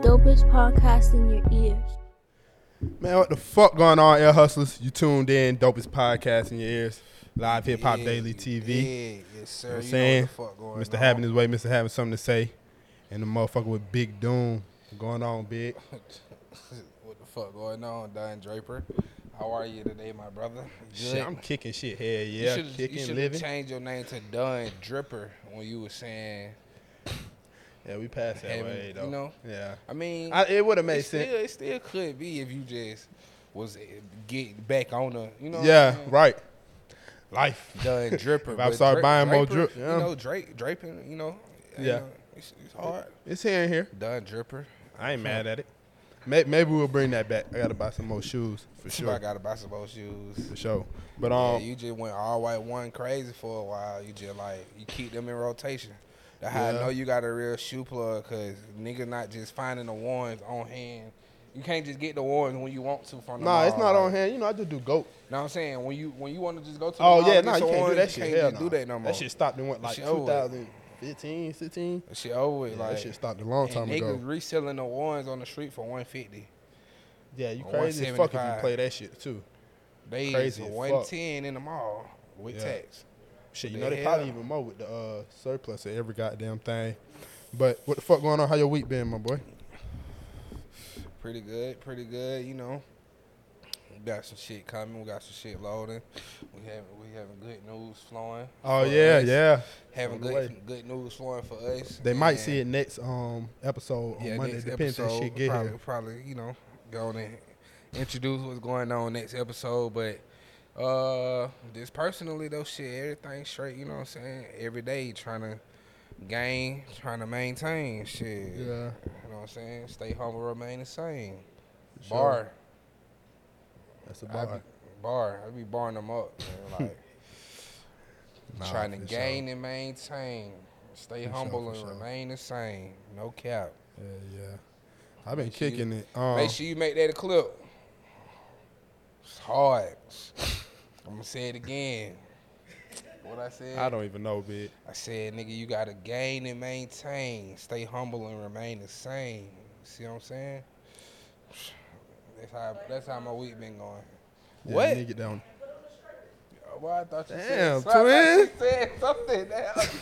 dopest podcast in your ears. Man, what the fuck going on, Air Hustlers? You tuned in, dopest podcast in your ears. Live Hip Hop Yeah, Daily TV. Yeah, yes, sir. You know what I'm You saying? know what the fuck going Mr. on. Having his way, Mr. Having something to say. And the motherfucker with Big Doom. Going on, Big. what the fuck going on, Don Draper? How are you today, my brother? Shit, I'm kicking shit. Hell you yeah. should you Kicking, should living. have changed your name to Don Dripper when you were saying. Yeah, we passed that Having- way, you though. know? Yeah. I mean, I, it would have made it still sense. it still could be if you just was eh, getting back on the you know. what Yeah, I'm saying? right. Life. Done dripper. If I but start buying more drip, draper, yeah. You know, drape draping. You know. you Yeah. know, it's, it's hard. It's here and here. Done dripper. I ain't mad at it. May- Maybe we'll bring that back. I gotta buy some more shoes for I sure. gotta buy some more shoes. For sure. But um, yeah, you just went all white one crazy for a while. You just like you keep them in rotation. That's how Yeah. I know you got a real shoe plug, cause nigga not just finding the ones on hand. You can't just get the ones when you want to from the Nah, it's mall, not on like, hand. You know, I just do goat. Know what I'm saying when you when you want to just go to the Oh mall yeah, and nah, you get some can't do ones, that shit. You Hell can't just nah. do that no more. That shit stopped in what like shit over with. 2015, 16. That shit over with, Yeah, like that shit stopped a long and time niggas ago. reselling the ones on the street for 150. Yeah, you on crazy as fuck if you 175. play that shit too. They is Crazy as fuck. 110 in the mall with Yeah. tax. Shit, you The know they hell? probably even more with the uh, surplus of every goddamn thing. But what the fuck going on? How your week been, my boy? Pretty good, pretty good, you know. We got some shit coming. We got some shit loading. We having we having good news flowing. Oh for yeah, us. yeah. Having On the way. good good news flowing for us. They might And, see it next um episode on Yeah, Monday. next Depends if episode, shit get probably, here. Probably, you know, go on and introduce what's going on next episode. But uh just personally though, shit, everything straight. You know what I'm saying? Every day trying to gain, trying to maintain shit. Yeah, You know what I'm saying? Stay humble, remain the same. for sure. Bar. That's a I bar. be bar. I be barring them up, man. Like Nah, trying to for sure. gain and maintain. Stay For sure, humble for and sure. remain the same. No cap. Yeah, yeah. I've been Make sure you- kicking it. Um, Make sure you make that a clip. It's hard. I'm gonna say it again. What I said? I don't even know, bitch. I said, nigga, you gotta gain and maintain. Stay humble and remain the same. See what I'm saying? That's how that's how my week been going. Yeah, What? You need to get down. Well, Oh, I thought you Damn, said, so I twin. thought you said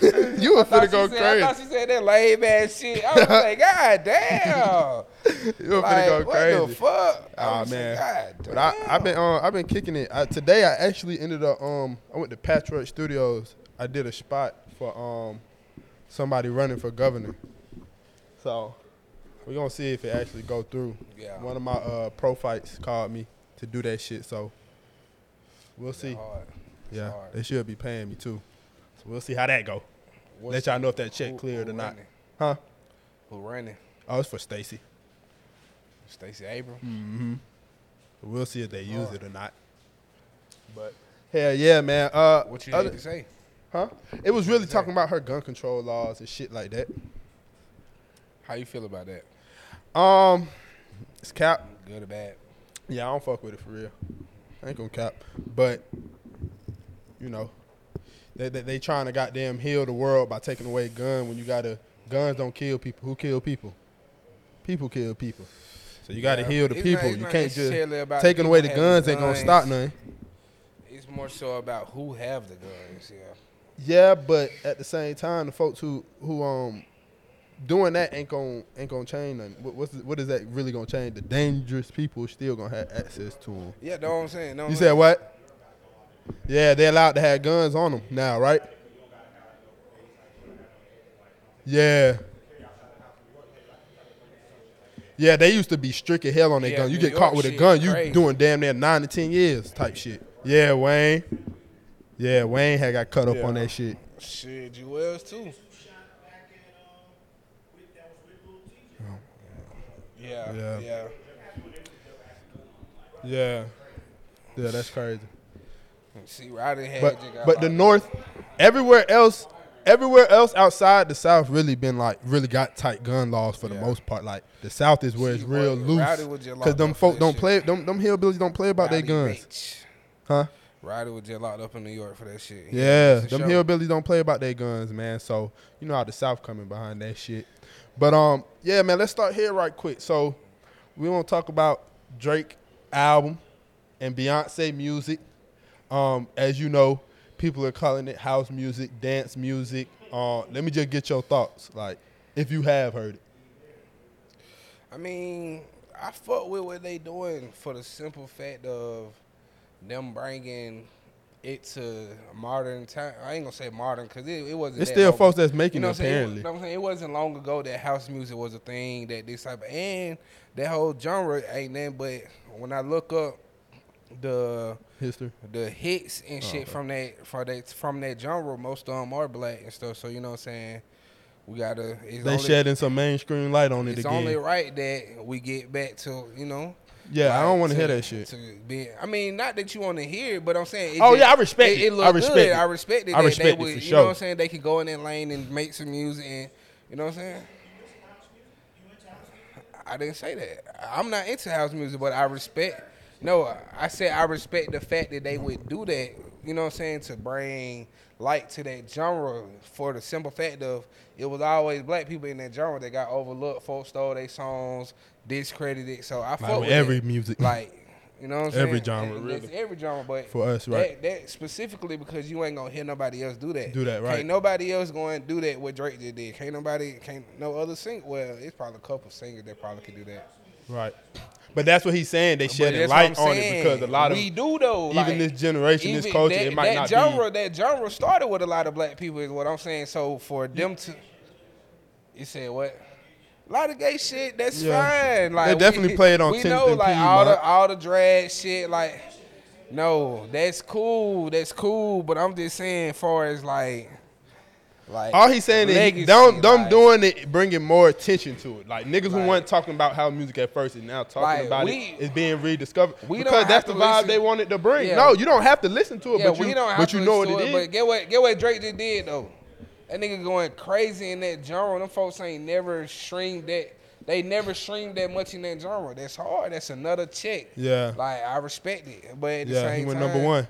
something. You was I thought finna go she said- I crazy. thought she said that lame ass shit. I was like, God damn. You was like, finna go what crazy. the fuck? I Ah was like, man, God but I I've been uh, I've been kicking it. I, today I actually ended up um I went to Patchwork Studios. I did a spot for um somebody running for governor. So we're gonna see if it actually go through. Yeah. One of my uh pro fights called me to do that shit, so we'll damn. see. Hard. Yeah, oh, hard. they should be paying me too. So we'll see how that go. Let What's- y'all know if that check who- cleared who or not. running? Huh? Who running? Oh, it's for Stacy. Stacey Abrams. Mm-hmm. We'll see if they use Alright. it or not. But hell yeah, man. Uh, What you other- need to say? huh? It was really to say? talking about her gun control laws and shit like that. How you feel about that? Um, it's cap. Good or bad? Yeah, I don't fuck with it for real. I ain't gonna cap. But you know, they they, they trying to goddamn heal the world by taking away a gun when you gotta guns don't kill people. Who kill people? People kill people. So you gotta Yeah. heal the It's not- people. it's you not can't just necessarily about taking away the people having guns ain't gonna guns. stop nothing. It's more so about who have the guns. Yeah. Yeah, but at the same time, the folks who who um doing that ain't gonna ain't gonna change nothing. What, what's the, what is that really gonna change? The dangerous people still gonna have access to them. Yeah, know what I'm saying. Know what You I'm said saying? what? Yeah, they're allowed to have guns on them now, right? Yeah. Yeah, they used to be strict as hell on their Yeah, gun. You New get caught York with a shit gun, you crazy. doing damn near nine to ten years type shit. Yeah, Wayne. Yeah, Wayne had got cut up on Yeah. that shit. Shit, Jewels too. Yeah, Yeah. yeah, yeah. Yeah. Yeah, that's crazy. See, Roddy had But just got but the locked North, everywhere else, everywhere else outside the South really been like really got tight gun laws for the Yeah. most part. Like the South is where it's See, real Roddy- loose Roddy was just because locked them up for folk that don't shit. play them them hillbillies don't play about their Roddy guns, Ricch. huh? Roddy was just locked up in New York for that shit. Yeah, for them sure. hillbillies don't play about their guns, man. So you know how the South coming behind that shit. But um, yeah, man, let's start here right quick. So we want to talk about Drake album and Beyonce music. Um, as you know, people are calling it house music, dance music. Uh, let me just get your thoughts, like if you have heard it. I mean, I fuck with what they doing for the simple fact of them bringing it to modern time. I ain't gonna say modern because it, it wasn't. It's that still long folks ago. that's making it what I'm saying? apparently. It, was- I'm saying it wasn't long ago that house music was a thing that this type of, and that whole genre ain't nothing. But when I look up the History. the hits Oh, and shit from that from that from that genre, most of them are black and stuff. So you know what I'm saying. We gotta. It's They only, shedding some mainstream light on it It's again. only right that we get back to you know. Yeah, I like, don't want to hear to- that shit. to be- I mean, not that you want to hear, it, but I'm saying. It Oh, just- yeah, I respect it. I looked respect good. it. I respect it. I that respect it they would, for You know sure. what I'm saying? They could go in that lane and make some music, and you know what I'm saying. I didn't say that. I'm not into house music, but I respect. No, I said I respect the fact that they would do that. You know what I'm saying? To bring light to that genre for the simple fact of it was always black people in that genre that got overlooked. Folks stole their songs, discredited. So I fuck with with every it. music. like you know what I'm saying? Every genre, And that's really. every genre, but For us, that- right. That, specifically because you ain't gonna hear nobody else do that. Do that, right. Can't nobody else going to do that what Drake just did. Can't nobody, can't no other sing. Well, it's probably a couple singers that probably could do that. Right. But that's what he's saying. They But shedding that's what light I'm on saying. it because a lot of we do though. even like, this generation, this even culture, that, it might that not be- genre, That genre started with a lot of black people, is what I'm saying. So for them to, you said what? A lot of gay shit. That's Yeah. fine. Like They definitely we, play it on We 10th know and like Piedmont. all the all the drag shit. Like no, that's cool. That's cool. But I'm just saying, far as like. Like All he's saying is legacy, don't them like- doing it, bringing more attention to it. Like niggas who Like- weren't talking about how music at first and now talking Like, about we- it is being rediscovered we don't because that's have the to vibe listen- they wanted to bring. Yeah. No, you don't have to listen to it, Yeah, but you, we don't have but to you know what listen it to is. But get what get what Drake just did though. That nigga going crazy in that genre. Them folks ain't never streamed that. They never streamed that much in that genre. That's hard. That's another check. Yeah. Like I respect it, but at the yeah, same he went time, number one.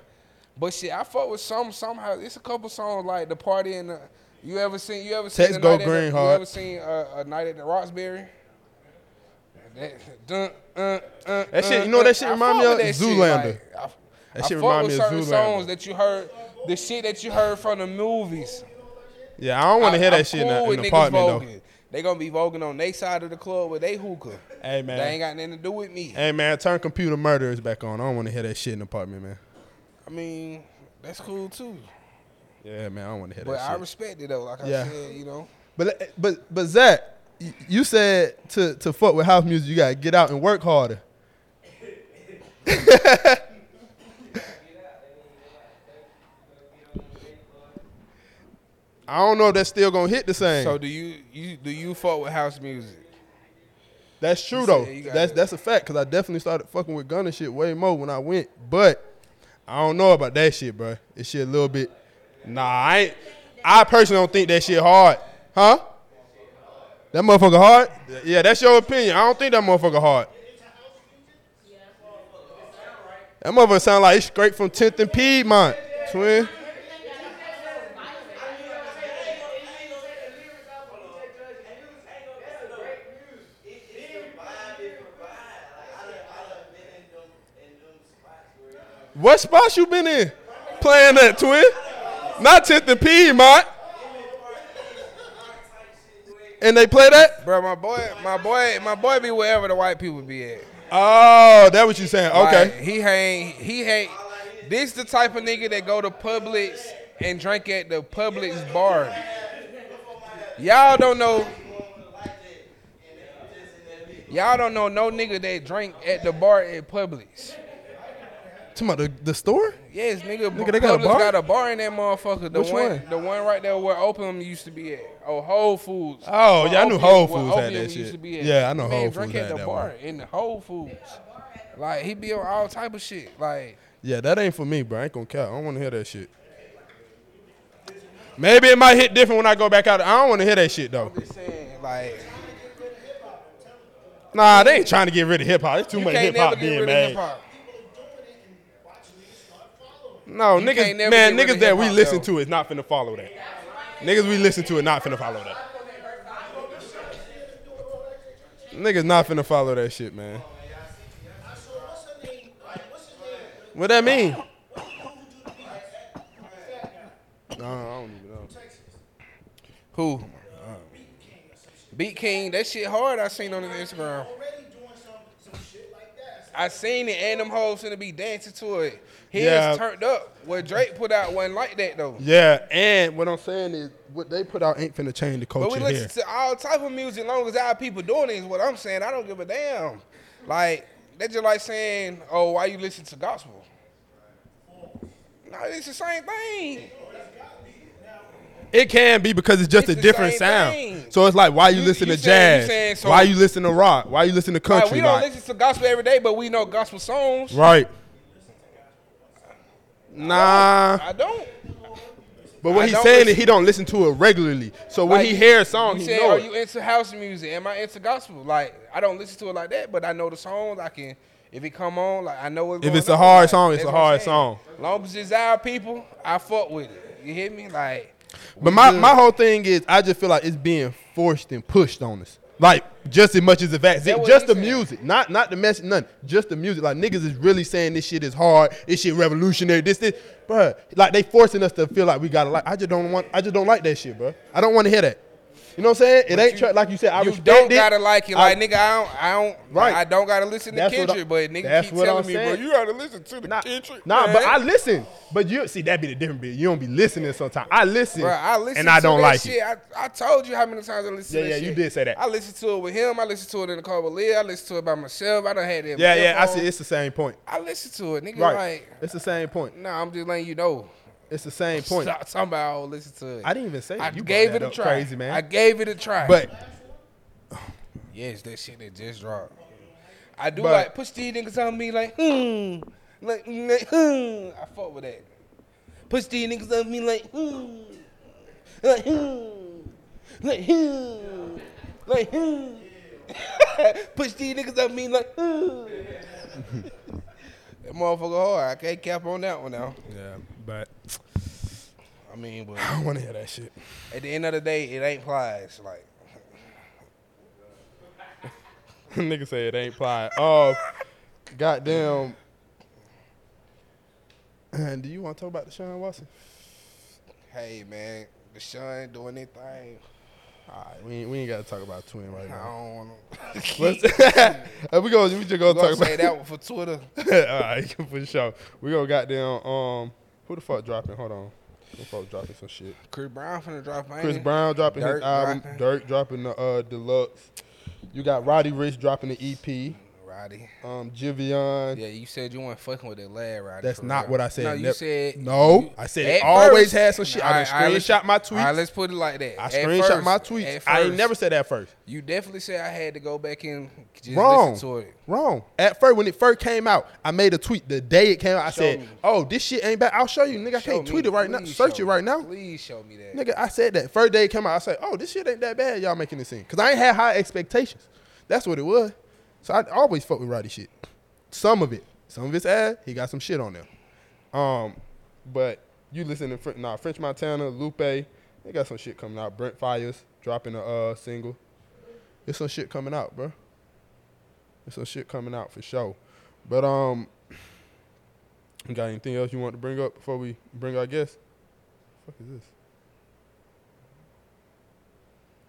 But shit, I fuck with some somehow. It's a couple songs like the party and the. You ever seen? You ever Tex seen? Go a night at the- Green, You hard. ever seen uh, a night at the Roxbury? That, dun, uh, uh, That shit- uh, you know what uh, that shit I remind fuck me with of? that shit, Zoolander. like, I, That I shit fuck remind with me of certain Zoolander. songs that you heard, the shit that you heard from the movies. Yeah, I don't want to hear that shit in, the- in the apartment though. They gonna be voguing on their side of the club with they hookah. Hey, man. they ain't got nothing to do with me. Hey man, turn computer murderers back on. I don't want to hear that shit in the apartment, man. I mean, that's cool too, Yeah, man, I don't want to hear but that I shit. respect it though. Like Yeah. I said, you know. But but but Zach, y- you said to to fuck with house music, you gotta get out and work harder. I don't know if that's still gonna hit the same. So do you you do you fuck with house music? that's true you though. said you gotta- That's that's a fact because I definitely started fucking with gun and shit way more when I went. But I don't know about that shit, bro. It's shit a little bit. Nah, I ain't, I personally don't think that shit hard, huh? That motherfucker hard? Yeah, that's your opinion. I don't think that motherfucker hard. That motherfucker sound like it's straight from 10th and Piedmont, twin. What spots you been in playing that, twin? Not 10th and Piedmont. And they play that? Bro, my boy, my boy, my boy be wherever the white people be at. Oh, that what you saying. Okay. Like, he ain't he ain't this the type of nigga that go to Publix and drink at the Publix bar. Y'all don't know Y'all don't know no nigga that drink at the bar at Publix. Talking about the, the store? Yes, nigga, they got a Publix bar? got a bar in that motherfucker. The Which one, one? the one right there where Opium used to be at. Oh, Whole Foods. Oh, Where yeah, I knew Opium- Whole where Foods had Opium that used shit. to be at. Yeah, I know Man, Whole drink Foods at had the that bar one. in the Whole Foods. Like he be on all type of shit. Like Yeah, that ain't for me, bro. I ain't gonna count. I don't wanna hear that shit. Maybe it might hit different when I go back out. I don't wanna hear that shit though. I'm just saying, like Nah, they ain't trying to get rid of hip hop. It's too you much can't hip never hop get being rid of made. hip hop. No, You niggas, can't never man, get rid niggas of that we hip-hop, listen though. to is not finna follow that. Niggas we listen to is not finna follow that. Niggas not finna follow that shit, man. What that mean? No, I don't even know. Who? Beat King. That shit hard I seen on his Instagram. I seen it and them hoes finna be dancing to it. His Yeah. turned up. What Drake put out wasn't like that though. Yeah, and what I'm saying is what they put out ain't finna change the But we culture listen here. to all type of music long as our people doing it is what I'm saying. I don't give a damn. Like they just like saying, Oh, why you listen to gospel? No, it's the same thing. It can be because it's just It's a the different same sound. thing. So it's like why you, You- listen you to saying- you jazz? saying so- why you listen to rock? Why you listen to Like, country? we don't Like, listen to gospel every day, but we know gospel songs. right. Nah. I don't. But what I he's don't saying is listen- he don't listen to it regularly. So when Like, he hears a song, you he said, know Are it. you into house music? Am I into gospel? Like I don't listen to it like that, but I know the songs. I can, if it come on, like I know what's If going it's a on. hard Like, song, it's that's a what I'm hard saying. song. Long as it's our people, I fuck with it. You hear me? Like, But we my, good. my whole thing is I just feel like it's being forced and pushed on us. Like just as much as the That vaccine, what just he the said. music, not not the message, nothing. Just the music. Like niggas is really saying this shit is hard, this shit revolutionary, this this, bruh. Like they forcing us to feel like we gotta like. I just don't want. I just don't like that shit, bruh. I don't want to hear that. You know what I'm saying? It ain't you- tra- like you said. I you respect don't it. gotta like it, I- like nigga. I don't, I don't, Right. I don't gotta listen to That's what I- Kendrick, but nigga that's keep what telling I'm me, saying. bro, you gotta listen to the Nah, Kendrick. nah man. but I listen. But you see that be the different bit. You don't be listening sometimes. I listen, Bruh, I listen and I to don't that like shit. it. I, I told you how many times I listened Yeah, to that yeah, shit. you did say that. I listened to it with him. I listened to it in the car with Leah. I listened to it by myself. I done had it. in Yeah, my yeah. I see. earphone. It's the same point. I listened to it, nigga. Right. Like, It's the same point. nah, I'm just letting you know. It's the same point. Stop talking about I don't listen to it. I didn't even say I it. You gave brought it that a up try. crazy, man. I gave it a try. But yes, that shit that just dropped. I do But- like push these niggas on me like hmm, like, mm, like hmm. I fuck with that. Push these niggas on me like hmm, like hmm, like hmm, like hmm. push these niggas on me like hmm. that motherfucker hard. I can't cap on that one now. yeah, but I mean, but. I don't want to hear that shit. At the end of the day, it ain't plies. Like, Nigga say it ain't plied. Oh, goddamn. And do you want to talk about the Sean Watson? hey man, Deshaun doing their thing. All right, we ain't, we ain't got to talk about twin right I now. don't want Let's- to. we go. We just gonna, gonna talk say about that one for Twitter. All right, for sure. We gonna goddamn. Um, who the fuck dropping? Hold on. Who the fuck dropping some shit? Chris Brown finna drop. ain't Chris he? Brown dropping Dirk his album. dropping. Dirk dropping the uh, deluxe. You got Roddy Rich dropping the Roddy. EP. Um, Jivion. Yeah, you said you weren't fucking with that lad, Roddy. That's for not real. what I said. No, you Nev- said No, you- I said at it always first- had some shit. I Alright, done alright, let's- screenshot my Alright, tweets. let's put it like that. I At screenshot first- my at tweets. I ain't first, never said that first. You definitely said I had to go back and just Wrong. listen to it. Wrong. At first, when it first came out, I made a tweet. The day it came out, I Show said, me. "Oh, this shit ain't bad." I'll show you, nigga. I Show can't me, tweet it right now. please Search show it me. right now. Please show me that. Nigga, I said that. First day it came out, I said, oh, this shit ain't that bad. Y'all making this scene. Because I ain't had high expectations. That's what it was. So I always fuck with Roddy shit. Some of it. Some of it's ass. He got some shit on there. Um, but you listen to French, nah, French Montana, Lupe. They got some shit coming out. Brent Fires dropping a uh, single. There's some shit coming out, bro. There's some shit coming out for sure. But um, you got anything else you want to bring up before we bring our guest? fuck is this?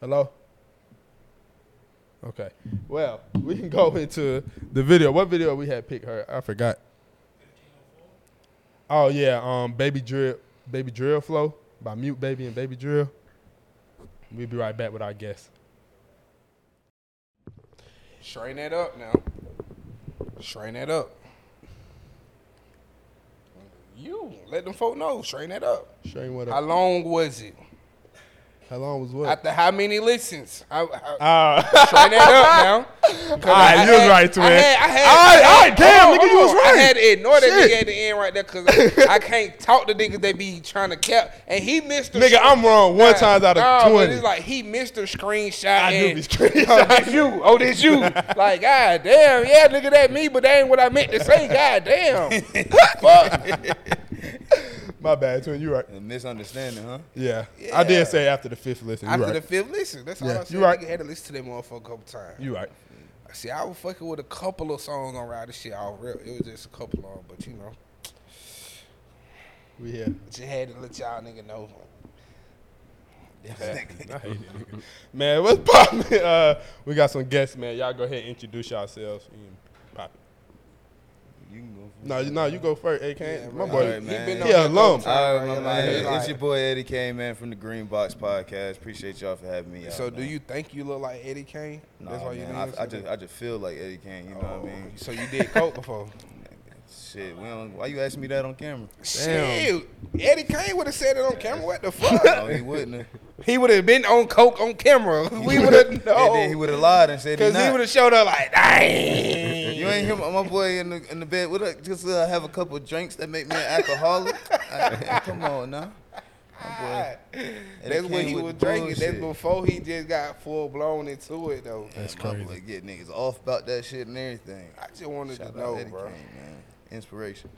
Hello? Okay. Well, we can go into the video. What video we had picked her? I forgot. Oh yeah, um Baby Drill Baby Drill Flow by Mute Baby and Baby Drill. We'll be right back with our guest. Strain that up now. Strain that up. You let them folk know. Strain that up. Shane, what How up? long was it? How long was what? After how many listens? I, I, Ah, strain that up now. All Alright, you was right, Twin. I had, I had, Alright, I had- alright, damn, hold on, nigga, you hold was on. right. I had to ignore that Shit. nigga at the end right there because I, I can't talk to niggas that be trying to cap. And he missed the nigga, I'm wrong one times out Nah, of but twenty. it's like he missed the screenshot. I do and- be screenshotting. Oh, that's you. Oh, that's you. like, god damn, yeah, look at that me, but that ain't what I meant to say. God damn. Fuck. My bad, twin. You right. A misunderstanding, huh? Yeah. I did Yeah. say after the fifth listen. You After right. the fifth listen, that's all Yeah, I said. you right. Nigga had to listen to that motherfucker a couple times. you right. See, I was fucking with a couple of songs on Ride the Shit all real. It was just a couple of them, but you know, We here. just had to let y'all nigga know. I hate it. nigga. man, what's poppin'? Uh, we got some guests, man. Y'all go ahead and introduce yourselves and pop it. You can go. first. No, you, no, you go first. Hey, can Yeah, my right. boy. Alright, man. on He here a couple alone. All times, right, my right? Like, man. like- It's your boy Eddie K, man, from the Green Box Podcast. Appreciate y'all for having me. out, So, do man. you think you look like Eddie Kane? Nah, That's why you man, name I, I yourself just, that? I just feel like Eddie Kane. You know Oh, what I mean? So you did coke before? Oh. Shit, we don't, why you asking me that on camera? Shit, Eddie Kane would have said it on camera. What the no, fuck? he wouldn't. have. he would have been on coke on camera. We would have And then he known would have lied and said he because he not. would have showed up like, dang. You ain't hear my, my boy in the in the bed. What up? Just uh, have a couple of drinks that make me an alcoholic. I- come on now. My boy. And That's it when came he with was the drinking. That's bullshit. before he just got full blown into it though. That's my crazy. boy get niggas off about that shit and everything. I just wanted Shout to know, out Eddie bro. Kane, man. Inspiration.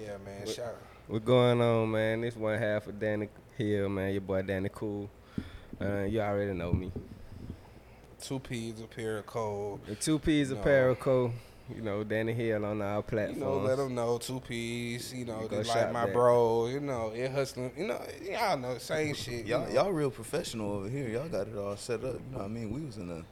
Yeah, man. Shout. out. What going on, man? This one half of Danny Hill, man. Your boy Danny Cool. Uh, you already know me. Two P's, a pair of cold. The two P's No. apparel co. You know Danny Hill on our You platforms. know, let them know two P's. You know, they You go like shop my back. bro. You know, it hustling. You know, y'all know same shit. you Y'all, know. y'all real professional over here. Y'all got it all set up. You know what I mean? We was in the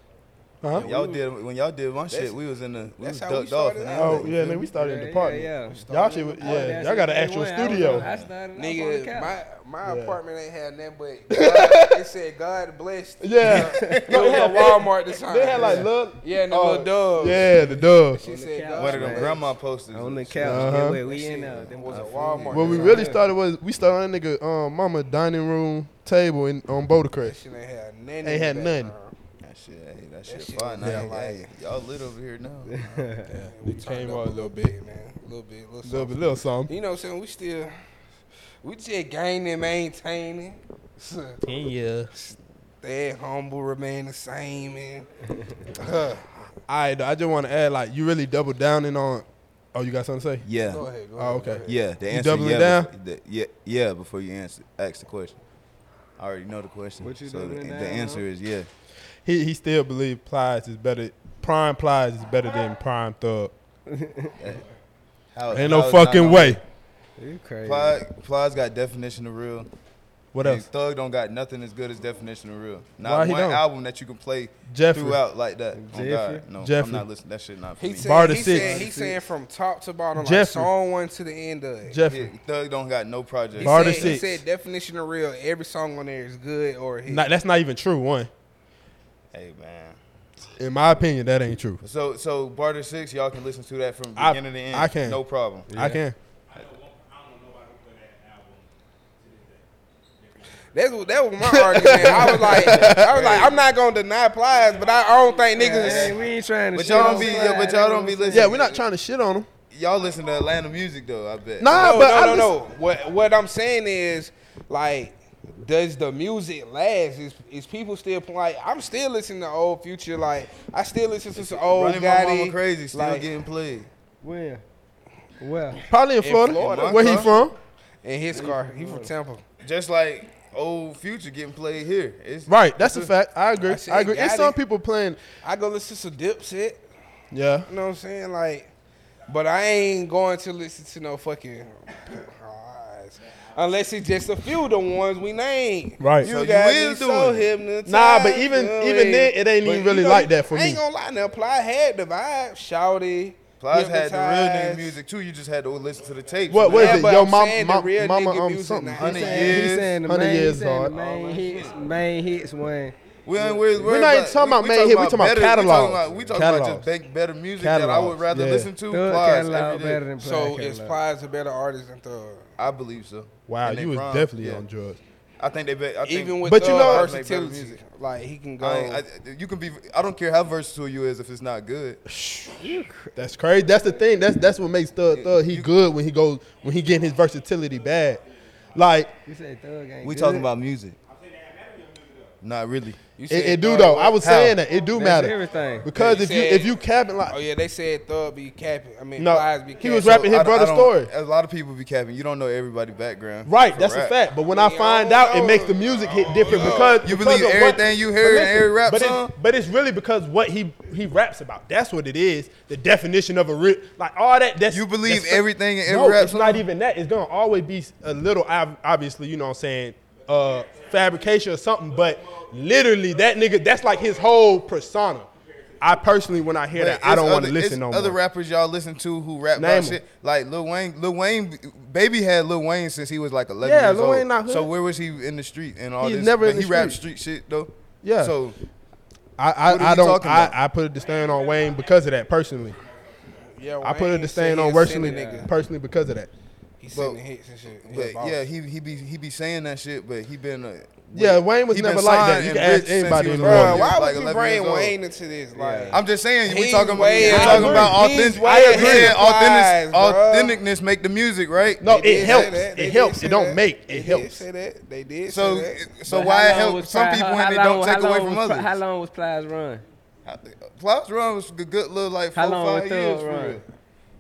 Huh? y'all did when y'all did my shit. That's- We was in the we that's was how we ducked off. started and out. Oh everything, you yeah, feel man. me? We started in Yeah, the apartment. yeah, yeah. Y'all shit. Was, I was yeah, there y'all got an since day actual one. I was on- I studio. started off on the Nigga, couch. my my Yeah. apartment ain't had nothing but God, it said God blessed. Yeah. it No, was it at had- Walmart this time. They had like love. yeah, and the oh, little dove. Yeah, the dove. she On the said couch, God One of them Man. grandma posters. on the couch. Uh-huh. Yeah, where we That in shit now. Them was our at food. Walmart. What we Yeah. really started was we started on that nigga um, mama dining room table in on That Bouldercrest. shit ain't had nothing. in Ain't the had nothing. background. That shit, hey, that shit, shit fine. was I hell ain't- like- hey, y'all lit over here now. Yeah, we We turned came up out a little bit, man. A little bit, a little little something. bit, little something. You know what I'm saying? We still, we just gaining, maintaining. Ten years. Stay humble, remain the same, man. I I just want to add like you really doubled down in on. Oh, you got something to say? yeah. Go ahead, go Oh, ahead. okay. Go ahead. Yeah, the answer doubling yeah, down? bef- the- yeah, yeah, before you answer ask the question. I already know the question. What you so the, doubling the down answer on? is yeah. He he still believe Plies is better. Prime Plies is better than Prime Thug. How, Ain't no how is not fucking on- way. You crazy? Ply, Ply's got definition of real. What and else? Thug don't got nothing as good as definition of real. Not Why he one don't? album that you can play Jeffrey. throughout like that. Oh, Jeffrey? God, no, I'm Jeffrey. not listening. That shit not for He me. said, Bar to he six. said, he said from top to bottom, like Jeffrey. song one to the end of it. Yeah, Jeffrey. Thug don't got no project. He Bar to said, he six. said definition of real. Every song on there is good or a hit. Not, that's not even true. One, Hey man. in my opinion, that ain't true. So so Barter Six, y'all can listen to that from I- beginning to end. I can. No problem. I can. That's what that was my argument. I was like, I was like, I'm not gonna deny plies, but I, I don't think niggas. is- Hey, we ain't trying to. But shit y'all on don't be Clyde. yeah, but y'all don't be listening. Yeah, we're not trying to shit on him. Y'all listen to Atlanta music though, I bet. Nah, no, but no, I no, listen- no. What what I'm saying is, like, does the music last? Is is people still pl- like? I'm still listening to old Future. Like, I still listen to some old Running my Gotti. mama crazy, still like, getting played. Where? Well, Probably in In Florida. Florida. Where he from? in his car. He from Tampa. Just like old future getting played here. It's Right. That's a fact. I agree. I I, said agree. It's some Gotti. people playing. I go listen to some Dipset. Yeah. You know what I'm saying? Like, but I ain't going to listen to no fucking. Plies, Unless it's just a few of the ones we named. Right. You So you got is me so doing it. hypnotized. Nah, but even- Oh, even then, it ain't But even really you like that for I ain't me. gonna lie, now Ply had the vibe, shouty. Plies had the real nigga hypnotized. music too. You just had to listen to the tapes. What? What Yeah, is it? but Yo, I'm mom, saying the mom, real mama, nigga um, music something. now. Hundred he saying, he years. saying the 100 main, years he saying hard. the main hits, main hits. When We ain't we're, we're, not even talking about main hit, we talking about catalogs. We talking about, we talking about Catalogs. just big, better music that I would Catalogs, rather yeah. listen to. Thug Plies catalog every day. better than Plies So is catalog. Plies a better artist than Thug? I believe so. Wow, And they you was prime, definitely yeah. on drugs. I think they. Be, I think, Even with But you Thug know- Make better versatility, music. like he can go. I ain't- I- you can be. I don't care how versatile you is if it's not good. That's crazy. That's the thing. That's that's what makes Thug Thug. He You- good when he goes when he getting his versatility bad. Like you say thug ain't We good. talking about music. Not really. You It, it do thug, though. what? I was How? saying that it do That's matter everything. because Yeah, if he you said- if you capping like Oh yeah, they said Thug be capping. I mean, No, Plies be he capping. was rapping his I- I brother's don't- story. A lot of people be capping. You don't know everybody's background. Right, for that's rap. a fact. But when I Yeah, find I out, don't it makes the know. music I hit don't different know. because You because believe of everything you hear but in every rap but it- song? but it's really because what he he raps about. That's what it is. The definition of a rip, like all that. That's You believe that's- everything in every no, rap it's not song? even that. It's gonna always be a little, ob- obviously, you know what I'm saying, uh, fabrication or something. But literally, that nigga, that's like his whole persona. I personally, when I hear But that, I it's don't want to other- listen it's no other more. rappers y'all listen to who rap Name about 'em. shit like Lil Wayne. Lil Wayne, Baby had Lil Wayne since he was like eleven. Yeah, years Lil old. Wayne not hood. So where was he in the street and all He's this? never but in he the rap street shit though. Yeah. So I What are I, I you don't. talking I, about? I put a disdain on Wayne because of that personally. Yeah, I put a Wayne said disdain he on a personally, sinner nigga. personally because of that. He But- sending hits and shit. but His boss. yeah, he he be he be saying that shit, but he been a Yeah, Wayne was he never been like that. signed You and can ask rich since anybody he in was the little. world. Bro, He why would was like you 11 years bring old. Wayne into this? Like, I'm just saying, we He's talking about way we out. talking about I agree. He's authentic. way I agree. ahead of Authentic, lies, authenticness make the music, right? No, They did it say helps. that. They It did helps. say It don't that. make. They It did helps. say that. They did. So say that. so But why it how long help was some Plies- people how and it long- don't how take away long from was Pli- How others? long was Plies run? Plus, run was a good little like four How long five was years Thug for run? real.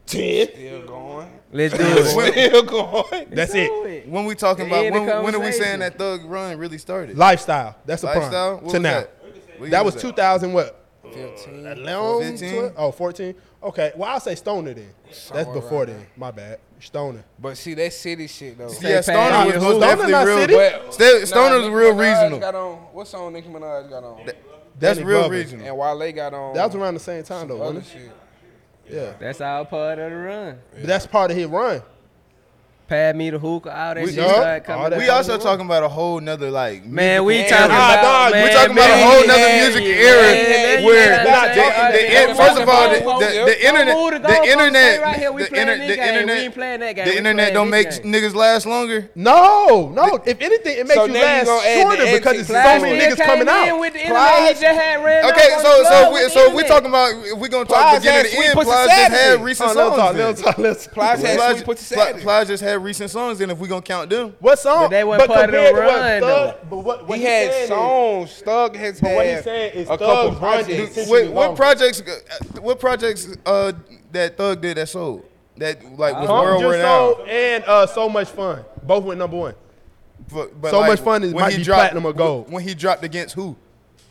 Ten. Still going. Let's do it. Still going. That's it. When we talking The about end of when, when are we conversation. saying that Thug Run really started? Lifestyle. That's a Lifestyle? prime. What To was now. that? What year That was that? 2000 what? 15. 11, 15? 12? Oh, 14? Okay. Well, I'll say Stoner then. That's Somewhere before around then. My bad. Stoner. But see, that city shit though. Say Yeah, Pat Stoner was Yahoo. most Stoner not definitely city? real. Sta- Nah, Stoner's Nicki real Minaj reasonable. Got on, what song Nicki Minaj got on? That's Danny real Glover. reasonable. and Wale got on. That was around the same time, though, other wasn't it? shit. Yeah. That's all part of the run. But that's part of his run. Pad me the hookah, all that We- shit. yup, started all coming that- out. We also talking about a whole nother like Man, we Yeah, talking nah, about dog, we man, talking about a man, whole nother man, music man, era man, where man, we not man, talking- man, the, man, the, man, first of all, the, man, the, the man, don't internet, move the the goalpost, internet, stay right here. We the, playing inter- this the game. We internet, ain't playing that game. the We internet playing don't make this game. niggas last longer. No, no. If anything, it makes So you now you last gonna add the shorter because it's so many Plies still niggas came coming in out. With the internet, he Plies- just had ran Okay, up on so the so club if we with the so if we internet. talking about if we gonna talk Plies had beginning to Sweet end. Pussy Plies just Saturday. had recent Oh, let's talk, songs. let's then. talk, let's talk. Plies had Plies Sweet Pussy Pli- Saturday. Plies just had recent songs. Then if we gonna count them, What song? But they wasn't part of the compared to what run, Thug- But what, what he had saying is- songs. Thug has But had what he saying is a couple Thug's run projects. is- what, be what longer. projects? uh, What projects uh, that Thug did that sold that like was Pump Uh-huh. world Just renowned? Sold and uh, So Much Fun. Both went number one. But, but So Much Fun is- when might he be dropped- platinum or gold. When he dropped against who?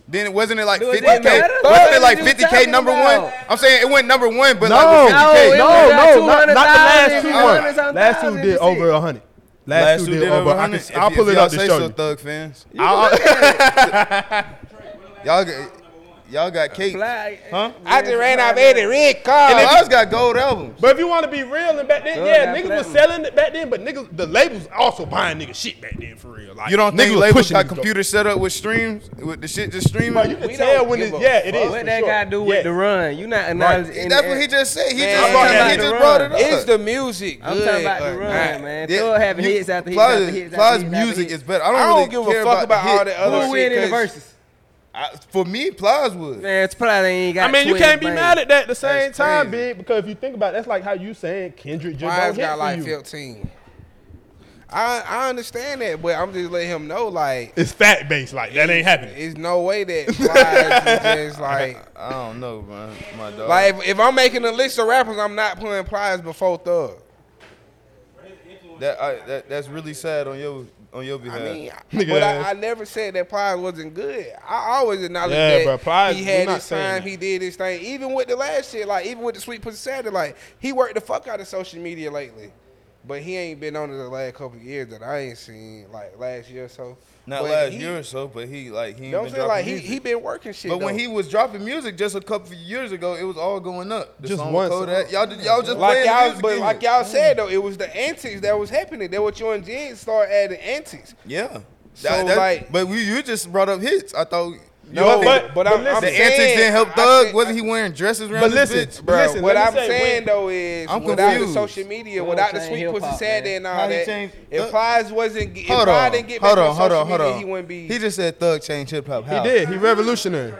Then it wasn't it like Dude, it fifty didn't k? matter. Wasn't What it like you fifty k talking number about? one? I'm saying it went number one, but no, like No, it no, was no, like no, not, not the 200,000, last two it was ones. like Last two did 200,000. over a hundred. Last, last two did over. I can, 100. I'll If- pull if it y'all up to say show so, you. Thug fans, I'll, y'all got y'all got cake. Fly- Huh? I just ran off Eddie Red car. And Oz got gold albums. but if you want to be real, and back then, Thug yeah, got niggas was platinum. selling it back then, but niggas, the labels also buying nigga shit back then for real. Like You don't niggas think was labels pushing got niggas computer set up with streams with the shit just streaming? Bro, you can We tell don't when give it's a yeah, it fuck. is. What for that sure. got to do with Yeah. the run? You not acknowledging That's in what the- he just said. He Man, just, I'm talking he about just the brought it run. up. It's the music. I'm good talking about the or run, not. man. Yeah, Still having you- hits after hits Plies- after hits Plies after hits. music after is hits. better. I don't, I don't really give a care fuck about about all the that hit. other Who shit, win in the 'cause- verses? I, for me, Plies would. Man, it's Plies ain't got. I mean, you 20 can't be bang. mad at that at the same time, crazy. big, because if you think about it, that's like how you saying Kendrick just Why don't has hit for got like you. 15? I I understand that, but I'm just letting him know like It's fact based, like that ain't happening. it's no way that Plies is just like I don't know, man. My dog. like if, if I'm making a list of rappers, I'm not putting Plies before Thug. that, I, that that's really sad on your on your behalf. I mean, Nigga but ass. I, I never said that Plies wasn't good. I always acknowledge Yeah, that bro, Plies- he we had not his saying time. that. He did his thing, even with the last shit, like even with the Sweet Pussy Saturday, like he worked the fuck out of social media lately. But he ain't been on it the last couple of years that I ain't seen, like last year or so. Not But last he- year or so, but he like he ain't Don't been say dropping like he, music. he been working shit. but when though. he was dropping music just a couple of years ago, it was all going up. The Just song one Kodak. Y'all did- y'all just like playing the y'all, music but again. like y'all said though, it was the antics that was happening. That what you and Jen start adding antics. Yeah. So, That- that- like- but we, you just brought up hits. I thought. No, you know, but- but I'm- the I'm antics saying- didn't help I Thug. think- Wasn't he wearing dresses around But this listen, but bitch? Bro, listen, what let me say, I'm saying when- though is I'm without the confused. social media, Don't without the change sweet hip pussy hop, Saturday and How all he that, changed- if Look. Plies wasn't, if Hold Plies on, didn't get back hold on on, hold social on, hold media, on. he wouldn't be. He just said Thug changed hip hop. He How? did. He revolutionary.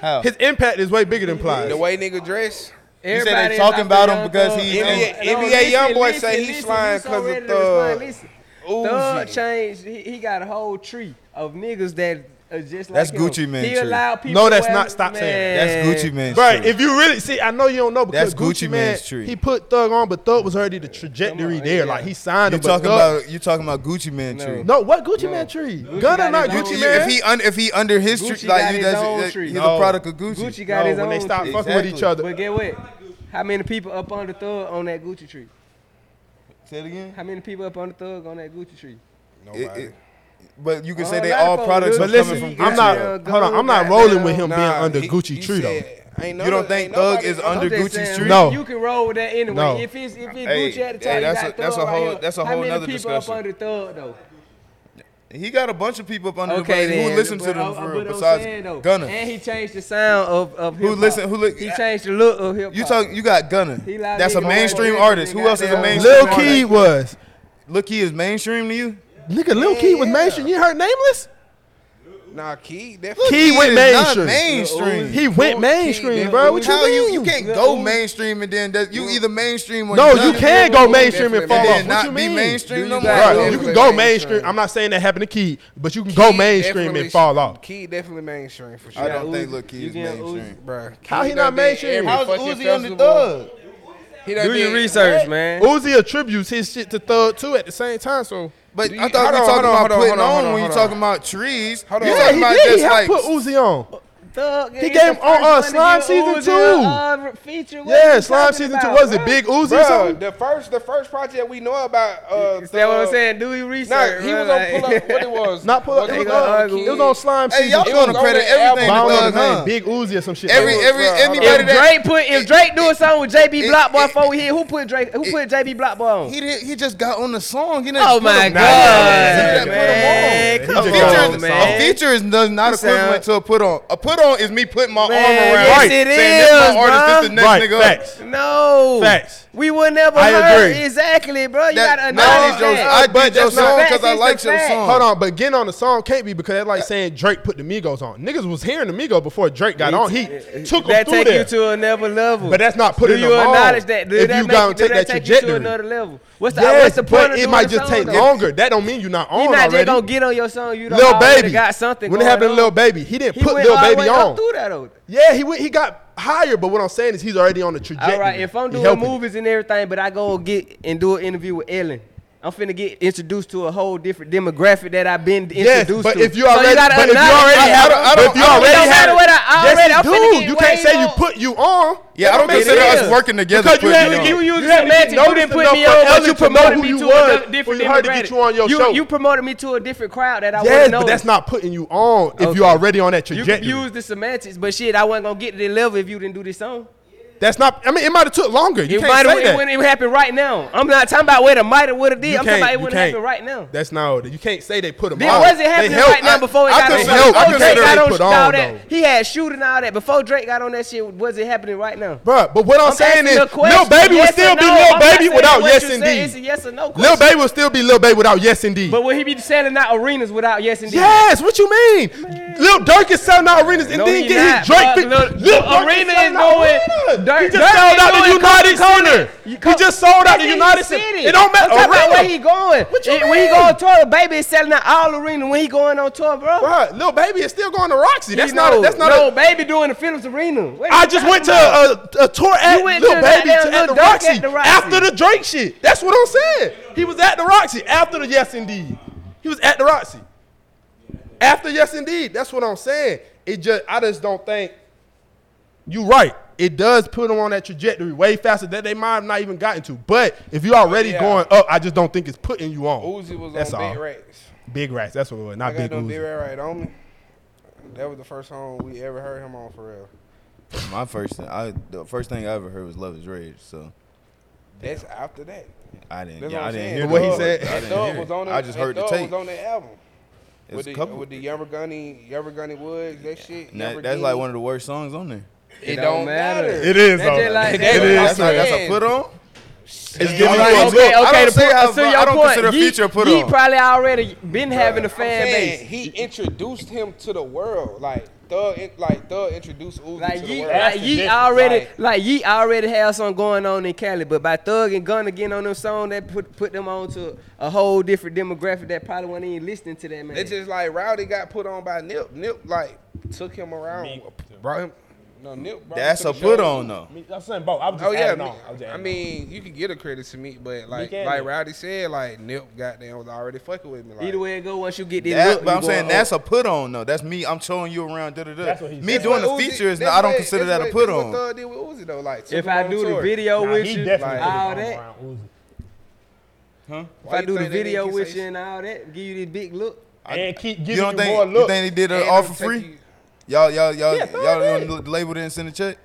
How? His impact is way bigger than Plies. the way nigga dress. said they Everybody talking locked about him down because Thug. he- No, NBA no, NBA Youngboy listen, say he listen, slime listen, 'cause of listen, Thug. listen. Uzi. Thug changed. He, he got a whole tree of niggas that It's just That's like him. Gucci Mane He shit. allowed people. No, that's wear- not- stop saying That's Man. Gucci Man's Bro, tree. if you really see, I know you don't know because That's Gucci, Gucci Man, Mane's tree. he put Thug on, but Thug was already the trajectory Come on, there. yeah. Like he signed you him. but talking Thug- about you talking about Gucci Man No. tree. no? What Gucci No. Man tree? Gucci Gunna got not his Gucci own- Man. If he un, if he under his tree, Gucci got like you, his that's, own that- tree. he's No. a product of Gucci. Gucci got No, his when own they stop shit. fucking with each Exactly. other. But get what? How many people up on the thug on that Gucci tree? Say it again. How many people up on the thug on that Gucci tree? It- it- but you can say Oh, they a lot of all folks products do. are But was coming listen, from Gucci. I'm not. Yeah, Hold on, I'm not Gunna rolling got with him being Nah, under he- Gucci he tree though. said, ain't You don't nobody- think ain't Thug nobody- is I'm under just Gucci saying, tree? No. You can roll with that anyway. No. If it's if it's Hey, Gucci at the hey, top, you that's got a- that's a Thug right whole- here. that's a How whole many nother people discussion. up under thug though? He got a bunch of people up under Okay, the then. who listen to But them I'm- for I'm- real but I'm saying, besides though, Gunna. And he changed the sound of of Who hip-hop. listen? Who look? He changed the look of hip hop. You talk. You got Gunna. He lied, That's a nigga, go mainstream ahead, artist. nigga, Who else is a goddamn. mainstream Lil artist? Key was Lil Key is mainstream to you. nigga. Lil Key was mainstream. You heard Nameless? Nah, Key. That Key is went not mainstream. mainstream. He went mainstream, bro. What How you you? You mean? can't go mainstream and then that, you either mainstream or No, not. you can go mainstream and Definitely fall And off. then What not you be mean? mainstream Do no you more. got Bro, it? you Bro, can go Mainstream. mainstream. I'm not saying that happened to Key, but you can go mainstream and fall off. Key definitely mainstream for sure. I don't think Uzi- Lil Key you is getting Uzi- mainstream. Bruh, How Key he done not did mainstream? every How's fucking festival. He done Do your did- research, What? man. Uzi attributes his shit to Thug too at the same time. So But Do you- I hold on, thought we were hold talking on, about hold on, putting hold on, on hold when on, you're hold talking about trees. Hold you on. yeah, talking he about did. just He helped like put Uzi on. Thug, He it's gave the him on, uh, first one to Slime give Season Uzi two. a, Uh, feature. What are Yeah, you slime talking season two about, was it bruh? Big Uzi or Bruh, something? the first the first project we know about. Uh, Is that what I'm Thug- saying? Do your research. Nah, he was bruh, on pull like- up. What it was? Not pull up. Was It They was, gonna on, argue. it was on slime Hey, season. y'all two. was gonna on credit that everything album. I to don't Thug, know the name. huh? Big Uzi or some shit. Every, Like, every, Bro, hold on. anybody If that Drake put if Drake do a song with JB Block Boy before we hit, who put Drake? Who it- put JB Block Boy on? He did, he just got on the song. He didn't Oh put my him- god, Yeah, put man! He Come just Feature got on, is, man. A feature is no- not It sound- equivalent to a put on. A put on is me putting my Man, arm around yes, right, saying it this is, my artist, bruh. this the next right, nigga. facts. No, Facts. We would never I heard agree. exactly, bro. You That, gotta that is acknowledge your, that. I did your that's not song facts, because I it's like a your fact. song. Hold on, but getting on the song can't be because that's like saying Drake put the Migos on. Niggas was hearing the Migos before Drake got on. He took them that through take there. you to another level. But that's not do putting you them on. acknowledge that? Do if that you make, gonna do take that that take you to trajectory, another level? What's the yes, what's the point but of it doing might the just song, take though? longer. That don't mean you're not on You're not already. just gonna get on your song. You don't Lil already Baby got something. When it going happened to on. Lil Baby, he didn't he put went Lil all the Baby way on. up through that though. Yeah, he went, he got higher, but what I'm saying is he's already on the trajectory. All right, if I'm He doing helping it. movies and everything, but I go get and do an interview with Ellen, I'm finna get introduced to a whole different demographic that I've been introduced Yes, to. but if you So already, gotta but if you acknowledge already that, have, bro. but if you I don't- already it don't have, matter what I yes, already- I'm you finna do. get You can't way say you more. put you on. Yeah, I That don't don't consider make us sense. working together. Because you putting had to get it on. You use You had to semantics. get You noticed didn't put enough me on, for but Ellen you to know promoted who me you to was a di- different for her to get demographic. you on your you, show. You promoted me to a different crowd that I Yes, wouldn't but know. that's not putting you on if Okay. you're already on that You could trajectory. use the semantics, but shit, I wasn't gonna get to the level if you didn't do this song. That's not. I mean, it might have took longer. You it can't might say it that. wouldn't even happen right now. I'm not talking about what it might have would have did. You I'm talking can't- about it you wouldn't happen can't. right now. That's not. You can't say they put him Then on. wasn't Oh, They happening helped- right now I- before it I got on. consider- Before I Drake consider got they on put all on, that. He had shooting all that. Before Drake got on that shit, was it happening right now? Bruh, but what I'm, I'm saying asking is, a question. Lil Baby Yes will still or be no. Lil I'm not Baby saying without what yes you said. It's a indeed. yes or no Lil question. Baby will still be Lil Baby without yes indeed. But will he be selling out arenas without yes indeed? Yes, what you mean? Lil Durk is selling out arenas and No, then he get his not, Drake. bruh. fi- Lil Lil- Lil Durk Arena selling is out nowhere. arenas. Dirk- he just Dirk sold is out the doing United Coca-Cola. Center. You He co- just sold out That's the in United his Center. city. It don't I'm talking about matter. where Arena. he going. What you It- When he mean? go on tour, Baby is selling out all arena. When he going on tour, bro. Bruh, Lil Baby is still going to Roxy. That's You not. know, A, that's not. No, a, Baby doing the Phillips Arena. What I you just talking went to about? a, a tour at You went Lil to Baby goddamn to, at, Lil the Durk Roxy, at the Roxy. after the Drake shit. That's what I'm saying. He was at the Roxy after the Yes Indeed. He was at the Roxy after Yes Indeed. That's what I'm saying. It just I just don't think you right. It does put them on that trajectory way faster that they might have not even gotten to. But if you're already Yeah. going up, I just don't think it's putting you on. Uzi was that's on all. Big Rats. Big rats. That's what it was. I Not got big no Big Uzi. Rat right on me. That was the first song we ever heard him on for real. My first, thing, I the first thing I ever heard was "Love Is Rage," so That's after that. I didn't, That's yeah, what I I'm didn't saying. hear What he the- said. I That didn't Thug hear was it. on the, I just that heard the Thug tape. was on that album. with It was a the couple. with the Yummer Gunny, Yummer Gunny Woods, that shit. And that- that's like one of the worst songs on there. It don't matter. It is. That though. just like- it that- is. That's, not, that's saying. a put on. It's All giving right, you a okay, look. I don't say I- so I your don't point, consider Yeet- Future put Yeet on. probably already been having a I'm fan saying base. He introduced him to the world. Like Thug, in- like Thug introduced Uzi to Like the ye, world. like That's the ye difference, already, like- like, ye already have something going on in Cali, but by Thug and Gunna getting on them song, that put put them on to a whole different demographic that probably wasn't even listening to that man. It's just like Rowdy got put on by Nip. Nip like took him around, brought him. No, Nip. Brought That's him a to the show. put on though. Me- I'm saying both. I was just Oh yeah, adding on. I was just I adding mean you could get a credit to me, but like can, like yeah. Rowdy said, like Nip goddamn was already fucking with me. Like, either way it go, once you get this, That, look, but you oh. I'm saying going that's up. a put on though. That's me. I'm showing you around. Da, da, da. That's what he me said. doing That's the what Uzi- features. No, that's I don't what- consider that's that what- a put that's on. What Thug did with Uzi though, like took if him I on do the tour. video Nah, with he you, definitely like, did all it that. on Brown Uzi. If I you do the think they video didn't with say you shit? and all that, give you this big look. and keep You giving you, don't think more you look. think they did Ain't it no all for take free? you- Y'all, y'all, y'all, Yeah, Thug y'all did. don't label didn't send a check.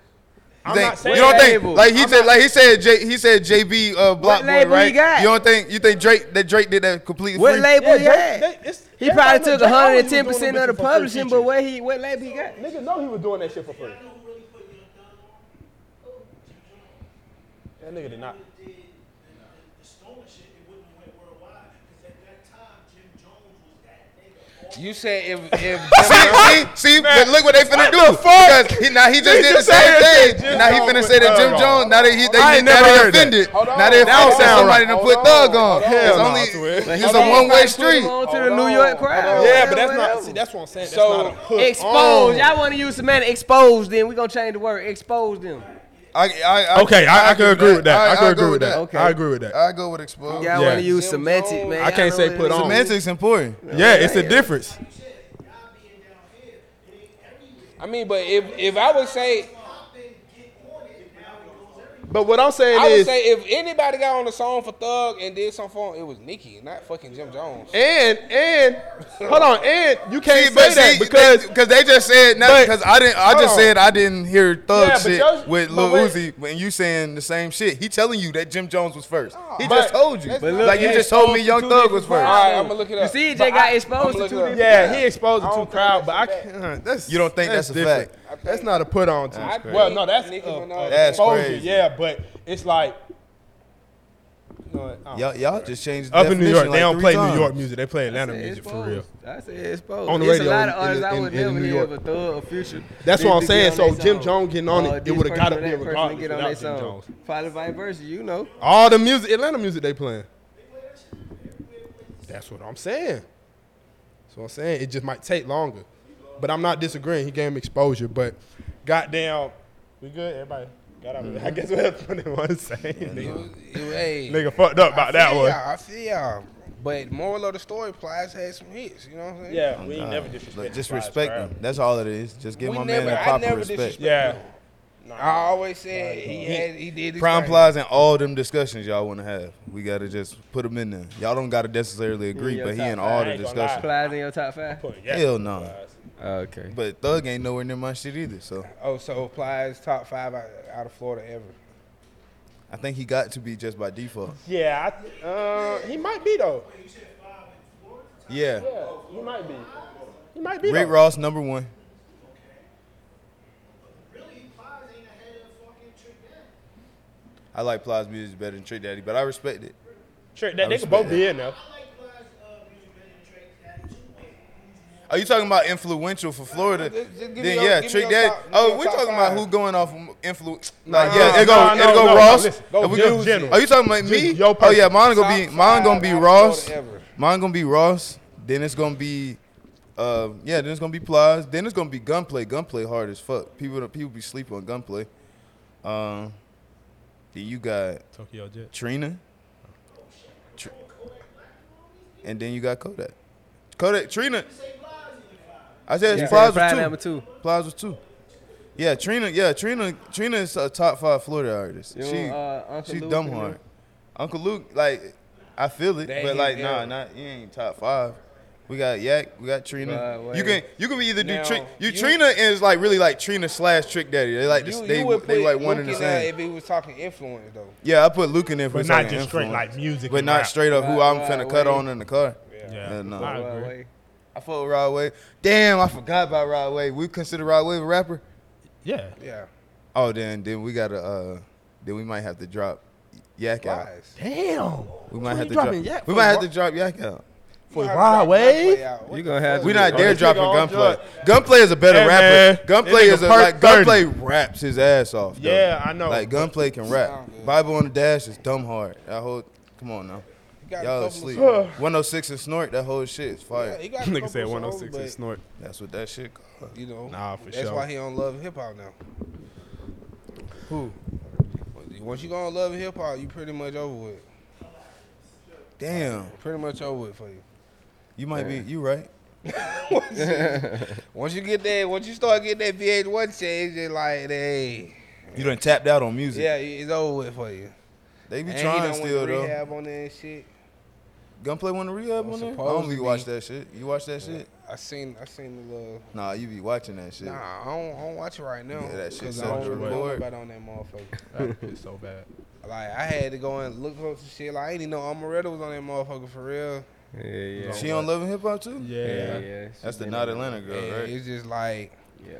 I'm think- not saying you don't that. think Label. like he I'm said not- like he said J, he said JB uh, Block Boy label he right? got? You don't think you think Drake that Drake did that completely What free? label Yeah, he Drake- had? they- it's- he everybody probably know took Drake always 110 was doing percent them of the bitches for free publishing, but features. what he what label he got? Nigga know he was doing that shit for free. That nigga did not. You said if if See, see, see but look what they finna do. Because he, now he just did the same thing. Now he finna say that Jim Jones. Now that he they I I ain't now never they heard that. offended. Hold on. Now they That don't offended sound somebody right. to Hold put on. Thug on. Hell It's no, only Twin. it's a one way street. On to Hold the New on, York hold crowd. on. Yeah, but that's whatever. not. That's what I'm saying. That's So, not a put Exposed. on. Y'all want to use the man expose them. we going to change the word expose them. I, I, I, Okay, I, I, could agree with that. I, could agree with that. Okay. I agree with that. I go with exposed. Y'all Yeah. want to use Jim semantic, Jones. man. I can't Y'all know say what put it is. on. Semantics important. yeah, it's a difference. I mean, but if if I would say But what I'm saying I would is, say if anybody got on the song for Thug and did something for him, it was Nicki, not fucking Jim Jones. and and hold on, and you can't say See, but that see, because because they, just said but- because I didn't I hold just on. said I didn't hear thug Yeah, but shit yours- with but Lil wait. Uzi and you saying the same shit. He telling you that Jim Jones was first. He But- just told you. But look, Like you it just told me exposed Young to two Thug different was All first. right, I'm gonna look it You up. see, Jay got exposed to look two up. different yeah, he exposed I it to don't think crowd, that's but I bad. can't. That's You don't think that's a different. fact? That's not a put on. To I think well, no, that's Nicki uh, Minaj- uh, That's exposure. crazy. Yeah, but it's like. No, I don't- Y'all, y'all just changed. The Up in New definition York, like they don't three play times. New York music. They play I Atlanta said music for real. exposed. I said exposed. On the It's radio a lot in- of artists in- I in- would in never New hear York. of a thug or future. That's Big what I'm to saying. get on So their Jim song. Jones getting on it, Or it this would've person gotta or be that person regardless get on without their Jim song. Jones. Probably vice versa, you know. All the music, Atlanta music, they playing. That's what I'm saying. That's what I'm saying. It just might take longer, but I'm not disagreeing. He gave him exposure, but goddamn, we good. Everybody got out. of it. I guess what that's what they want to say. It Nigga, was- it was- hey, nigga fucked up I about feel that one. y'all, I feel y'all. But moral of the story, Plies had some hits. You know what I'm saying? Yeah, we ain't never Like, disrespect. just respect them. That's all it is. Just give We my never- man the I proper never respect. disrespect- Yeah. I always said he had he did. His Prime thing. plies and all them discussions y'all want to have. We gotta just put them in there. Y'all don't gotta necessarily agree, your but he top in five. all I the ain't gonna lie. discussions. Plies in your top five. Hell no. Okay. But Thug ain't nowhere near my shit either. So Oh, so Plies top five out, out of Florida ever. I think he got to be just by default. Yeah, I, uh, he might be though. Yeah, Yeah. he might be. He might be. Rick though. Ross number one. I like Plies music better than Trick Daddy, but I respect it. Trick, that I they could respect both that. be in there. Are you talking about influential for Florida? Just- just give me then your- yeah, give me Trick your Daddy. top- give me oh, your we're top talking five. about who going off influence. Nah, Like, yeah, it go, nah, it'll no, go no, no, Ross. listen, go If we gen- go- general. Are you talking about me? Just your oh yeah, person. mine gonna Top be mine gonna five be out of Ross. Florida ever. Mine gonna be Ross. Then it's gonna be, uh, yeah. Then it's gonna be Plies. Then it's gonna be Gunplay. Gunplay hard as fuck. People don't- people be sleeping on Gunplay. Um, then you got Tokyo Jet. Trina. Tr- and then you got Kodak. Kodak, Trina. I said You said Plies Plies was two. number two. Plies was two. Yeah, Trina. Yeah, Trina. Trina is a top five Florida artist. You she know, uh, Uncle she Luke dumb and hard. them. Uncle Luke, like I feel it, That but his like nah, era. not you ain't top five. We got Yak. We got Trina. Right, wait. you can you can be either do Now, Tri- you, you- Trina is like really like Trina slash Trick Daddy. They like this, You, they you would they put like one Luke and the there same. If he was talking influence though, Yeah, I put Luke in there for But a not second just straight influence. like music. But and not rap. straight up who Right, I'm finna right, cut wait. on in the car. Yeah. Yeah, no. I Well, agree. wait. I fuck with Rod Wave. Damn, I forgot about Rod Wave. We consider Rod Wave a rapper? Yeah. yeah, Oh, then then we gotta uh then we might have to drop Yak out. Plies. Damn. We might Who have you to drop. dropping Yak we for, might have bro? to drop Yak out. For why way? You gonna have to We not dare this nigga dropping on Gunplay. drugs. Gunplay is a better Hey, man, rapper. Gunplay this is a nigga perk like 30. Gunplay raps his ass off. though. Yeah, I know. Like Gunplay can rap. Bible on the Dash is dumb hard. That whole come on now. got a Y'all couple asleep. of songs. 106 and Snort, that whole shit is fire. He got a Nigga couple said songs, 106 and but, snort. That's what that shit called. You know, Nah, for that's sure. why he don't love hip hop now. Who? Once you gonna love hip hop, you pretty much over with. Damn. Pretty much over with for you. You might be you right. Once you get that, once you start getting that VH1 change, it's like, hey, You done tapped out on music. yeah, it's over with for you. They be And he trying done went still to though. rehab on that and shit. Gunplay went to rehab Well, on there? I supposed don't be to watch be. that shit. You watch that shit? I seen, I seen the little. Nah, you be watching that shit. Nah, I don't, I don't watch it right now. Yeah, that shit 'cause I sound don't good. know about on that motherfucker. It's so bad. Like I had to go and look up some shit. Like I didn't even know Amaretta was on that motherfucker for real. Yeah, yeah. She on Love and Hip Hop too? Yeah. Yeah, yeah. That's She's the been not on- Atlanta girl, And right? It's just like Yeah.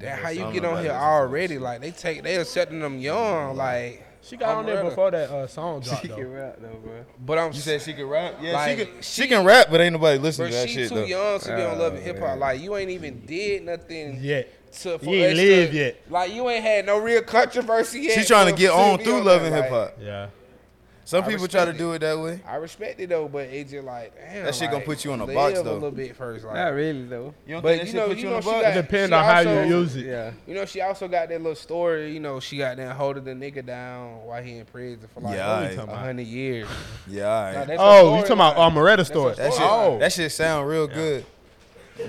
that. How you something get on about here this. already? Like they take, they accepting them young. Like, She got on there Umbrella. before that uh, song dropped, though. rap though, bro. but I'm. You said she could rap? Yeah, Like, she, can, she, can rap, but ain't nobody listening Bro, to that she shit too though. young to be on Love and Oh, Hip Hop. man. Like you ain't even did nothing Yeah. to for You ain't us live to- yet. Like you ain't had no real controversy yet. She trying to for- get on be through Love there. and Like, Hip Hop. Yeah. Some I people try to respect do it that way. I respect it though, but it's just like damn, That shit gonna like, put you on a live box, a though. little bit first. Like, Not really though. You don't But think you that know, shit put you on know, the she bus? got- It depends she on how also- you use it. Yeah. You know, she also got that little story. You know, she got that holding the nigga down while he in prison for like Yeah, a alright. hundred years. Yeah, all Like, right. that's a Oh, story, you talking about like, Amaretta story? That shit, oh. that shit sound real good.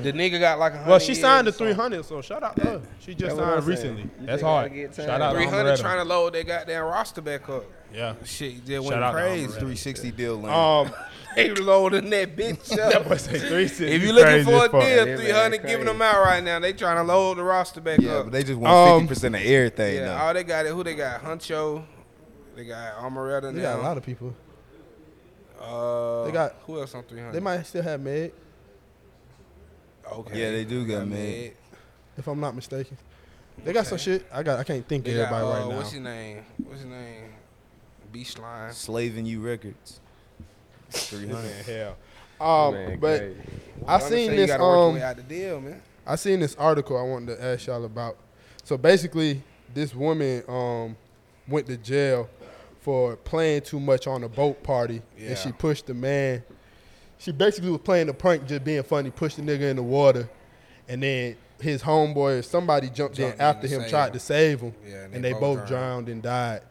the nigga got like a hundred. well, she signed to years, so- 300, so shout out to her. She just That's what signed I'm saying. recently. You That's think I hard. get Shout out to 300 trying Amaretta. to load that goddamn roster back up. Yeah. Shit just Shout went out to crazy. Amaretta. 360 deal lane. Um, They loading that bitch that boy up. say 360. If you looking Crazy for a as fuck. deal, man, 300 crazy. giving them out right now. They trying to load the roster back yeah, up. but they just want Um, 50% of everything yeah, now. all they got is who they got? Huncho. They got Amaretta now. They got a lot of people. Uh, They got- who else on 300? They might still have Meg, Okay. Yeah, they do got mad. Med. if I'm not mistaken. They got some shit. I got. I can't think They of got, everybody uh, right What's now. his name? What's his name? Beachline. Slaving you records. 300. Hell. Um, Man, but crazy. I Y'all seen say you this. gotta work your Um, way out the deal, man. I seen this article I wanted to ask y'all about. So basically, this woman um, went to jail for playing too much on a boat party, Yeah. and she pushed the man. She basically was playing the prank, just being funny, pushed the nigga in the water, and then his homeboy or somebody jumped, Jumped in in after to him, save tried him. to save him, Yeah, and, they, both, drowned. and died.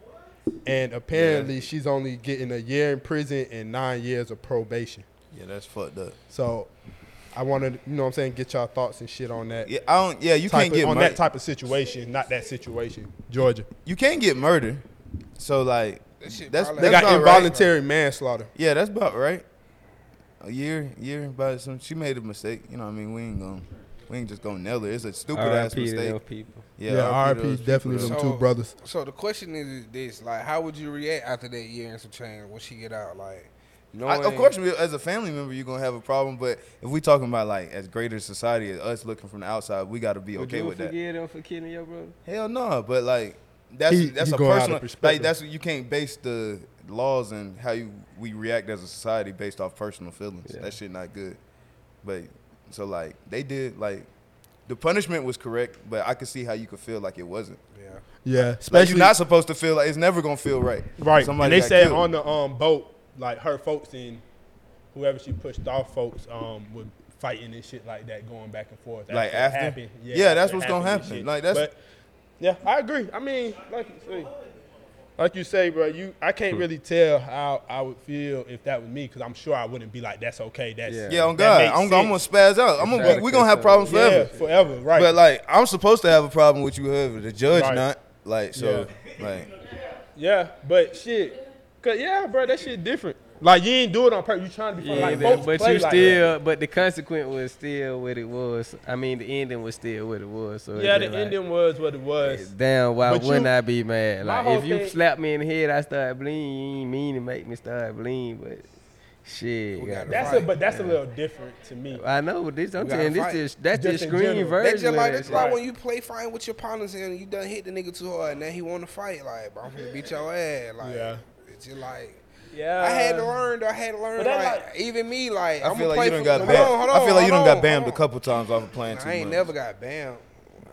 And apparently, she's only getting a year in prison and nine years of probation. Yeah, that's fucked up. So, I wanted, you know, what I'm saying, get y'all thoughts and shit on that Yeah, I don't. Yeah, you type can't of- get on mur- that type of situation, not that situation. Georgia, You can't get murder. So like, That that's shit that's probably- they That's got about involuntary manslaughter. Right. Yeah, that's about right. A year, year about some. She made a mistake. You know, what I mean, we ain't gonna, we ain't just gonna nail her. It's a stupid ass R.I.P. to mistake. them people. Yeah, Yeah, to RP those definitely them people, though. So- two brothers. So the question is this: Like, how would you react after that year and some change when she get out? Like, I, knowing, of course, we, as a family member, you're gonna have a problem. But if we talking about like as greater society, as us looking from the outside, we got to be Would okay you with that. forgive them for killing your brother? Hell no, but like that's He- that's he a going out of personal like perspective. that's you can't base the laws and how you we react as a society based off personal feelings. Yeah. That shit not good. But so like they did like the punishment was correct, but I could see how you could feel like it wasn't. yeah, Yeah, Like you're especially not supposed to feel like it's never gonna feel right. right. and they got said killed. on the um, boat, like her folks and whoever she pushed off, folks um, would fighting and shit like that, going back and forth. Like it after? happened. Yeah, that's after it what's gonna happened and happen. shit. Like, that's- But, yeah, I agree. I mean, like you say, like you say, bro, you I can't really tell how I would feel if that was me because I'm sure I wouldn't be like, that's okay. That's Yeah. Yeah, on that God, makes I'm, I'm gonna sense. spaz out. I'm gonna, we, we gonna have Exactly. problems forever. Yeah, forever, right? But like, I'm supposed to have a problem with you, however. The judge Right. not. Like, so, like, Yeah, but shit, cause yeah, bro, that shit different. Like you ain't do it on purpose. You trying to be funny. Yeah, like, but- folks but play you like that. still, but the consequence was still what it was. I mean, the ending was still what it was. So it's Yeah, just the like, eh, ending was what it was. Damn, why But wouldn't you- I be mad? my Like whole if you thing- slap me in the head, I start bleeding. You ain't mean to make me start bleeding, but shit. We goddamn. gotta- That's a Right. but that's a little different to me. I know but this. I'm We gotta telling this fight. is that's the Just in screen general. version. that's just like of that's that like shit. when you play fighting with your partners and you done hit the nigga too hard and now he want to fight. Like, bro, I'm gonna beat your ass. Like, Yeah. it's just like Yeah. I had to learn. though. I had to learn. Uh, But that Like, even me, like I I'm feel gonna like play you done for- got Hold bammed. on, hold I feel on, like you hold done got on, bammed a hold on. couple times off of playing too I ain't much. never got banned.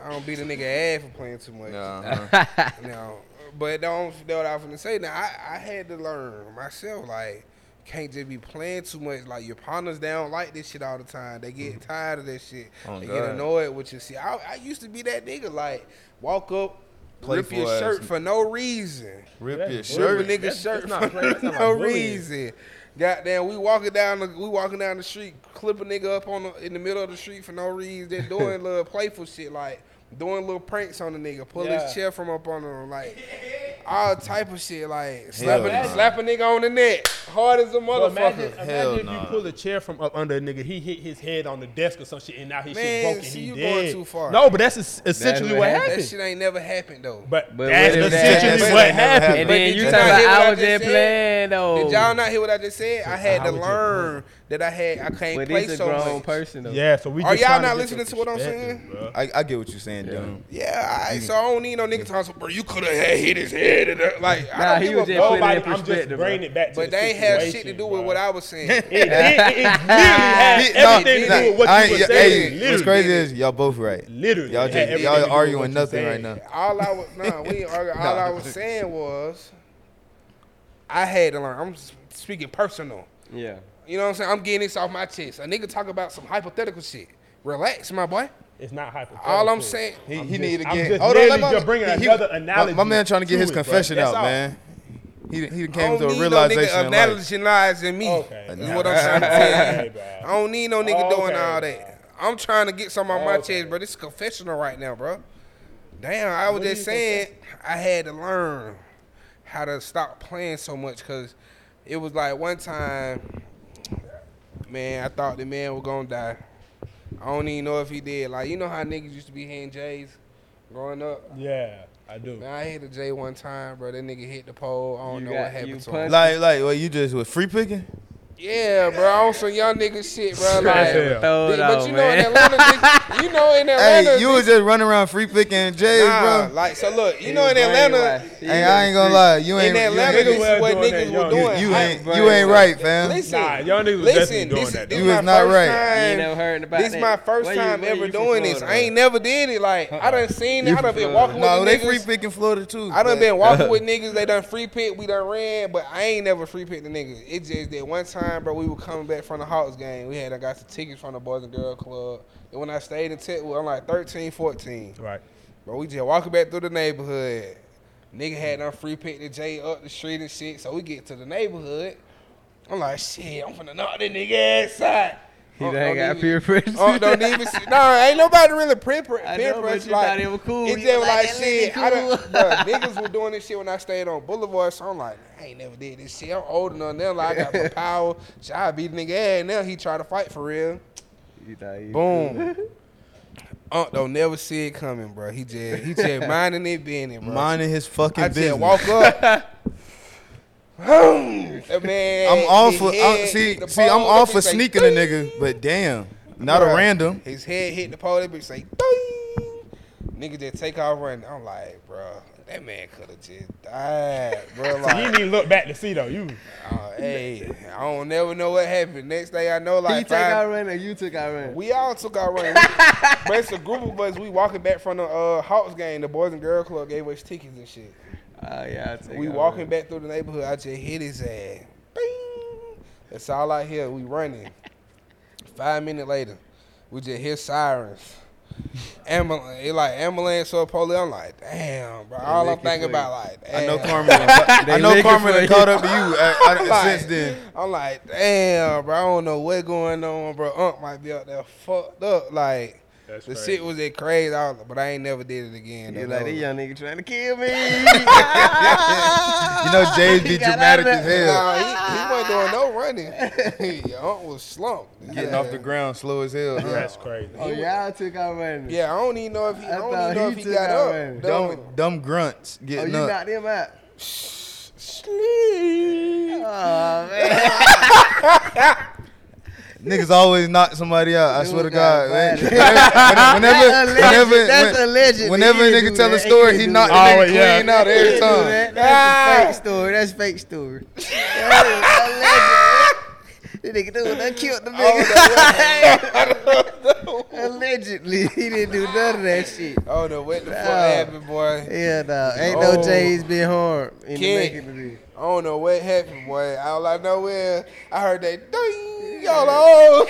I don't beat a nigga ass for playing too much. Nah, uh-huh. Now, but don't that what I was gonna say. Now I, I had to learn myself. Like can't just be playing too much. Like your partners, they don't like this shit all the time. They get tired of that shit. Oh, they God. get annoyed with your shit. I, I used to be that nigga. Like walk up, Play rip your for ass. shirt for no reason. rip your Rip a shirt. nigga That's- shirt that's not for playing. That's not no like bullying. reason. Goddamn, we walking down the we walking down the street, clip a nigga up on the, in the middle of the street for no reason. They're doing little playful shit like doing little pranks on the nigga, pull Yeah. his chair from up on him, like all type of shit, like slap nah. a, slap a nigga on the neck, hard as a But motherfucker. imagine, Hell imagine if you nah. pull a chair from up under a nigga, he hit his head on the desk or some shit, and now his Man, shit broken. see, he you dead. going too far. No, but that's es- essentially what what happened. happened. that shit ain't never happened though. But, But that's what if that- essentially that what ain't never happened. happened. And then But you did talking y'all hear about what I I was just just playing said? though. Did y'all not hear what I just said? I had How to would you- learn that I had I can't But play it's a so grown much. person though. Yeah, so we. Are just y'all trying not get listening some to what I'm perspective, saying? bruh. I, I get what you're saying, dude. Yeah, all right. So I don't need no nigga talking. so, Bro, you could have had hit his head. And, uh, like Nah, I he don't was give a fuck. just putting it in Nobody, I'm just perspective, bringing it back to But the they ain't have shit situation, to do with bruh. what I was saying. It, it, it, it literally had Nah, everything nah, to do with what I you were ain't- saying. Hey, what's literally. crazy is y'all both right. Literally. Y'all It had just everything to do y'all with what arguing you nothing said. right now. all I was, nah, we ain't arguing. All I was saying was, I had to learn. I'm s- speaking personal. Yeah. You know what I'm saying? I'm getting this off my chest. A nigga talk about some hypothetical shit. Relax, my boy. It's not hypothetical. All I'm saying, He, he just- needed to I'm get. just hold on, let merely my- just bringing he- another my- analogy My, man trying to get to his it, bro. confession That's out, all. man. He he I came don't to a need no realization nigga in life. analogizing me. Okay. Is what I'm trying to tell you. Okay, bro. I don't need no nigga doing Oh, Okay, all bro. that. I'm trying to get some on my Okay. chest, bro. This is confessional right now, bro. Damn, I was What just do you saying I had to learn how to stop playing so much because it was like one time, man, I thought the man was gonna die. I don't even know if he did. Like you know how niggas used to be hitting J's growing up. Yeah, I do. Man, I hit a J one time, bro. That nigga hit the pole. I don't You know got- what you happened to him. punched Like like what you just with free picking? Yeah, bro, on some young nigga shit, bro. Straight Like, up throw it but on, you know man. in Atlanta, nigga- you know in Atlanta, Hey, you was just running around free picking J's, nah, bro. like so. Look, you know in Atlanta, Hey, I ain't gonna lie, you in ain't Atlanta, niggas you this is was what doing that, niggas y'all were ain't- doing. Oh, you, you I- ain't you ain't right, fam. Listen, Nah, y'all niggas was listen, definitely doing this, that, this though. You my was not first right. You ain't Time, never heard about this that. my first Where you- time where ever you from doing this. Florida, I ain't never did it. Like Uh-uh. I done seen it. I done been walking No, with they niggas. free picking Florida too. I done but- been walking with niggas. They done free pick. We done ran, but I ain't never free picked the niggas. It just that one time, bro. We were coming back from the Hawks game. We had I got some tickets from the Boys and Girl Club. And when I stayed in Tech, I'm like 13, 14. Right. Bro, we just walking back through the neighborhood. Nigga had done free pick the J up the street and shit. So we get to the neighborhood. I'm like, shit, I'm finna knock that nigga ass out. He Oh, done don't got even- peer pressure. Oh, don't even. See, no, ain't nobody really peer, pre- I peer know, but pressure. you like, thought it was cool. It's You just was like, like, that shit. nigga I done, cool. bruh, niggas were doing this shit when I stayed on Boulevard, so I'm like, I ain't never did this shit. I'm old enough now. Like, I got my power. So I beat nigga ass. Now he try to fight for real. You thought he- Boom. Unc don't never see it coming, bro. He just he just minding it, being it, bro. minding his fucking I just business. walk up. That man, I'm all his for head I'm, see hit the see I'm pole, all that for bitch say, sneaking a nigga, but damn, not a Bruh, random. His head hit the pole. That bitch say, "Ding." nigga just take off running. I'm like, bro, that man could have just died, bro. So you Like, didn't even look back to see though. You uh, hey, I don't never know what happened. Next day, I know He like took out five. run or you took out run. We all took our run. We- but it's a group of us. We walking back from the uh, Hawks game. The Boys and Girl Club gave us tickets and shit. Oh yeah, I took We out walking run. back through the neighborhood. I just hit his ass. Bing. That's all I hear. We running. Five minutes later, we just hear sirens. Ambulance, it like ambulance or police. I'm like, damn, bro. All I'm looking thinking for you. about, like, damn. I know Carmen. I know looking Carmen for done you. caught up to you I, I, Like, since then. I'm like, damn, bro. I don't know what going on, bro. Unc might be out there fucked up. Like, That's the crazy. shit was that crazy. I was, but I ain't never did it again. You though. That like that was- young nigga trying to kill me? You know, Jay's be He got dramatic out of as there. Nah, hell, he, he wasn't doing no running. Your Unc was slumped. getting Yeah. off the ground slow as hell. huh? that's crazy. oh y'all took out run. Yeah, I don't even know if he. I, I don't thought even know he if he took got out up. Randy. though. Dumb, dumb grunts Oh, you getting up. knocked him out. Sleep. Oh man. Niggas always knock somebody out. I Dude swear to got God. man. violent. Whenever, That's whenever, alleged. That's when- alleged. whenever a He nigga do tell a that. story, He he do knock the that. nigga Always, yeah. clean out every time. That's fake story. That's fake story. Allegedly. The nigga do that killed the nigga. Allegedly, he didn't do none of that shit. Oh no, what the fuck Nah. happened, boy? Yeah, no, ain't Oh. no J's been harmed in the Kid. making of this. I don't know what happened, boy. All I know is I heard that ding, y'all are old.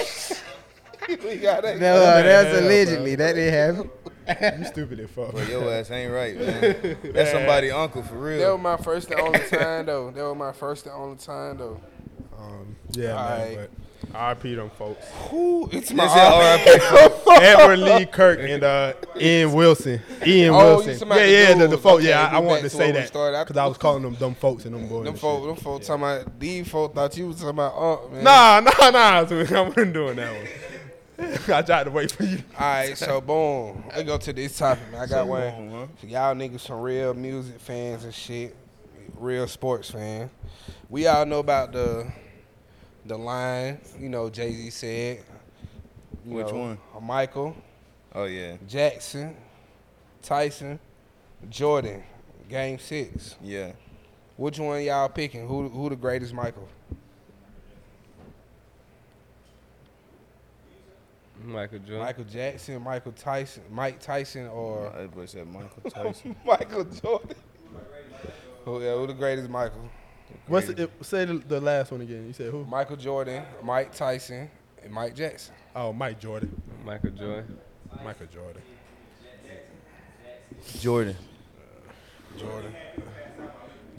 we got that. No, uh, that was hell, allegedly. That didn't happen. You stupid as fuck. But your ass ain't right, man. That's somebody uncle for That was real. my first and only time though. That was my first and only time though. Um, yeah, man. Alright. But RIP them folks. Who? It's my. This is RIP. Edward Lee Kirk and uh, Ian Wilson. Ian Oh, you Wilson. talking about Yeah, the yeah, the, the dudes. folks. Okay, yeah, I, I we wanted back to to where say we that started. I- because I was calling them dumb folks and them boys. Them and folk, them folk talking about these folk thought you was talking about aunt, man. shit. Nah, nah, nah. I wasn't doing that one. I tried to wait for you. All right, so boom. I go to this topic, man. I got one. For y'all niggas some real music fans and shit, real sports fan. We all know about the the line, you know, Jay Z said. you Which know, uh, one? Michael Oh yeah, Jackson, Tyson, Jordan. Game six. yeah. Which one y'all picking? Who who the greatest Michael? Michael Jordan. Michael Jackson, Michael Tyson, Mike Tyson, or That boy said Michael Tyson. Michael Jordan? Who, yeah, who the greatest Michael? What's the, it, say the, the last one again. You said who? Michael Jordan, Mike Tyson, and Mike Jackson. Oh, Mike Jordan. Michael Jordan. Michael Jordan. Jordan. Jordan.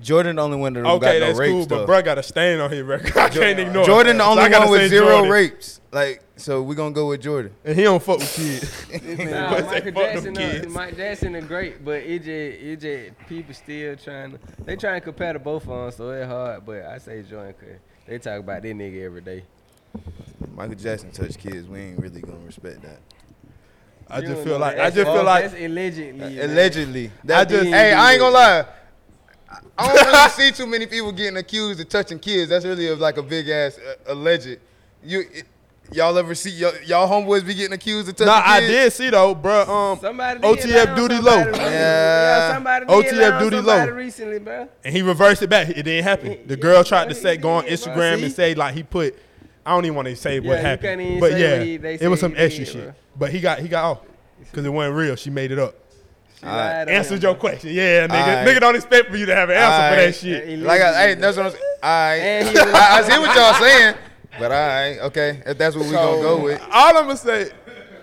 Jordan the only one that don't Okay, got no that's rapes cool, though. but bruh got a stain on his record. I can't ignore it. Jordan the So I only gotta one with say zero Jordan. rapes. Like, so we gonna go with Jordan. And he don't fuck with kids. Nah, Boy, say Michael fuck them Jackson, uh, kids. Mike Jackson is great, but it just, it just people still trying to they trying to compare to both of them, so it's hard. But I say Jordan, cause they talk about this nigga every day. Michael Jackson touched kids. We ain't really gonna respect that. I You just don't feel know like that. I just feel That's- like that's allegedly. man. Allegedly, that just- hey, I ain't gonna lie. I- I don't really see too many people getting accused of touching kids. That's really a, like a big ass uh, alleged. You, it, y'all ever see y'all, y'all homeboys be getting accused of touching Nah, I kids? did see though, bruh. Um, Somebody did lie OTF on duty somebody low, recently. Yeah. Yeah, somebody did OTF lie on duty somebody low. recently, bro. and he reversed it back. It didn't happen. The Yeah, girl tried to yeah, say he go on did, bruh. Instagram and See? say like he put. I don't even want to say Yeah, what you can't happened, even but say yeah, what he- they it was say some he extra did, shit. bruh. But he got he got off because it wasn't real. She made it up. She All right. lied on Answered him. your question, yeah, nigga. Alright. Nigga, don't expect for you to have an answer for that Alright. shit. Like, I, hey, that's what I'm saying. And All he was- right, I, I see what y'all saying, but all right, okay, if that's what we gonna go with. All I'm gonna say,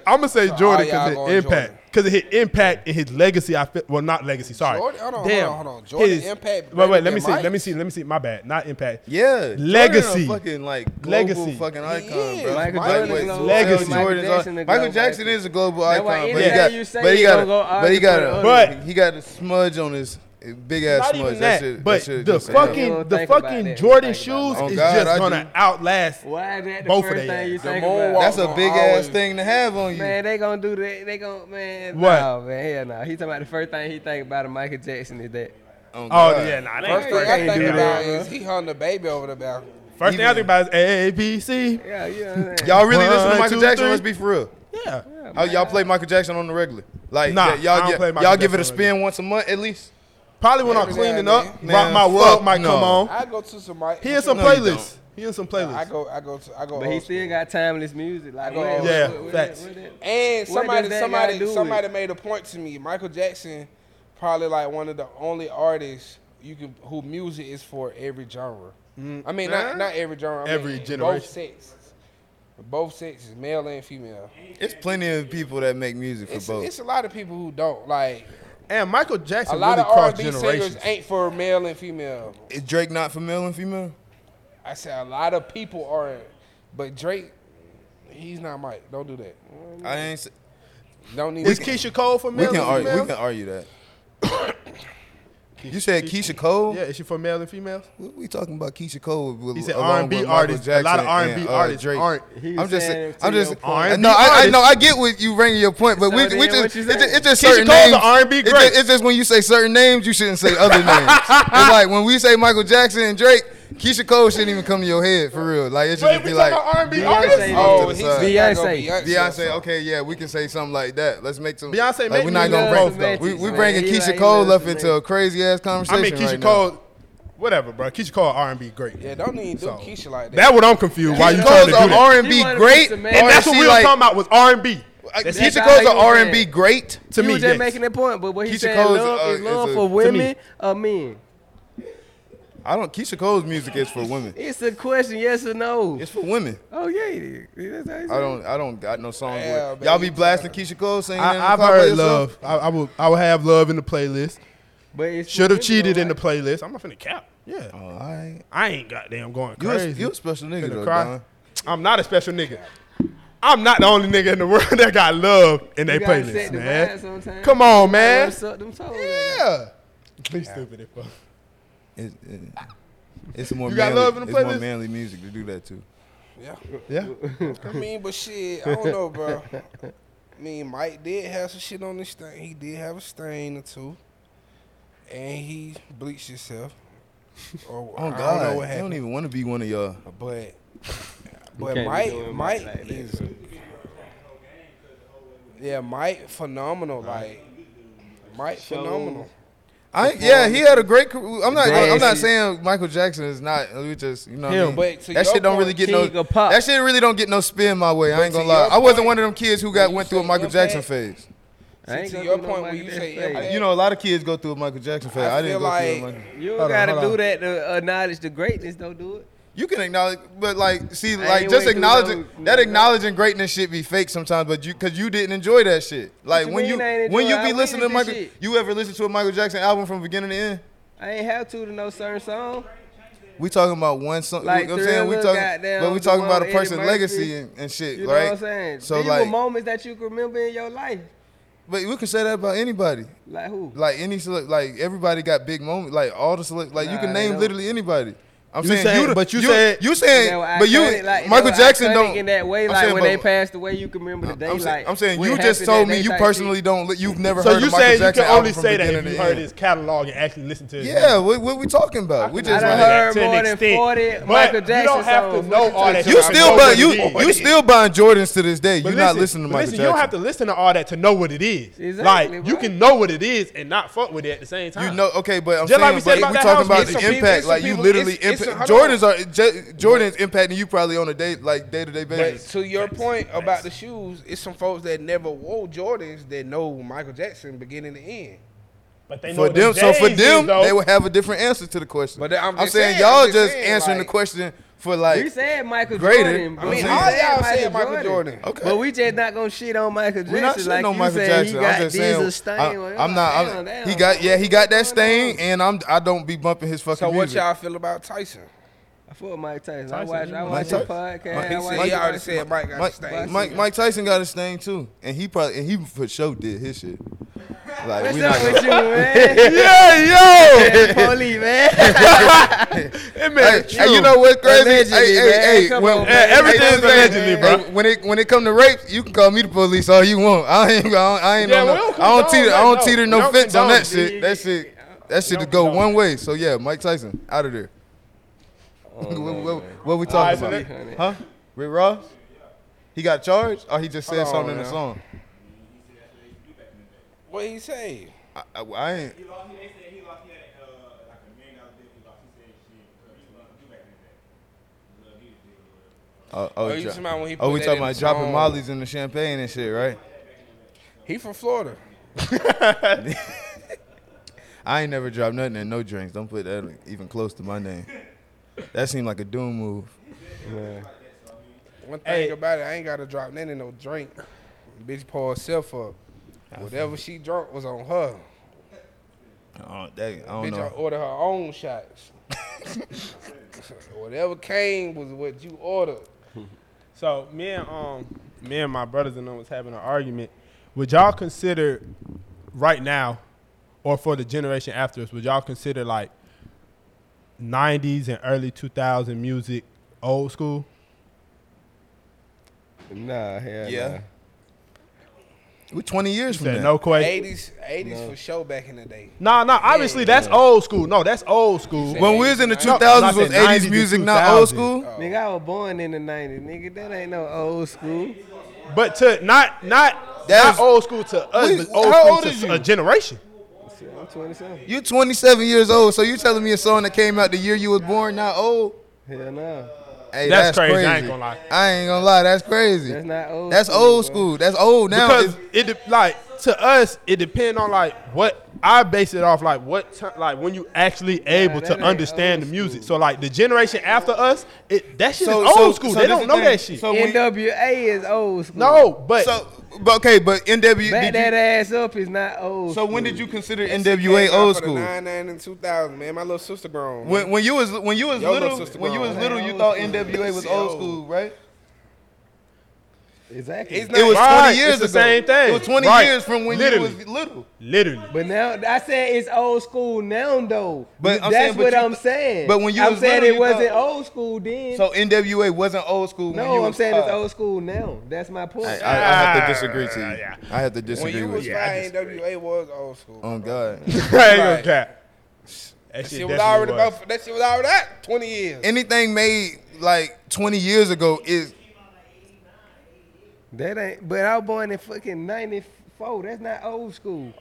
I'm gonna say Jordan all y'all because going it Jordan. impact, because it hit impact and his legacy. I feel well, not legacy. Sorry, Jordan? Hold on, hold on, hold on. Jordan His, Wait, impact wait. greater Let me than see. Let me Mike's? see. Let me see. My bad. Not impact. Yeah, Jordan a Legacy. fucking like global Legacy. fucking icon, is. bro. Michael Like, Jordan wait, is global. Legacy. Michael Michael Jordan's- Michael Jackson Jackson is global icon. is a global That's why icon, but he anything got, you say, but he you got, gonna go a, but he argue got, for the a, other. But- he got a smudge on his big ass Not smudge. even that, that, shit, but that shit the just stand out. fucking Don't the think about fucking that. Jordan Don't think about shoes that. Oh, is God, just I gonna do. outlast. Oh, oh, Why is that the Both of first they thing had. you The think moonwalk. about? That's a Always. big ass thing to have on you. Man, they gonna do that. They gonna man. What? No, man, hell no. He talking about the first thing he think about of Michael Jackson is that. Oh, Oh God. yeah, nah. They, First first, thing I think do about that, is he hung the baby over the balcony. thing I think about is A B C. Yeah, you know what I'm saying. Y'all really listen to One, Michael two, Jackson? three. Let's be for real. Yeah. Oh, y'all play Michael Jackson on the regular? Like, Nah, y- y'all I don't get- play Michael y'all give it a Jackson on spin once a month at least. Probably when I'm Yeah, cleaning man. up, my, Man, my fuck world might come no. on. I go to some Mike. Here's some No, you playlists. Here's some I playlists. go. I go to. I go. But he old school. still got timeless music. Like, oh, go what, old Yeah, what, what, facts. What, what, And What somebody, does that somebody, gotta do with somebody made a point to me. Michael Jackson, probably like one of the only artists you can who music is for every genre. I mean, not not every genre. I Every mean, generation. Both sexes. Both sexes, male and female. It's plenty of people that make music for It's, both. it's a lot of people who don't like. And Michael A Jackson lot really of R and crossed B singers generations. ain't for male and female. Is Drake not for male and female? I said a lot of people aren't, but Drake, he's not Mike. Don't do that. I ain't. s- Don't need. Is Keisha Cole for We male can and argue. We female? can argue that. you said Keisha Cole. Yeah, is she for male and females? We, we talking about Keisha Cole with, with He said along R&B with Michael artists. A lot of Jackson R&B and, uh, artists Drake. aren't. He I'm was just. saying saying- I'm to just. your I point. know. I, I R&B know. I get what you bringing your point, but So we, then we what just. you It's just, saying? it's just Keisha certain Cole's names. a R&B it's, great. just, it's just when you say certain names, you shouldn't say other names. it's like when we say Michael Jackson and Drake, Keisha Cole shouldn't even come to your head for real. Like it should just be like. R&B Beyonce did Oh, to he's the side. Beyonce. Beyonce. Beyonce, okay, yeah, we can say something like that. Let's make some. Beyonce like, make we're me uh, not gonna love break. the We, Matrix, we man. bringing He Keisha like- he Cole loves up the into a Matrix. crazy ass I conversation. mean, Keisha right now. Cole Whatever, bro. Keisha Cole R and B great. Yeah, don't even do So, Keisha like that. That what I'm confused. Why you Keisha trying to Cole's do a that? R&B She wanted great, to and man- And That's what we were talking about was R and B. That's Keisha how Cole's you an was R and B saying. great. To you me, was just yes. making that point, but what he Keisha said, Cole's, love uh, is love is a- for to women or men. I don't. Keisha Cole's music is for women. It's a question, yes or no. It's for women. oh yeah, it is. That's how he I said. don't. I don't got no songs. Yeah, with, y'all man, be you blasting Keisha Cole singing. in the I, I've car by heard yourself? love. I, I will. I will have love in the playlist. But it's for Should have women, cheated though, in the like- playlist. I'm not finna cap. Yeah, Oh, all right. I ain't goddamn going You a, crazy. you a special nigga Finna though, cry. Don. I'm not a special nigga. I'm not the only nigga in the world that got love in their You gotta playlist, set the vibe man. sometimes. Come on, man. Suck them toes. Yeah. Be stupid if uh, fuck. It, it, it's more. You got manly, love in the it's more playlist? manly music to do that too. Yeah. Yeah. I mean, but shit, I don't know, bro. I mean, Mike did have some shit on this thing. He did have a stain or two, and he bleached himself. Or, Oh I God, don't know what I don't happened. even want to be one of y'all. But but can't be Mike doing Mike Mike like that, is yeah Mike phenomenal like Mike phenomenal. I yeah, he had a great. career. I'm not. Damn, I'm not see- saying Michael Jackson is not. We just you know. what I Him. mean? But to that your shit don't really point, get no. King of Pop. That shit really don't get no spin my way. I ain't to gonna lie. your I wasn't point, one of them kids who when got you went through a say Michael impact, Jackson phase. I ain't to gonna your do no point when Michael you say uh, Jackson. impact, You know, a lot of kids go through a Michael Jackson phase. I, I didn't feel go through. a like- Michael. You Hold on, gotta hold do on. that to acknowledge the greatness. Don't do it. You can acknowledge, but like, see, ain't like, just went through acknowledging no- that acknowledging greatness shit be fake sometimes, but you because you didn't enjoy that shit. Like you when mean you I ain't when enjoy you it? I be listening to witnessed Michael, this shit. you ever listen to a Michael Jackson album from beginning to end? I ain't have to to know certain song. We talking about one song. Like you know what I'm saying we Thriller, talking, goddamn, but we the talking one about a with Eddie person's Murphy. legacy and, and shit, You know right? what I'm saying? So These like, were moments that you can remember in your life. but we can say that about anybody. Like who? Like any select, like everybody got big moments. Like all the select, like you Nah, can they name don't. literally anybody. I'm You saying, said- the- but you said- you saying, They were but you, iconic, like, they Michael were Jackson iconic don't in that way. I'm Like saying, when they but- passed away, you can remember the day. I'm, say- like I'm saying what you happened just told that me day you type personally shit. don't. li- You've never So heard. you of Michael say you Jackson can only album from say that beginning if you to heard end. his catalog and actually listen to his Yeah, what, what we talking about? We I just done like- heard more than 40 Michael You Jackson don't have to songs. know Look all that. you to know still, what but it you is. you still buying Jordans to this day. But You're not listening to but Michael listen, Jackson. You don't have to listen to all that to know what it is. Exactly, like bro. you can know what it is and not fuck with it at the same time. You know, okay, but I'm Just saying, like we said but about we that talking house, about it's the some impact. people- it's some like you people- literally it's- it's impact. a- hold Jordans are J- Jordans impacting you probably on a day like day to day But basis. to your point about the shoes, it's some folks that never wore Jordans that know Michael Jackson beginning to end. But they know For what the them, so for days them, is, though. they would have a different answer to the question. But I'm just saying, y'all I'm just just saying, answering like- the question for We like. said Michael Greater. Jordan. I but I we mean, I'm all saying- y'all said Michael Jordan. Okay. But we just not gonna shit on Michael Jackson. We're not shitting like on you Michael said, Jackson. He got I'm just this saying, stain. I, Well, am not. damn, I'm, oh, damn, he got, yeah, he got that what's going stain, on? and I'm, I don't be bumping his fucking So what music. y'all feel about Tyson? I fuck Mike Tyson. I Tyson, watch. I Mike watch your Tyson. podcast. Mike- I He watch said your he already podcast. said Mike got Mike, stained. Mike, Mike Tyson got a stain too, and he probably, and he for sure did his shit. Like What's we up not. with you, man? Yeah, yo. Police, man. Hey, hey, you know what's crazy? Allegedly, hey, man. hey, hey, Come when, on, hey, man. everything's Hey, allegedly, bro. When it when it come to rape, you can call me the police all you want. I ain't, I don't, I ain't Yeah, on we no, don't I don't condone teeter, that, I don't no. teeter We no don't fence on condone that it. shit. That shit, that shit to don't go condone one way. So yeah, Mike Tyson out of there. Oh, what, what- what we talking All right, about? so let- huh? Rick Ross? He got charged, or he just said Hold on something in the now. song? What he say? I, I, I ain't. He lost. They said he lost. He had uh, like a million dollar deal. He lost. He said shit. He lost. He back in the day. Love you. Oh, Oh, oh, you dro- talking about when he oh, put we that talking in the about dropping song. mollies in the champagne and shit, right? He from Florida. I ain't never dropped nothing and no drinks. Don't put that even close to my name. That seemed like a doom move. One thing about it, I ain't gotta drop nothing in no drink. Bitch pour herself up. Whatever she drunk was on her. Oh, that, I don't Bitch, I know. order her own shots. Whatever came was what you ordered. So me and um me and my brothers and them was having an argument. Would y'all consider right now, or for the generation after us, would y'all consider like '90s and early 2000 music old school? Nah, hell Yeah. We're 20 years from Said now. no question. Eighties, eighties for sure back in the day. Nah, nah. Obviously, that's old school. No, that's old school. said- When we was in the No, 2000s, no, I was said 80s 90s, music not old 2000s. school? Nigga, I was born in the '90s. Nigga, that ain't no old school. But to not not That's- not old school to us, We- but old how school old to is you? a generation. Shit, I'm 27. You 27 years old, so you telling me a song that came out the year you was born, not old? Hell no. Hey, That's that's, crazy. crazy. I ain't gonna lie. I ain't gonna lie. That's crazy. That's not old. That's old bro. school. That's old now. because It's- it de- like to us it depends on like what I base it off like what ti- like when you actually able that to ain't understand the old music. school. So like the generation after us, it that shit So- is so- old school. so they this don't the know thing. that shit. So we- NWA is old school. no, but so, but okay, but NW. Back did that you, ass up is not old. so when did you consider Came NWA out old for the school? 99 and 2000, man. My little sister grown. When, when you was when you was Yo, little little sister when you grown. was little you Old thought school. NWA was old school, right? exactly. It's It was Right, 20 years it's the ago. same thing. It was 20 Right. years from when Literally. you was little. literally, but now I said it's old school now though. But I'm that's saying, but what you- I'm saying. but when you I'm was saying little, it you thought- wasn't old school then. So NWA wasn't old school. when you no, I'm was uh, saying it's uh, five. old school now. That's my point. I, I, I have to disagree to you. I have to when disagree you with was Ah, you. five, NWA was old school. Oh I God. ain't gonna Right. cap. That, that shit, shit definitely was already was. about, that shit was already out 20 years. Anything made like 20 years ago is that ain't. But I was born in fucking '94. That's not old school.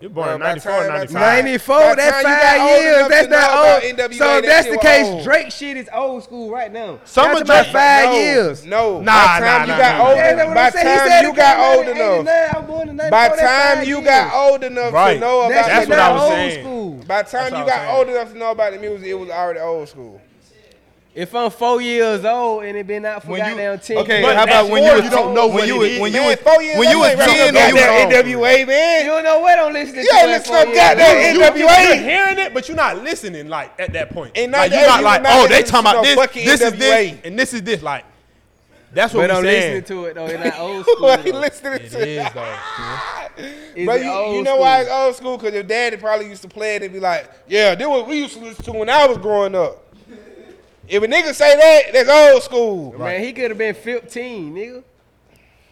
You born Bro, in by 94, time- by 95. time- 94, By the that's time you got five old years. enough That's to know not about old. NWA, so that that's shit the was case. old. Drake shit is old school right now. Some That's of about Drake- five No, years. Nah, No. by the nah, time nah, you got nah, old, nah. That's what by I'm saying. He time said you he came out got old in enough, 89, I'm born in 94, by that's time five you years. got old enough to Right. know about That's, That's the what I not was old music, saying. school. by the time That's you what I was got saying. old enough to know about the music, it was already old school. If I'm four years old and it been out for when you goddamn ten Okay, years, how that's about when more, you was you don't know when what you it was is. when you Man, was four years when you old, was ain't rapping 10 no or you goddamn was old. NWA, man. you don't know what I'm listening You to. ain't when listening four to years goddamn old. Hey, You, NWA. are hearing it, but you're not listening. Like at that point, In like, you're 98, not you like, not oh, they listening talking about to no this, fucking this is this, NWA. and this is this. Like that's what But I'm I'm listening saying. to it though. It's not old school. Who ain't though. listening It to? is though. Is But it you, old you know why it's school? old school? Because your daddy probably used to play it and be like, yeah, this what we used to listen to when I was growing up. If a nigga say that, that's old school. Man, he could have been 15, nigga.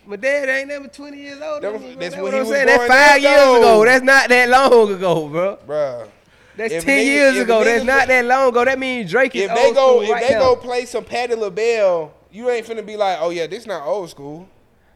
My dad ain't never 20 years old. That nigga, was- bro. that's when That what he I'm was saying. growing That's five up, years ago. though. That's not that long ago, bro. Bruh. That's If 10 niggas- years if ago. That's niggas- not that long ago. That means Drake is If old they go, school if right they now. go play some Patti LaBelle, you ain't finna be like, oh yeah, this not old school.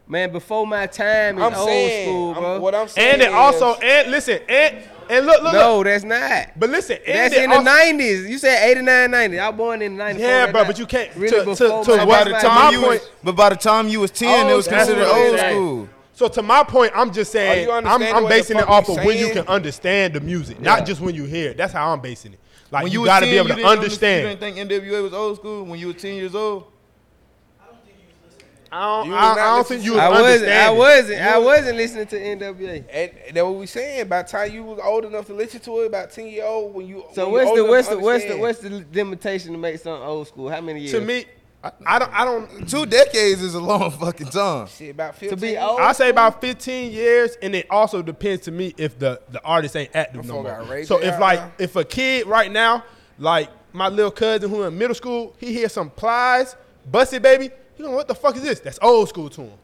Man, before my time is I'm old saying, school, I'm- bro. what I'm saying, And it is, also and listen and and look look look. no, that's not. But listen, and That's it in the also- 90s. You said 89, 90. I was born in 94. Yeah, That's bro, not but you can't- Really to- to- before to my what By time. the That's time my you was, point. Oh, but by the time you was 10, it was that's considered what I'm old saying. school. So to my point, I'm just saying you I'm, understanding I'm what the basing it fuck off we of when you saying? can understand the music, not just when you hear it. That's how I'm basing it. Like When you, was got to 10, be able to you didn't under- understand. You didn't think NWA was old school when you were 10 years old? I don't, You I, was I not don't think you was I wasn't. I understanding. wasn't. I wasn't listening to NWA. And that what we saying. By the time you was old enough to listen to it, about ten year old when you. So when what's the you old what's the enough to what's the understand. what's the limitation to make something old school? How many years? To me, I, I don't. I don't. Two decades is a long fucking time. Shit, about to fifteen. be old. I say about 15 years, and it also depends to me if the the artist ain't active no Before I more. raise So it if out like now. if a kid right now, like my little cousin who in middle school, he hears some plies, busted baby, he going, what the fuck is this? That's old school to him.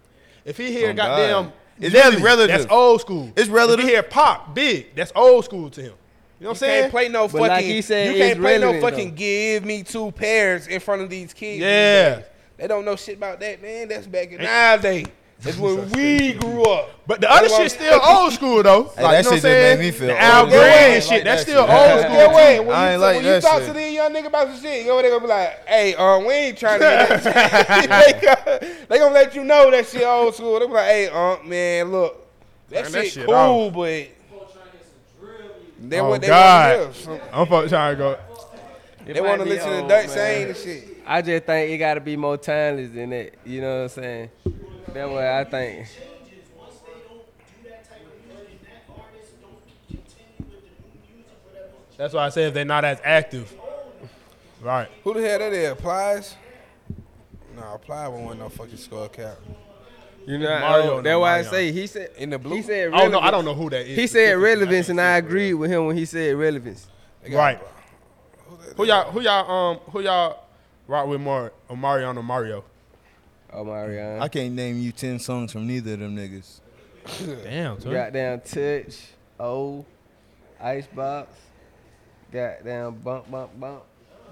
If he hear Oh, goddamn God. It's Nelly, really relative. that's old school. It's relative. If he hear pop, big, that's old school to him. You know what I'm You saying? can't play no But fucking. like he said, you it's can't play no relevant, fucking. though. Give me two pairs in front of these kids. these Yeah. days. They don't know shit about that, man. That's back in nowadays. That's when we grew up. But the other That's why- shit still old school though. Hey, like, that you know shit what I'm just saying? made me feel the old. Al Yeah, Green yeah. shit, that's That still old shit. That's their school. way. Oh, When I you, ain't like when you that talk shit. to these young nigga about some shit, you know they gonna be like, "Hey, uh, we ain't trying to." they, gonna, they gonna let you know that shit old school. They be like, "Hey, uh, man, look, that Turn shit that shit cool, off." but." They Oh, want, they God. want to I'm fucking trying to go. They want to listen to Dirt saying and shit. I just think it gotta be more timeless than that. You know what I'm saying? That way I think. That's why I say if they're not as active. Right. Who the hell that is? Plies? Nah, Plies won't want no fucking skull cap. You know, Mario oh, and that's why I Omarion. say he said in the blue. He said Oh no, I relevance. don't know who that is. He said specifically. relevance, and I agreed with him when he said relevance. They got- Right. Who y'all? Who y'all? Um, who y'all? Rock with more Omarion or Mario? Oh Marion, I can't name you 10 songs from neither of them niggas. Damn, got down touch, oh, Mm-hmm. icebox, got down bump bump bump.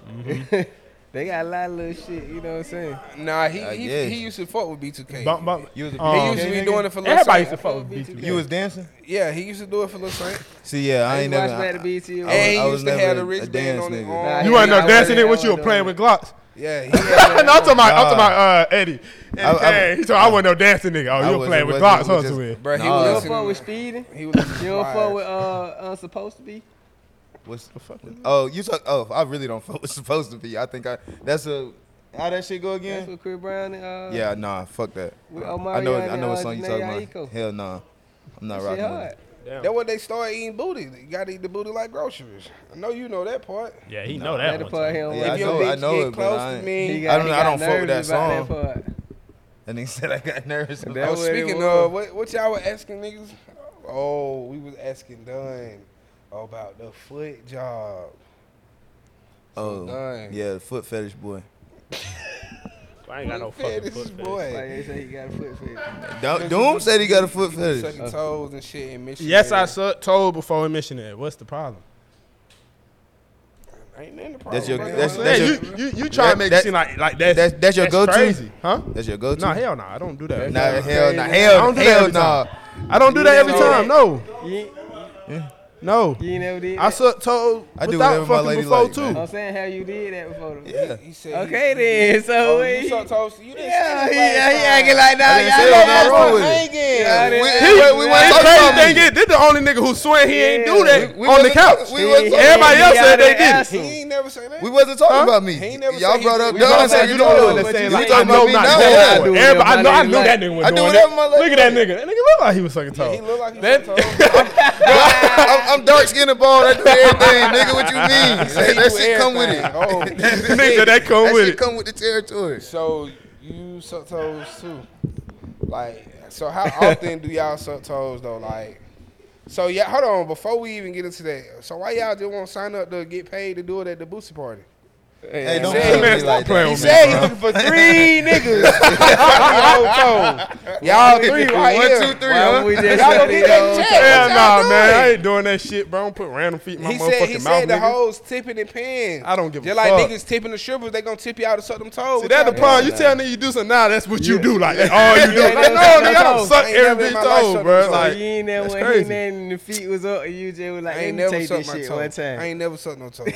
They got a lot of little shit, you know what I'm saying? Nah, he I he, guess. he used to fuck with B2K. Bump, bump. You was a- He Um, used to be nigga. doing it for Lil Everybody used to Saint. fuck with B2K. You was dancing? Yeah, he used to do it for Lil Saint. See, yeah, I I ain't ain't never. watched I, Bad BT. I And he I used was to never have the a wristband dance on his nigga. arm. You You ain't I no wasn't- dancing I it with you were wasn't playing doing with Glocks. Yeah, he no, had I'm that talking about, I'm Nah. talking about uh, Eddie. Eddie I- I- Kane. he told I wasn't no dancing nigga. I Oh, you were wasn't- playing with wasn't- Glocks, it huh, was just- Swift? Bro, he Nah. You was don't listening. fuck with Speedy. He was listening to You don't fuck Wires. with uh, Unsupposed to Be. What's the fuck? Oh, you talk. Oh, I really don't fuck. What's supposed to be? I think I. That's a. How that shit go That's again? what Chris Brown and uh, Yeah, nah, fuck that. with Omarion I know. I and, know what uh, song you Jhené talking about. Aiko. Hell nah, I'm not That shit rocking with hard. it. That when they start eating booty. You gotta eat the booty like groceries. I know you know that part. Yeah, he know That that the one. part too. him. Yeah, with I if your know- bitch I know get it, but close I to ain't- He me. got- I don't- he I got don't fuck with nervous that about song. part. And he said I got nervous. That oh, what it speaking was. of, what, what y'all were asking niggas? Oh, we was asking Dunn about the foot job. Oh, Dang. yeah, the foot fetish boy. I ain't got no Man, fucking this is foot fetish. Like boy. they say, he got a foot fetish. Doom, Doom said he got a foot He was fetish. sucking toes and shit in Michigan. Yes, I sucked told before in missionary. What's the problem? Ain't nothing the problem. That's your- bro. that's- Like, that's Hey, your- you, you, you try to that- make that- it seem like like that's that's- that's your go-to? Crazy, huh? That's your go-to. Nah, hell nah, I don't do that. Nah, hell, nah, I hell, don't do that hell, every nah. time. I don't do that every never did time. No, You ain't- no. you ain't never did I that. sucked toes I do without whatever my fucking lady before like, too. man. I'm saying how you did that before. though. Yeah. He said Okay then, so Oh, you he- sucked toes. You didn't yeah, say he, he that last acting time. like I that. didn't Y'all say know nothing that's wrong what with it. hanging. Yeah, Y'all we- he- didn't- y'all we didn't- went- The Talk crazy about thing it. is, this the only nigga who swear he ain't do that We- we on the wasn't- couch. we wasn't- Everybody else said they Y'all didn't did. ask He him. ain't never say that. We wasn't talking Huh? about me. He ain't never Y'all said he- brought up we Y'all Don said said you you don't don't know know. that You saying talking like, I about know me not now? doing Yeah, I that. do Everybody, I know, I whatever knew my that lady nigga I was do doing whatever that. my lady Look at that like. nigga. That nigga look like he was sucking He toes. look like he That- sucked toes. I'm, I'm dark skinned and bald. I do everything, nigga. What you mean? He That, that do shit come with everything. it. Oh. Nigga, that come that with shit it. come with the territory. So you suck toes too. Like, so how often do y'all suck toes though? Like, so yeah, hold on. Before we even get into that, so why y'all just won't sign up to get paid to do it at the Boosie party? Oh, Hey, don't man, play with man, me stop like playing that. He with me. said he's looking for three niggas. Suck y'all toes. Y'all three right One, here. two, three, Why huh? we just Y'all gonna sitting get that on check. top? Hell What y'all nah, man. doing? I ain't doing that shit, bro. I don't put random feet in my He motherfucking said he mouth. said the nigga. hoes tipping and pins. I don't give a Just like fuck. niggas tipping the strippers, they gonna tip you out to suck them toes. See, that the What y'all problem. You doing? tell nigga you do something now, that's what you do. Like, that's all you do. ain't Like, never no, sucked no nigga, I don't toes. suck I ain't never every in big my life toe, sucked bro. no So Like, you ain't there that's when crazy. he man and the feet was up and you just was like, I let ain't me never take sucked this my shit toe. one I time. ain't never sucked no toe.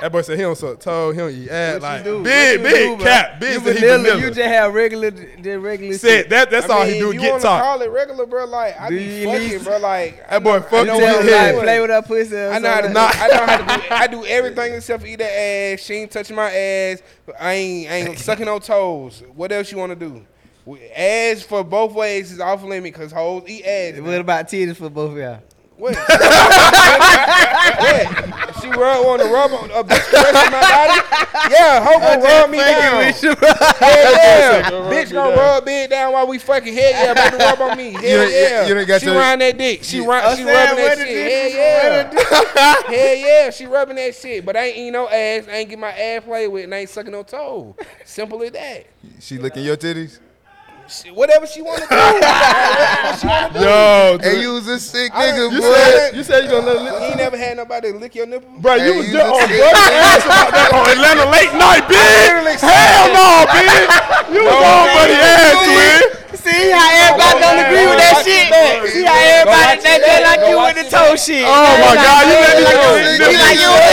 that boy said he don't suck toe, he don't eat ass. What you Like, do? big, What you do, big bro? cap, You big. said he vanilla, you vanilla. just have regular, the regular Said shit. that. That's I all mean, he do. if you Get wanna top. Call it regular, bro. Like I Do be you fucking, need- bro. Like I That boy I fucking You know tell with what him, head. like, play with that pussy. or I know how to something do. like I know how to do. I do everything except for eat that ass. She ain't touching my ass. I ain't. I ain't sucking no toes. What else you want to do? We- Ass for both ways is off limit because hoes eat ass. that. What about titties for both of y'all? What? what? She rub on the rub on a bitch pressing my body. Yeah, hoe gonna rub me down. Hell yeah, bitch gonna rub big down while we fucking. Hell yeah, baby, rub on me. Hell done- yeah, you done got she your- run that dick. She run. She I'm saying, rubbing that what the shit. difference Hell yeah. Hell yeah, she rubbing that shit. But I ain't eating no ass. I ain't get my ass played with, and I ain't sucking no toe. Simple as that. She licking your titties. She- whatever she wanna do. What she wanna do. Yo, Hey, dude. you was a sick I nigga, done- You boy. said you said you gonna let it You ain't never had nobody lick your nipple. Bro, you Hey, was you just just on said- brother ass about that on Atlanta late night, bitch. Hell no, bitch. You was on buddy ass, twin. See how everybody don't agree with that shit? See how everybody think they like you with the toe shit? Oh my god, you let me like go. you was- you like you was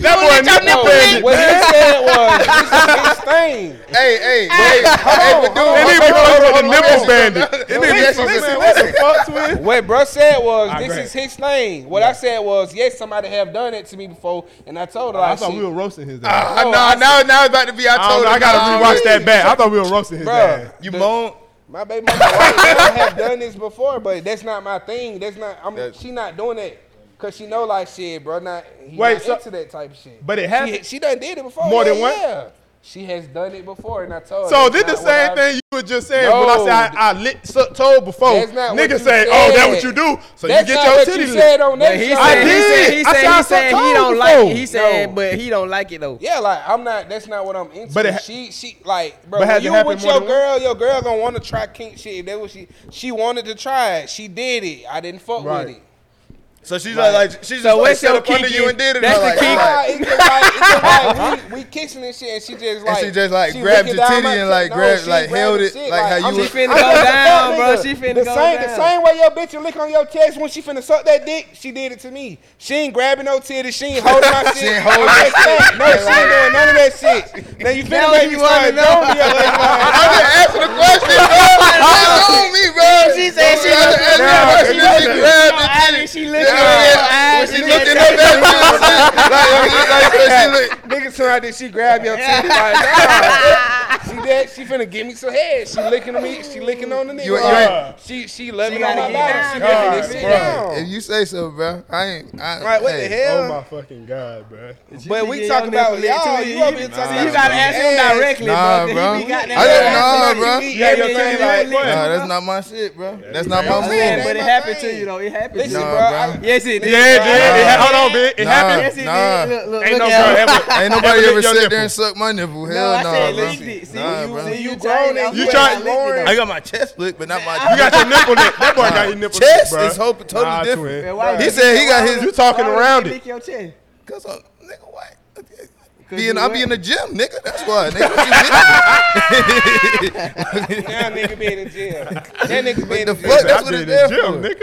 That just boy nipple get- nipple bandit, What he man. said was, this is his thing. Hey, hey, hey, hey, but It dude, hold even on, fuck with hold the on, hold nipple on. bandit. It Let me even ask you fuck with something. what the fuck, twin? What bro said was, Alright, this go is his thing. What I said was, yes, somebody have done it to me before, and I told her, I like, thought shit, we were roasting his ass. Ah, nah, now, now it's about to be. I I, don't told know, I him, gotta nah, rewatch that back. I thought we were roasting his ass. Bruh, You the- moan. My baby mama wife I have done this before, but that's not my thing. That's not. I'm. That's- she not doing that because she know like shit, bro. Not. He Wait, not so- into that type of shit. but it She, happened- she done did it before. More yeah, than once? Yeah. She has done it before, and I told. So her, did the that's not same what I- thing you were just saying when I said I, I lit suck told before. That's not what Nigga you say, oh, that what said. you do. So That's you not get your what titty you lit. said on that. But he show. I said, he did. said, he I said, said I he said sucked he toes don't like it. before. He said, No. but he don't like it though. Yeah, like I'm not. That's not what I'm into. But But it ha- she, she, like, bro, But has when it you happened with more your than girl, your girl gonna want to try kink shit. If that was she, she wanted to try it. She did it. I didn't fuck Right. with it. So she's like, like she's just like So what's set your up under kinky- you and did it. that's Like, the Nah, like, kinky- it's just like, it's just like we, we kissing and shit, and she just And like she just, like, she grabbed looking your down titty my- and, like, no, grabbed- she like, grabbed held the it, shit, like, how you I'm- would- She I finna go don't give a down, fuck, bro. nigga. She finna the go same, The down. same way your bitch will lick on your chest when she finna suck that dick, she did it to me. She ain't grabbing no titty. She ain't holding my shit. She ain't holding I'm just saying, No, she ain't doing none of that shit. Now you Now finna make you me wanna start know. don't be a lady. answer the question, bro. That's on me, bro. She said she That's- looked- that's no, not- she she looked- just grabbed the I titty. mean, she You looked know what I'm saying? at her eyes, When she she looked looked in her face, you know what I'm saying? Like, I mean, like, so she look. Niggas turn out that she grabbed your titty. Like, nah. She that she finna give me some head. She licking on me. She licking on the nigga. You- you Oh ain't- she she loving She on my gotta get body. She down. making this shit Bruh. down. If you say so, bro, I ain't. I, Like what the hey. Oh hell? my fucking god, bro. But Yeah, we talking y'all about niggas lit y'all. too. You over here talking See, about you gotta ask ass. him directly, Nah, bro. bro. He be got that I little didn't ass know, on you. bro. He- Yeah, your he- titty he- like- he- Nah, Nah, that's not my shit, bro. That's not I'm my saying, move. but it happened to you though. It happened. to Listen, you. Nah, bro. bro. I- Yes, it did. Yeah, it did. It ha- Nah. hold on, bitch. It Nah. happened. Yes, it Nah. did. Look, look, Ain't look no at girl her. ever. Ain't nobody lick ever your sit nipple. there and suck my nipple. No, I Hell said no, licked it. See, bro. Nah, you- bro. see, You you grown tried- and you I tried- licked it, though. I got my chest. Lick, but not You my. got your nipple nipped. That boy got his nipple nipped, Chest bruh. is hope- totally Nah, different. twin. Man, why would He you said lick he your- got why his- would- You talking why would around you it. lick your chest? Cause I'm, nigga, what? you Being, I be wet. in the gym, nigga. That's why, nigga. What you lick? Now nigga been in jail. That nigga been What the in fuck? jail. That's I what did it's it there gym, for. nigga.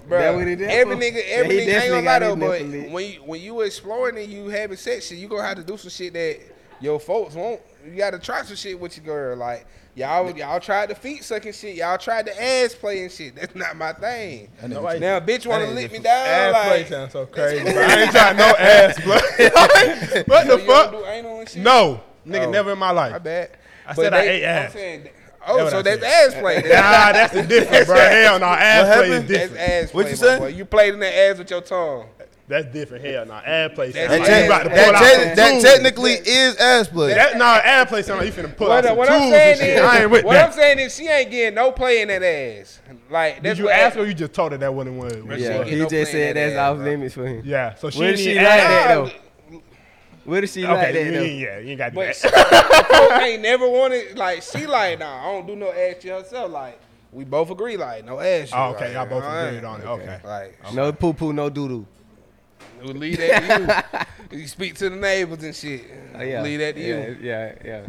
That Bro, what it did every for? nigga, Yeah, he every nigga, I ain't definitely gonna lie got though, his but nipple lit. when you when you exploring and you having sex, shit, you gonna have to do some shit that your folks won't. You gotta try some shit with your girl. Like y'all, y'all tried the feet sucking shit. Y'all tried the ass playing shit. That's not my thing. Nobody- Now, bitch, wanna I lick didn't- me down? Ass play Like, sounds so crazy. bro. I ain't trying no ass, blood. what so the you don't do fuck? anal and shit? No, nigga, Oh. never in my I life. bet. I said I ate ass. That's oh, what so I that's said. ass play. Nah, That's, that's the difference, bro. Hell no, ass play is happened? that's different. ass play. What you my say? boy. You played in the ass with your tongue. That's different. Hell no, ass play. That's Sound That, like ass you te- about to that pull out te- some that tubes. technically is ass play. That nah, ass play sound like you finna pull out What, some what tools and I'm saying shit. is, I ain't with what I'm that. saying is, she ain't getting no play in that ass. Like, Did that's you what ask or you just told her that wasn't one? Yeah. was? Yeah, She he ain't just no said playing that that's ass, off bro. limits for him. Yeah, so she Where didn't she even like ask. that Nah, though? Where does she like Okay, that you ain't- though? yeah, you ain't got to do But that. she, I ain't never wanted like she like nah. I don't do no ass to herself. Like we both agree like no ass. Oh, okay, like, y'all both alright. agreed on it. Okay. Like No poo poo, no doo doo. we leave that to you. You speak to the neighbors and shit. Oh, yeah. Leave that to you. Yeah, yeah, yeah.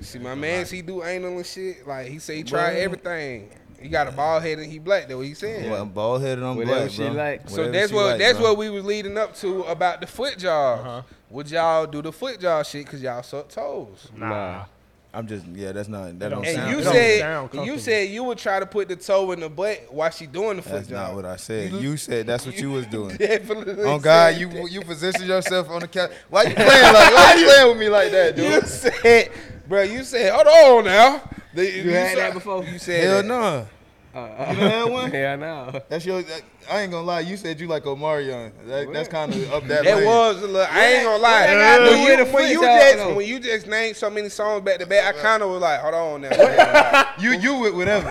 See my man, he do anal and shit. Like he say he try everything. He got a bald head and he black. That what he saying. Well, I'm bald headed on Whatever black, she bro. like. So Whatever that's she what like, that's bro. what we was leading up to about the foot jobs. Uh-huh. Would y'all do the foot job shit? Cause y'all suck toes. Nah. I'm just yeah. That's not that don't don't And sound. you don't said sound comfortable. you said you would try to put the toe in the butt while she doing the foot that's job. not what I said. You said that's what you was doing. Definitely. Oh God, said you that. you positioned yourself on the couch. Why you playing like? Why you playing with me like that, You dude? said, bro. You said, hold on now. The- You had said- that before? You said, Hell that. no. Uh, uh, You done had one? Yeah, no. That's your. that- I ain't gonna lie. You said you like Omarion. That, that's kind of up that. That lane. was a little. I ain't gonna lie. what that got to do When with you, the when you foot just job, when you just named so many songs back to back, I kind of was like, hold on now. Like, You you with whatever.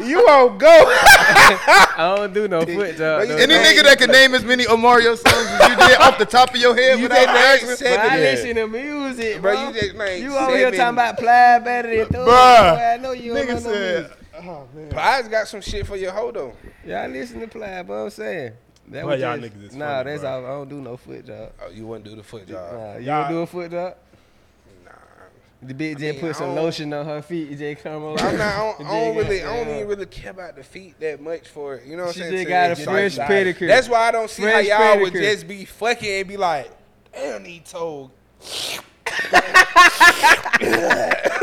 you won't go. I don't do no foot job. though. Any nigga that can name as many Omario songs as you did off the top of your head You without just asking. named But I seven. listen to music, Bro, bro. you just made You over here seven. talking about fly better than through. I know you don't know Nigga no music. said, Plies got some shit for your hoe though. Y'all listen to fly, but I'm saying. That Well, was y'all just, niggas is Nah, funny, that's bro. all. I don't do no foot job. Oh, you wouldn't do the foot job. Nah, you Y'all- don't do a foot job? Nah. The bitch just mean, I put some don't- lotion on her feet and just come over. I'm not. I don't, I don't Jig really. out, I don't yeah. even really care about the feet that much for it. You know what I'm uh, She saying? just Till it got a gets like fresh that. pedicure. That's why I don't see Fresh how y'all would pedicure. just be fucking and be like, damn, he told.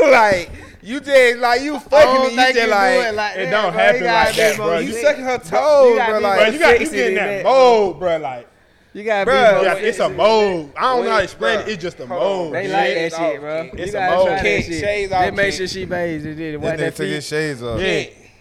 like you just like you I fucking me. don't You think just do like, like it that, don't bro. happen You gotta like be that, more bro. you sexy. sucking her toes, gotta bro. be bro, Like you got you sexy getting than that that, bro. mold, bro. Like, You gotta Bruh, be more yeah, Bro, it's sexy a than mold. I don't know how to Wait, explain it. bro. It's just a Hold on. mold. They Shades like that off, shit, bro. kid. You It's a gotta mold. try that Kid, shit. shades They off, make kid. sure she bathes and did it. This Wipe nigga that took his feet. shades off. yeah.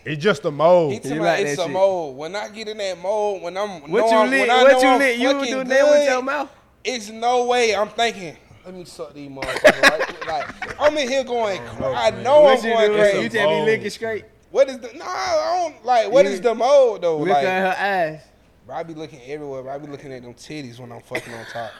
It's just a He mold. talking like about that it's a shit. mold. When I get in that mold, when I'm What know you I'm, lick? when I What know you I'm lick? You fucking do good, that with your mouth? It's no way. I'm thinking. Let me suck these motherfuckers. right quick. Like I'm in here going. cra- I know I'm Oh, What you going do? crazy. You just be mold. licking straight. What is the no? I don't like. What You- is the mode though? Look at Like, her eyes. bro, I be looking everywhere. Bro, I be looking at them titties when I'm fucking on top.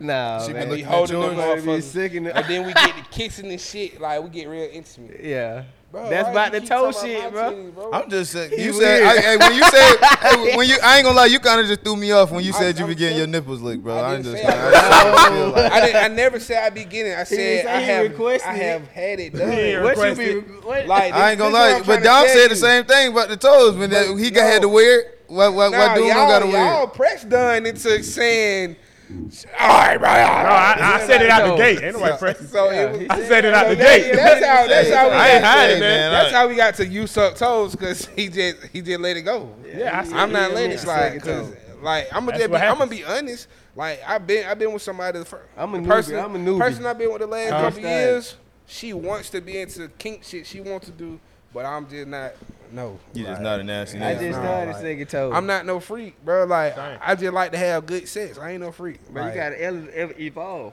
Nah, She be man. Be looking at holding them yours. She be motherfuckers. sick in the- And then we get to kissing and shit. Like we get real intimate. Yeah. Bro, That's why about you the keep toe talking shit, about my bro. titties, bro? I'm just saying. You He said weird. I, hey, when you said hey, when you I ain't gonna lie, you kind of just threw me off when you I- said you I'm be getting your just- nipples licked, bro. I I, didn't just say I, I just feel like- I, didn't, I never said I be getting it. I didn't said say I he have, requested I it. have had it done. What you be? What? Like I ain't this is what gonna lie, I'm but trying to Dom tell said you. the same thing about the toes. When that, he no. got had to wear it. What what Nah, what dude y'all, don't gotta wear? y'all it? press done into saying, all right, bro. all No, right." I, I said it out the No. gate. Ain't nobody pressing. So it was, I said it out the that's, gate. that's how that's how we I ain't got to- hiding, man. That's how we got to use up toes because he just he just let it go. Yeah, I said I'm not yeah, letting yeah, it second slide. toe. 'cause, Like I'm gonna That's just be, what I'm gonna happens. be honest. Like I've been I've been with somebody the first I'm a newbie, person I'm a newbie. person I've been with the last I couple understand. years. She wants to be into kink shit. She wants to do, but I'm just not. No, You just Like, not a nasty I nigga. just nah, started like, singing toes. I'm not no freak, bro. Like Same. I just like to have good sex. I ain't no freak. But you Like, gotta ele- ev- evolve.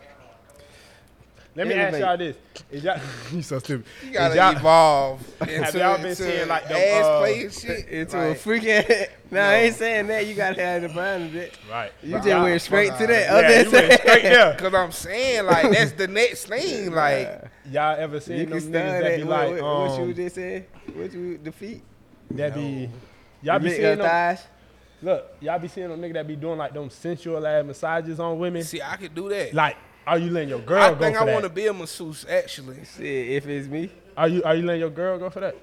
Let me ask Elevate. y'all this: Is y'all you so stupid? you Is gotta y'all- evolve. Have y'all been seeing, like, them, ass uh, play and shit? Into a Like, freak ass. No, I ain't saying that. You gotta have the mind of it. right? You just went straight to that. Yeah, Other you went straight there. Cause I'm saying like that's the next thing. Like Y'all ever seen You them niggas can start that be at like, what, what, what you um, just said. What you defeat? that be y'all be Lick seeing her them? thighs. Look, y'all be seeing them nigga that be doing like them sensual ass massages on women. see, I could do that. Like, are you letting your girl I go think for I that? want to be a masseuse actually. Shit, if it's me, Are you are you letting your girl go for that?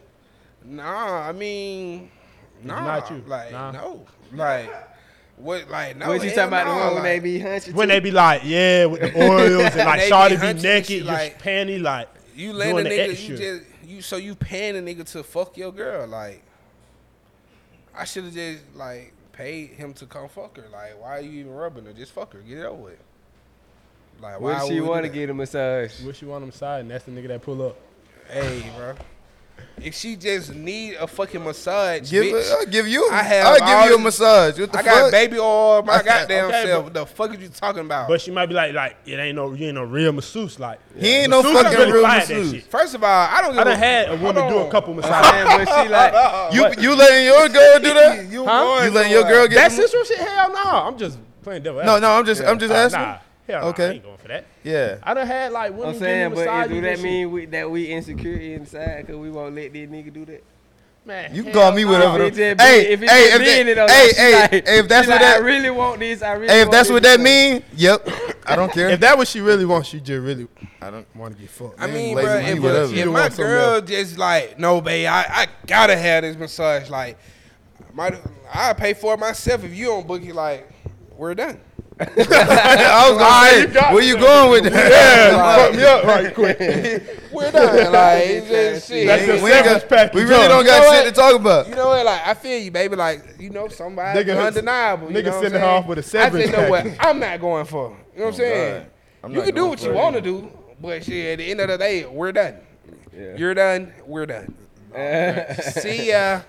Nah, I mean, nah, not you. like Nah. no, like what, like no. what you talking hell about? The nah, one when like, they be hunching? When too? they be like, yeah, with the oils and like They be Shawty be hunching naked, shit, just like- panty like you let a doing the nigga, extra. you just you so you paying a nigga to fuck your girl. Like I should have just like paid him to come fuck her. Like why are you even rubbing her? Just fuck her, get it over with. Like why What if would we she do want to that? get a massage? What you want them side, and that's the nigga that pull up. Hey, bro. If she just need a fucking massage, Give bitch, a- I'll give you. I have I'll give you all a massage. What the I got fuck? baby oil, my Okay, goddamn but- self. the fuck are you talking about? But she might be like, like it ain't no, you ain't no real masseuse. Like He ain't no Masseuse is fucking really real fire at that masseuse. shit. First of all, I don't. Give I done had a woman do a on. couple massages. Man, but she like, You you letting your girl do that? You, Huh? going You letting your girl get? That the- sensual shit? Hell no. I'm just playing devil. No, no. I'm just I'm just asking. Nah, hell okay. I Okay. ain't going for that. Yeah. I done had like women I'm give saying, me but massages. do that and shit. mean we, that we insecure inside because we won't let this nigga do that? Man, You can hell call me no. whatever. If the- it just be- Hey, hey, if it just being if it on that- hey, that, she hey, like- if that's she what like, I that, really want this. I really. hey, if want that's this what that done. mean, yep. I don't care. If that what she really wants, she just really I don't. want to get fucked. I Man, mean, lazy bro, monkey, if, whatever. if You my want something girl just like, no, babe, I, I gotta have this massage. Like, my, I pay for it myself. If you don't book it, like, we're done. I was gonna say, where you going with that? Like, me up right quick. we're done. Like, it's just shit. That's We the ain't- we ain't severance got- package, We really huh? don't You know got shit to what? talk about. You know what? Like I feel you, baby. Like you know, somebody Nigga- undeniable. you nigga know what I'm sending her saying? off with a severance I said, no, what? package. I'm not going for. it." You know what I'm saying? God. I'm you not can do going what for you it want to do, but shit, at the end of the day, we're done. You're done. We're done. See ya.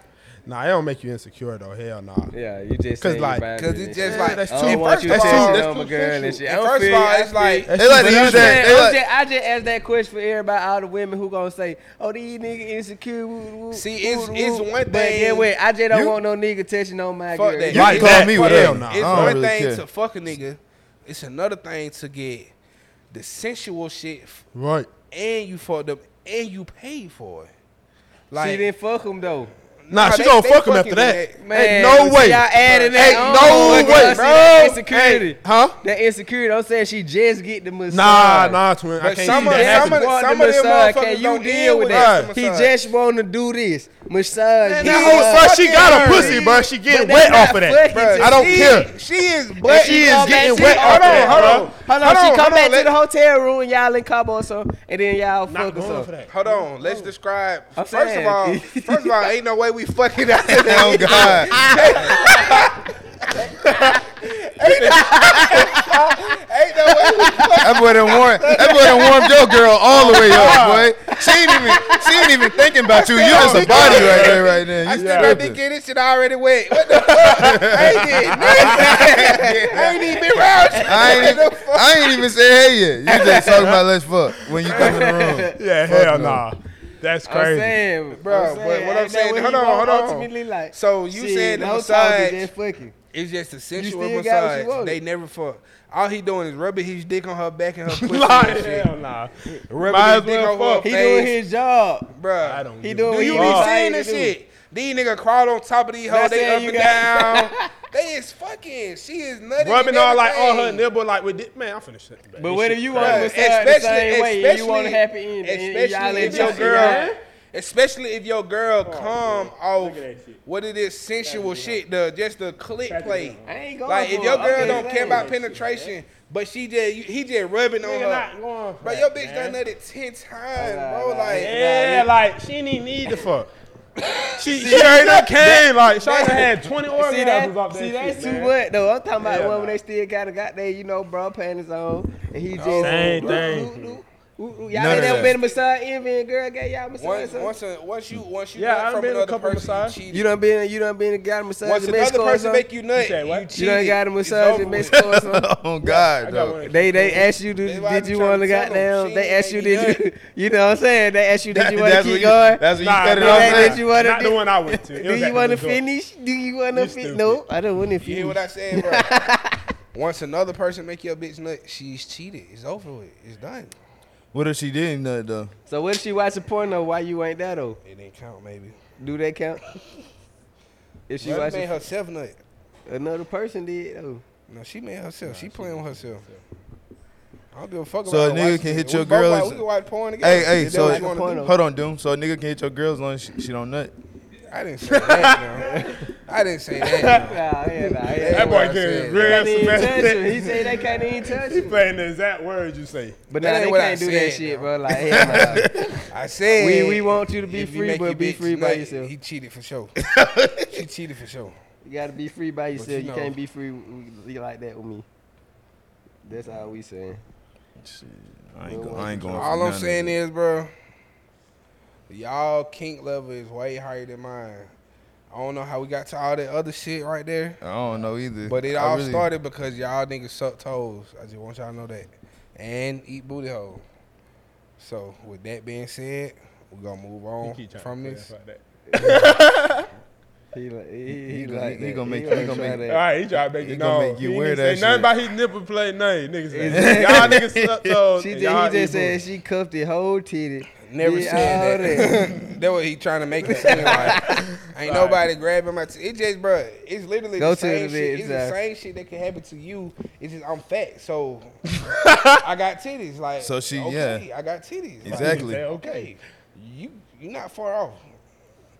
Nah, it don't make you insecure though. Hell nah. Yeah, you just 'Cause saying like- about Cause it and it's shit. just like, that's I too- don't and want first you of that's too- all, passing that's on my too girl and sensual. shit. I and don't first of feel you. all, I it's feel you. like They like to But use I'm that. Man, They I'm like, just, I just asked that question for everybody, all the women who gonna say, "Oh, these niggas insecure." Woo, woo, See, it's- woo, it's woo." one But then thing- wait, I just don't You- want no nigga touching on my Fuck girl. that. you Right, can call that- me whatever. hell nah. I it's don't one really thing care. to fuck a nigga. It's another thing to get the sensual shit, f- Right. and you fucked up, and you paid for it. she didn't fuck him though. Nah, Nah, she they- gonna they fuck him fucking after that. with that. Man, Ain't no see, way. Y'all adding that Ain't on, no but y'all way, Oh, see that bro. insecurity, Huh? That insecurity. I'm saying she just get the massage. Nah, nah, twin. I But can't some see of- that some happening. of- Want them the massage. motherfuckers Can you don't deal with that. that? He Massage. just want to do this massage. Man, this, that uh, whole Oh, fuck, she got a fucking pussy, hurt. bro. She getting But that's wet off not of that. fucking Bruh, to I don't she, care. She is black. she is come back getting to- wet hold off on, that, hold bro. on, hold on. Hold she on, come hold back on, to let- the hotel room and y'all in Cabo or something, and then y'all Not fuck or going for something. that. Hold on, let's describe. I'm first saying. of all, first of all, ain't no way we fucking out of there. Oh God. Ain't no way. We, That boy done warmed. That boy done warmed your girl all the way up, boy. She ain't even. She ain't even thinking about you. You just a body right there, right now. I You still yeah. tripping. been getting this shit already wet. What the fuck? I ain't did nothing. I ain't even been around. you. I ain't, even, I ain't even say hey yet. You just talking about let's fuck when you come in the room. Yeah, hell nah. That's I'm crazy. saying, Bro, I'm but what I'm ain't that saying- what hold he on, want hold on. Ultimately, like, So you shit, saying the whole talk is massage- just fucking. It's just a sensual still got what you massage. wanted. They never fuck. All he doing is rubbing his dick on her back and her pussy. and Like, shit. hell nah. Rubbing Might his as dick well on her fuck. He face. doing his job. Bruh. I don't. He give doing a- what Do he you be decided to seeing this do. shit? These nigga crawled on top of these Not hoes. They saying up you and got- down. they is fucking. She is nutty. Rubbing and on like on her everything. nibble, like with dick. Man, I'm finished. But what if you want Bruh, to massage the same way and you want a happy ending? and y'all Especially let if your y'all- girl, y'all- especially if your girl come off at that shit. what it is sensual shit, the just the click play. I ain't going Like if for your it. I'm girl just don't care saying. about penetration, but she just you- he just rubbing on Nigga not her. going for But that, your bitch man. done that it ten times, Nah, bro. nah, Like Yeah, like she didn't even need the fuck. she she ain't up came like she already had twenty See orgasms that? off that See shit. that's too man. much though. I'm talking about Yeah, one when nah. they still got a goddamn, you know, bra panties on, and Oh, he just Same Ooh, thing. ooh, ooh, ooh, ooh. Y'all None ain't of never that. been a massage envy and girl got y'all massage. once something? once a, once you once you Yeah, I nut done been from to a another couple person, massage. you cheated. you done been, you done been, got a massage. Once in another Mexico or person something? make you nut, said what? you You done cheated. got a It's massage over in with. Mexico or something. oh God, I got dog. one. They they asked you do, That's why I did be you trying want to to tell 'em, goddamn she they ain't asked you make me did you you know what I'm saying they asked you did you want to that's what keep you, going that's what you Nah, cut it nah, off. that at. did you wanna not do- the one I went to. It do was you at want to the resort. finish do you want You to finish stupid. no I don't want to You hear finish what I said, bro? Once another person make your bitch nut, she's cheated. It's over with. It's done. What if she didn't nut though? so what if she watching porno while you ain't that though It didn't count, maybe. do that count if she She made watching herself nut. another person did though No, she made herself. she playing with herself. I don't give a fuck So about a her nigga watching can it. hit We your both girl watch- as- We can watch porn together. Hey, hey, If that so what you wanna do. hold on, Doom. So a nigga can hit your girls as long as she, she don't nut. I didn't say that. no. I didn't say that. no. nah yeah nah That's yeah That what boy I said. getting can't even real touch Sebastian. her. He said they can't even touch He her. playing the exact words you say. But That now ain't they what I can't do said, that shit, though. bro. Like, hell nah. I said We- we want you to be if you free, make but your be bitch free by nut, yourself. He cheated for sure. she cheated for sure. You gotta be free by yourself. you You, know- can't be free w- w- like that with me. That's all we saying. I ain't, go, I ain't going. All for I'm none saying of it. is, bro, y'all kink level is way higher than mine. I don't know how we got to all that other shit right there, I don't know either. but it I all really- started because y'all niggas suck toes. I just want y'all to know that, and eat booty hole. So with that being said, we gonna move He on keep trying from to this. clarify that. He like he, he, He gonna- like he that. gonna make he you- he gonna try make- All that. right, he tried to make He it gonna known. make you He wear didn't that say nothing shit. about his nipple play name. Niggas Exactly. say, y'all niggas suck toes. She and just, y'all he eat just booty." said she cuffed it whole titty. Never Yeah, said all that. that what he trying to make it seem like. Ain't nobody grabbing my. T- it just, bro. It's literally Go the to same the shit. It's the exact- same shit that can happen to you. It's just I'm fat, so I got titties. Like So she- okay, I got titties. Like, Exactly. He said, okay, Okay. you you not far off.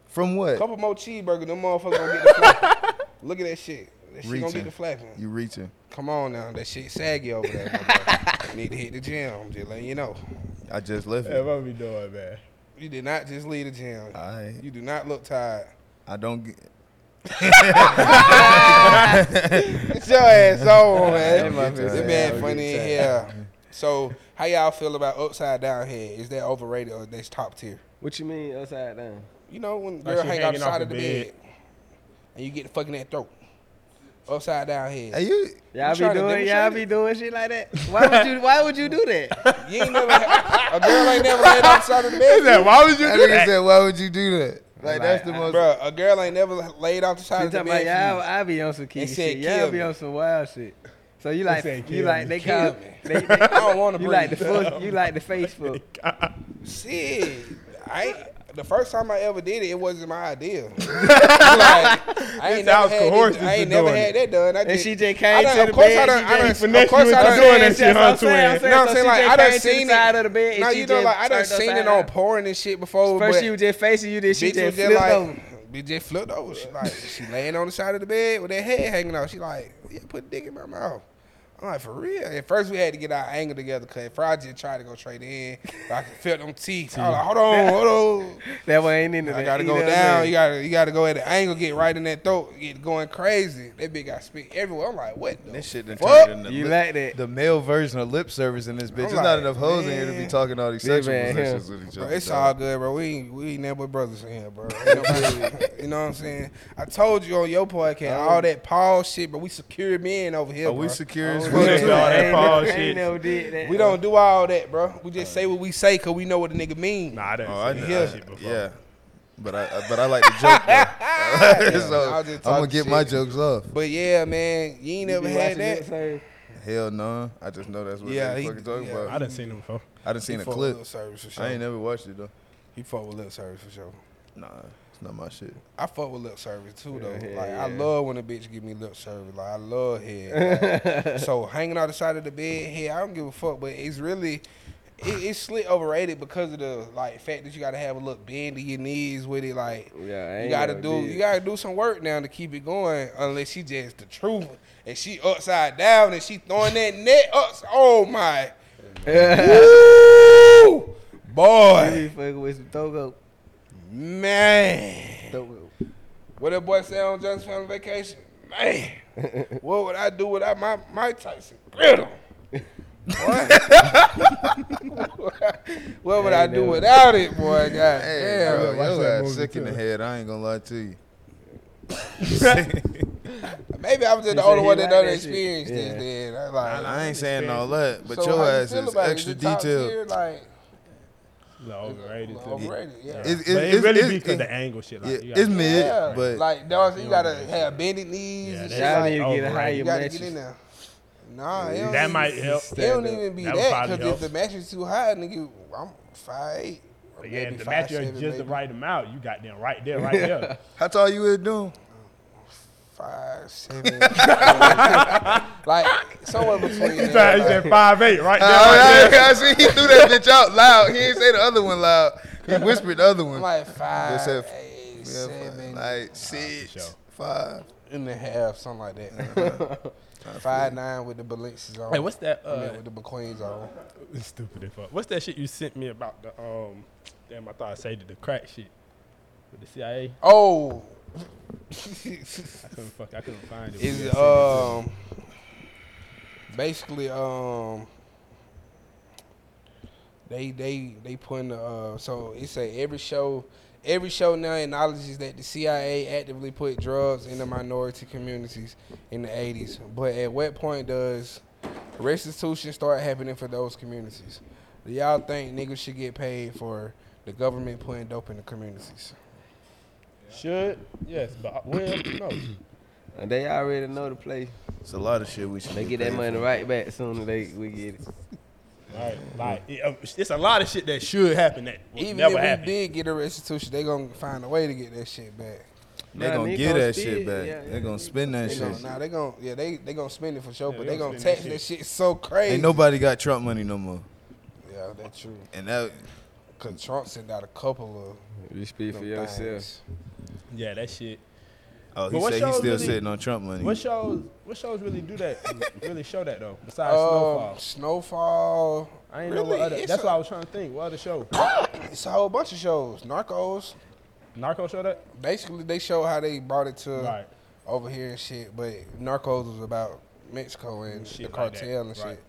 From A what? couple more cheeseburger, them motherfuckers gonna get the flapping. Look at that shit. That shit gonna Reaching. get the flapping. You reaching? Come on now, that shit saggy over there. my boy. Need to hit the gym. I'm just letting you know. I just left Yeah, it. what we doing, man? You did not just leave the gym. Uh, I You do not look tired. I don't get. Get your ass on, Hey, man. my man. It's Have been a funny in here. So, how y'all feel about upside down head? Is that overrated or that's top tier? What you mean upside down? You know when Like girl she hang hanging outside off of the the bed. and you get the fucking that throat. Upside down head. Hey, you. Y'all You be tryna doing y'all demonstrate be it? doing shit like that. Why would you Why would you do that? You ain't never a girl ain't never laid outside of the bed. Why would you That do nigga that? said, "Why would you do that?" Like that's the most. Bruh, a girl ain't never laid outside You of the talking about bed. y'all? I be on some key They said shit. Y'all kill be me. on some wild shit. So you like said you kill like me. they call Kill me. they, they, I don't want to you breathe. like the fuck, you like the Facebook. Shit, I ain't- the first time I ever did it, it wasn't my idea. like, I ain't never House had, coerced it, I you ain't to never doing had that done. I And just, she just I came done- to of the course bed. I done- she I done- just- of course I done- I'm saying, doing that she- shit, that's what huh, I'm saying, I'm twin? saying, No, I'm so saying she like just I done came to the seen side of the bed it. and No, she you know just like I done turned seen it upside on down. porn and shit before. First but she was just facing you, then she bitch was just just flipped like, over. bitch just flipped over. She like she laying on the side of the bed with that head hanging out. She like, yeah, put dick in my mouth. I'm like, for real. At first we had to get our angle together because Fry just tried to go straight in. But I could feel them teeth. I was like, hold on, hold on. That one ain't in there. I gotta go down. You gotta you gotta go at the angle, get right in that throat, get going crazy. That bitch got spit everywhere. I'm like, what? The This shit done fuck? turned into You lip- like that. eh, the male version of lip service in this bitch. There's like, not enough hoes in here to man. be talking all these Yeah, sexual man, positions with each Bro, other. it's dog. all good, bro. We ain't, we ain't that but brothers in here, bro. Ain't nobody- you know what I'm saying? I told you on your podcast all that Paul shit, but we secure men over here. Are Oh. we bro. secure Oh, yeah. as fuck? too? all that ain't Paul never- shit. ain't never did that. We don't do all that, bro. We just say what we say because we know what the nigga mean. Nah, I didn't Oh, I say know that Yeah. that shit before. Yeah. But I, I- but I like to joke. though. so I was just I'm gonna talking get my shit. jokes off. But yeah, man, you ain't never You had watching that. sir? Hell no, I just know that's what Yeah, they he- fucking talking yeah. I about. done seen him before. I done seen he a fuck with clip. Lil Service for sure. I ain't never watched it though. He fuck with Lil Service for sure. Nah, it's not my shit. I fuck with lip service too though. Yeah, like yeah, I yeah. love when a bitch give me lip service. Like I love head. Like, so hanging out the side of the bed, head, I don't give a fuck. But it's really it, it's slit overrated because of the like fact that you gotta have a little bend to your knees with it. Like Yeah, I you ain't gotta never do did. you gotta do some work now to keep it going. Unless she just the truth and she upside down and she throwing that net up. Oh my, Woo! You be boy, fucking with some Togo. man. Togo. What that boy say on Just Family Vacation? Man, what would I do without my Mike Tyson? Griddle. what would I do without it, boy? God Hey, damn. bro, I watched yo, that I'm movie, sick in the too. head. I ain't gonna lie to you. Maybe I was just the He said only he one that like done that shit. experienced Yeah. this. Then I like. I ain't saying all that, but So your how you ass feel is about it? extra it top detailed. tier? Like, overrated. overrated, yeah. It's- but it's- it really it's- be because it- the angle shit. Like, Yeah, you gotta- it's mid, yeah, but like dog, you gotta have bended knees. Yeah, and that- shit. Y'all Like, need to get a Overrated. higher you gotta get in mattress. there. Nah, it don't that even- might help. Stand It don't up. even be That that would probably because if help. the match is too high, nigga, I'm five eight. Yeah, if the match is just the right amount. You got them right there, right there. how tall you is doing? Five seven. like somewhere between. He there, said he said like, five eight right there. right I, I, I Oh, see he threw that bitch out loud. He didn't say the other one loud. He whispered the other I'm one. like five, They said f- eight, Yeah, seven like six, sure. five. and a half, something like that. five nine with the Balenciagas on. Hey, what's that? I mean, Uh, with the McQueens on? it's stupid as fuck. What's that shit you sent me about the um? Damn, I thought I saved it. The crack shit with the CIA. Oh, I couldn't fuck. I couldn't find it. is Yeah, um basically um they they they putting the uh so it's a every show every show now acknowledges that the CIA actively put drugs in the minority communities in the 80s but at what point does restitution start happening for those communities do y'all think niggas should get paid for the government putting dope in the communities should yes, but uh, when no. And they already know the place. It's a lot of shit we should They be get that paid money for. right back soon as they we get it. Right, like it, uh, it's a lot of shit that should happen that will even never if happen. we did get a restitution they gonna find a way to get that shit back They Nah, gonna nigga get gonna that spend shit it. back. Yeah, yeah, They gonna spend that They shit. gon' nah, they gon' yeah, they they gonna spend it for sure, Yeah, but they they gonna gonna spend tax that that shit so crazy. Ain't nobody got Trump money no more. Yeah, that's true. And that Cause Trump sent out a couple You speak of for them yourself. things. yeah, that shit. oh, But he what said he's shows still really- sitting on Trump money. What shows? What shows really do that? really show that though? Besides Um, Snowfall, Snowfall. I ain't really, know what other. it's That's a, what I was trying to think. What other show? It's a whole bunch of shows. Narcos. Narco show that? Basically, they show how they brought it to Right. over here and shit. But Narcos was about Mexico and Shit the like that, cartel and right. shit.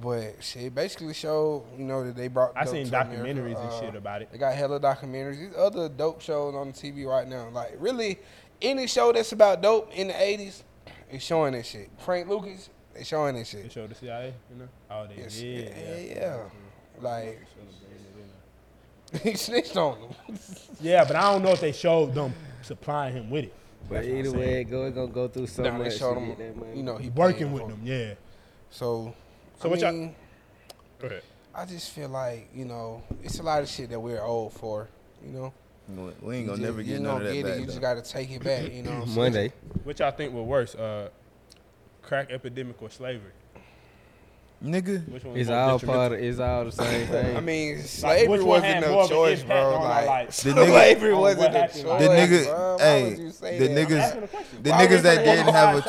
But shit, basically showed you know that they brought. I dope seen to America. documentaries and Uh, shit about it. They got hella documentaries. These other dope shows on the TV right now. Like really, any show that's about dope in the '80s is showing that shit. Frank Lucas, they showing that They shit. showed the CIA, you know? Oh, they Yes. did. Yeah, Yeah. yeah. Like he snitched on them. Yeah, but I don't know if they showed them supplying him with it. But either way it go, it gonna go through so Nah, they much. showed to him. get that money. You know he Working paying with for them, yeah. So, So I what y'all- mean, Go ahead. I just feel like you know it's a lot of shit that we're old for. You know, we ain't You gonna just- never you get none don't of that get back. it. You though. just gotta take it back. You know, what I'm saying? Monday. What y'all think were worse, uh, crack epidemic or slavery? Nigga, Which one was It's more all detrimental? part of it's all the same I thing. mean, Like, slavery which one wasn't had more no of an choice, impact bro. on our Like, lives? The nigga- slavery on what wasn't a happened, choice. like- the bro. nigga, Why hey, would you say the that? asking a question. niggas, the Why would niggas that you- didn't have a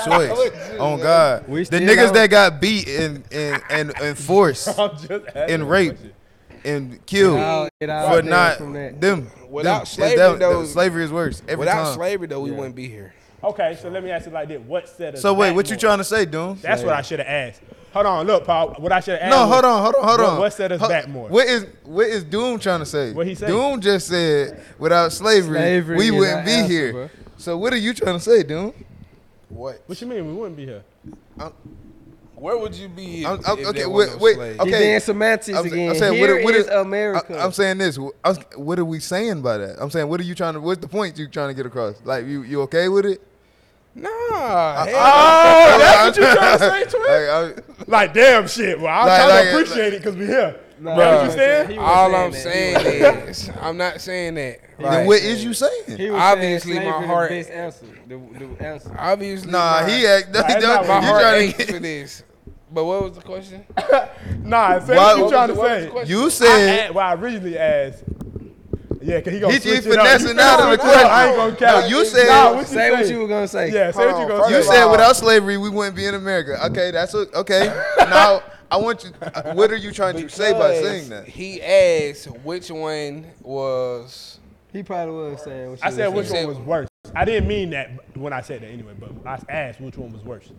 choice. On God, We the still niggas don't- that got beat and and and, and forced I'm just asking and a raped question. and It killed all- it all for stems not from them. that. them. Without It's slavery, that- though- slavery is worse every Without time. slavery, though, we wouldn't be here. Okay, so let me ask you like this. What set us so wait, back what you more? trying to say, Doom? That's what I should have asked. Hold on, look, Paul. What I should have asked. No, was- hold on, hold on, hold What- on. what set us Hu- back more? What is what is Doom trying to say? What he say? Doom just said without slavery, Slavery we is wouldn't our be answer, here. bro. So what are you trying to say, Doom? What? What you mean we wouldn't be here? I'm- Where would you be? If, I'm- I'm- if okay, there wait, was no wait. slaves? Okay. You're being semantics I'm, again. I'm saying, Here what, what is is- America. I, am saying this. I was- what are we saying by that? I'm saying, what are you trying to? What's the point you trying to get across? Like, you you okay with it? Nah. hell Ah! Oh, that's what you trying to say, Twin? Like, I- Like, damn shit. Well, I'm Like- trying like- to appreciate it because we here. Nah, Bro, he you was saying? he was All I'm that. saying is, I'm not saying that. then Like, what is you saying? He was saying Obviously, my slavery the heart- Best answer. The, the answer. obviously, Nah, my, he act. No, he that's don't. not my You heart trying aches to for this. But what was the question? Nah, say Why- what you what trying to was- what was the say. question? get- You I said asked, well, I originally asked. Yeah, cause he gonna He- he switch it up. finessing You out of finessing the it up. question. I ain't gonna cap. No, you said- Nah, what you Say what say? you were gonna say. Yeah, say what you gonna you say. said without slavery we wouldn't be in America. Okay, that's a, okay. now I want you. uh, What are you trying to say by saying that? He asked which one was. He probably was saying. What I you said were which saying. one was worse. I didn't mean that when I said that anyway, but I asked which one was worse.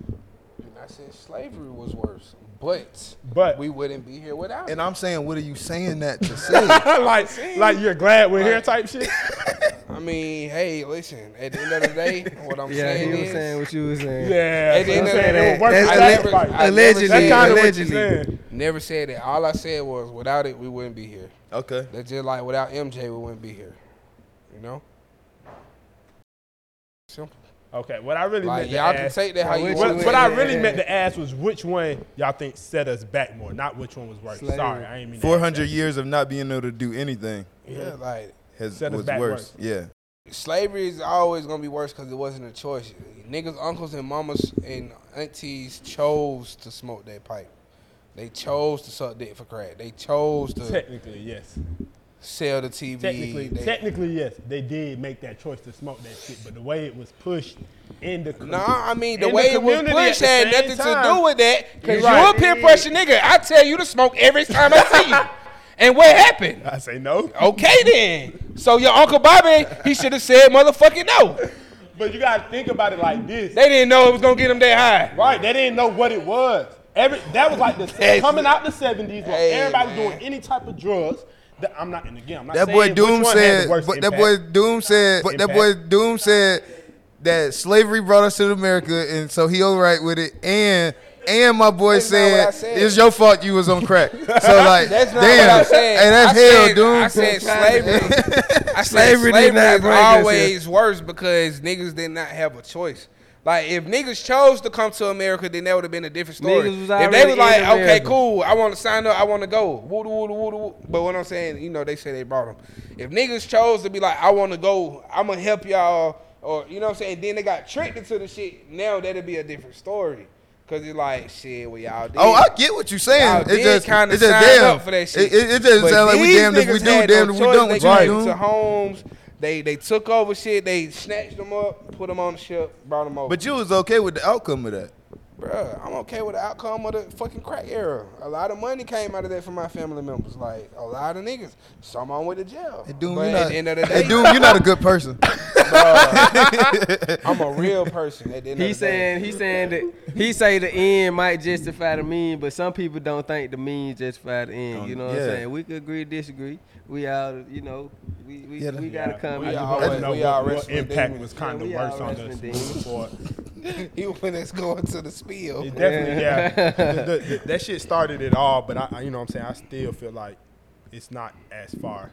I said slavery was worse, but But- we wouldn't be here without. it. And I'm saying, what are you saying that to say? like, like you're glad we're here type shit. I mean, hey, listen. At the end of the day, what I'm Yeah, saying he was is, saying what you was saying. Yeah, At so the end I'm of saying the it day, was worse that's than like- sacrifice. allegedly, That's kinda what you're allegedly. saying. never said that. All I said was, without it, we wouldn't be here. Okay. That's just like without MJ, we wouldn't be here. You know. Simple. Okay, what I really Like, meant y'all to can ask, take that how you which want. one- what, what I Yeah. really meant to ask was which one y'all think set us back more, not which one was worse. Slavery. Sorry, I ain't mean to ask Four hundred years of not being able to do anything Yeah, like has Set us was back worse. worse. Yeah. slavery is always gonna be worse because it wasn't a choice. Niggas, uncles, and mamas and aunties chose to smoke that pipe. They chose to suck dick for crack. They chose that. to Technically, yes. sell the TV. Technically, They- technically, yes. They did make that choice to smoke that shit, but the way it was pushed in the No, I mean the in the way it was community at pushed the had same nothing to time. do with that. Cause You're right. you a peer pressure nigga. I tell you to smoke every time I see you. And what happened? I say no. Okay then. So your uncle Bobby, he should have said motherfucking no. But you gotta think about it like this. They didn't know it was gonna get him that high. Right, they didn't know what it was. Every that was like the That's- coming out the seventies when Hey, everybody man. was doing any type of drugs. That, I'm not, and again, I'm not That saying boy which Doom one had the said. worst But that impact. boy Doom said. But that boy Impact. Doom said that slavery brought us to America, and so he all right with it. And and my boy That's not what I said, said. it's your fault you was on crack. So like, That's not damn, what I said. hey, that's I hell, said, Doom. I said slavery. I said slavery, Slavery did not is bring us here. always worse because niggas did not have a choice. Like if niggas chose to come to America, then that would have been a different story. Niggas if was already they was in like, okay, America." cool, I want to sign up, I want to go, woo woo woo woo. But what I'm saying, you know, they say they brought them. If niggas chose to be like, I want to go, I'm gonna help y'all, or you know what I'm saying, then they got tricked into the shit. Now that'd be a different story. Cause it's like shit, we y'all did. Oh, I get what you're saying. Y'all It did just, kinda it's just sign damn. up for that shit. It, it, it just But sounds like we these damned if we niggas do, had no damn if we choice. don't. They What you came to doing? homes. They they took over shit. They snatched them up, put them on the ship, brought them over. But you was okay with the outcome of that. Bruh, I'm okay with the outcome of the fucking crack era. A lot of money came out of that for my family members. Like a lot of niggas. Some on with the jail. Hey, Doom, but you're at not, the end of the hey, day, Doom, you're not a good person. bruh, I'm a real person. At the end He of the day. saying he saying that he say the end might justify the mean, but some people don't think the mean justify the end. You know what Yeah. I'm saying? We could agree, disagree. We all, you know, we we, Yeah, we that- gotta come. I to- just all wanted to was- know we all what, what wrestling impact demons. was Yeah, kind of we worse all on us wrestling moving demons. forward. he when it's going to the spill. It definitely, yeah. The- the- that shit started it all, but I, I- you know, what I'm saying, I still feel like it's not as far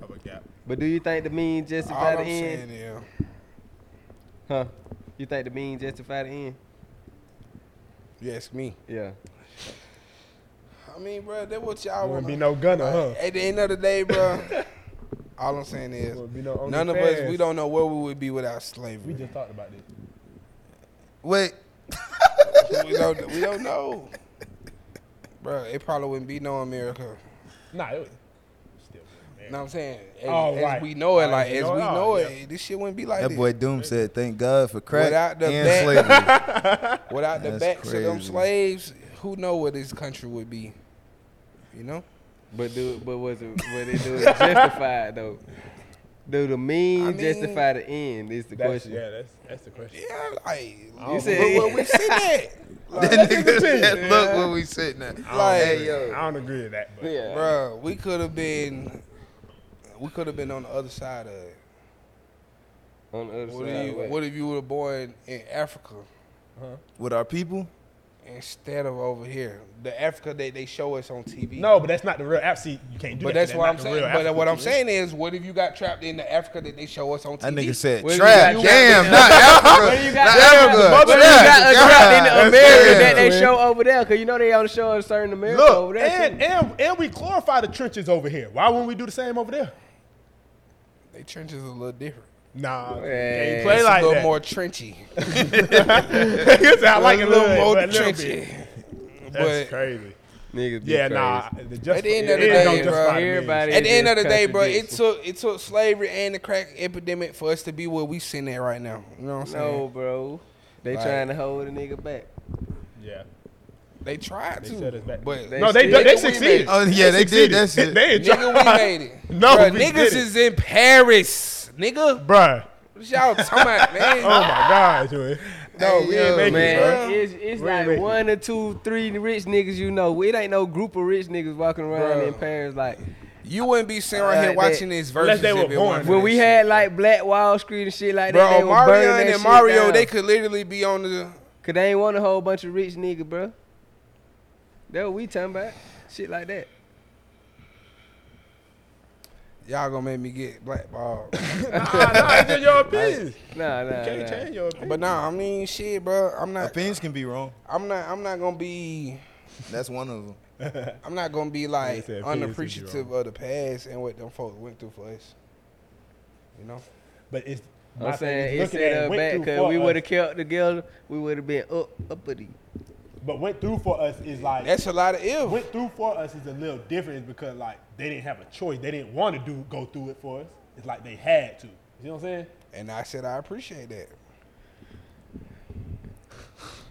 of a gap. But do you think the mean All justify I'm the saying end? is, Huh? You think the mean justify the end? you ask me. Yeah. I mean, bruh, that what y'all want. Wouldn't be no gunner, huh? At the end of the day, bro, all I'm saying is Wouldn't be no none of OnlyFans. us we don't know where we would be without slavery. We just talked about this. Wait, We don't, we don't know, bro. It probably wouldn't be no America. Nah, it was still. man. You know what I'm saying? As, Oh, as right. we know it, Right, like you as know we it all, know yeah. it, this shit wouldn't be like that this. boy Doom said, "Thank God for crack Without the and back- slavery." Without the That's backs of them crazy. slaves, who know what this country would be? You know? But do but was it but it do it justify it, though? Do the mean I mean- justify the end? Is the That's, question. yeah, that's that's the question. Yeah, like You Oh, you said- said where we sitting at, That nigga said, "Look where we sitting at." Like- hey yo, I don't agree with that. But Yeah. bro. We could have been, we could have been on the other side of it. On the other What side. if you, what? what if you were born in Africa? with our people. instead of over here. The Africa that they show us on TV. No, but that's not the real app. See, you can't do But that. that's what I'm not the saying. real But Africa, what I'm man. saying is, what if you got trapped in the Africa that they show us on TV? That nigga said What if you trap. got- Damn, not Africa. you Not got- Africa. But you got a Trap. drought in God. America that Damn. they show over there, cause you know they on the show a certain America over Look, there. and, and and we glorify the trenches over here. Why wouldn't we do the same over there? They trenches a little different. Nah, Hey, they play it's like a little that. more trenchy. I like it a little more but a little bit. trenchy. That's But crazy. Niggas be Yeah, crazy. nah. The just, At the end of it- the it don't day, bro, justify the means. everybody- at the end of It the is day, bro, it contradiction. took it took slavery and the crack epidemic for us to be where we sitting at right now. You know what I'm saying? No, bro. They Like- trying to hold a nigga back. Yeah. They tried They to, set us back. but They No, they they, still- Nigga, we made succeeded. it. Oh, yeah, they did that shit. succeeded. they ain't nigga, we try- made it. No, Bruh, we niggas did it. is in Paris, nigga. Bruh. What y'all talking about, man? Oh my God, man. No, Hey, we ain't yo, making it, bro. Man, it's, it's Wait a like minute. one or two, three rich niggas you know. It ain't no group of rich niggas walking around Bruh. in Paris. Like You wouldn't be sitting right here Alright, watching this Unless versus they if were it born. weren't for when that we shit. had like Black Wall Street and shit like that, bro, they was burning Omarion that and shit Mario, down. they could literally be on the. Cause they ain't want a whole bunch of rich niggas, bro. That what we talking about. Shit like that. Y'all gonna make me get blackballed. Nah, nah, it's just your opinion. Nah, nah, Can't nah. change your opinion. but nah, I mean, shit, bro. I'm not. Opinions can be wrong. I'm not. I'm not gonna be. That's one of them. I'm not gonna be Yeah, like it's that opinion unappreciative of the past and what them folks went through for us. You know. But it's. my I'm thing saying is it's looking set at up went back through because for we us. would have kept together. We would have been up uppity. But went through for us is like That's a lot of if. went through for us is a little different is because like they didn't have a choice. They didn't want to do go through it for us. It's like they had to. You know what I'm saying? And I said I appreciate that.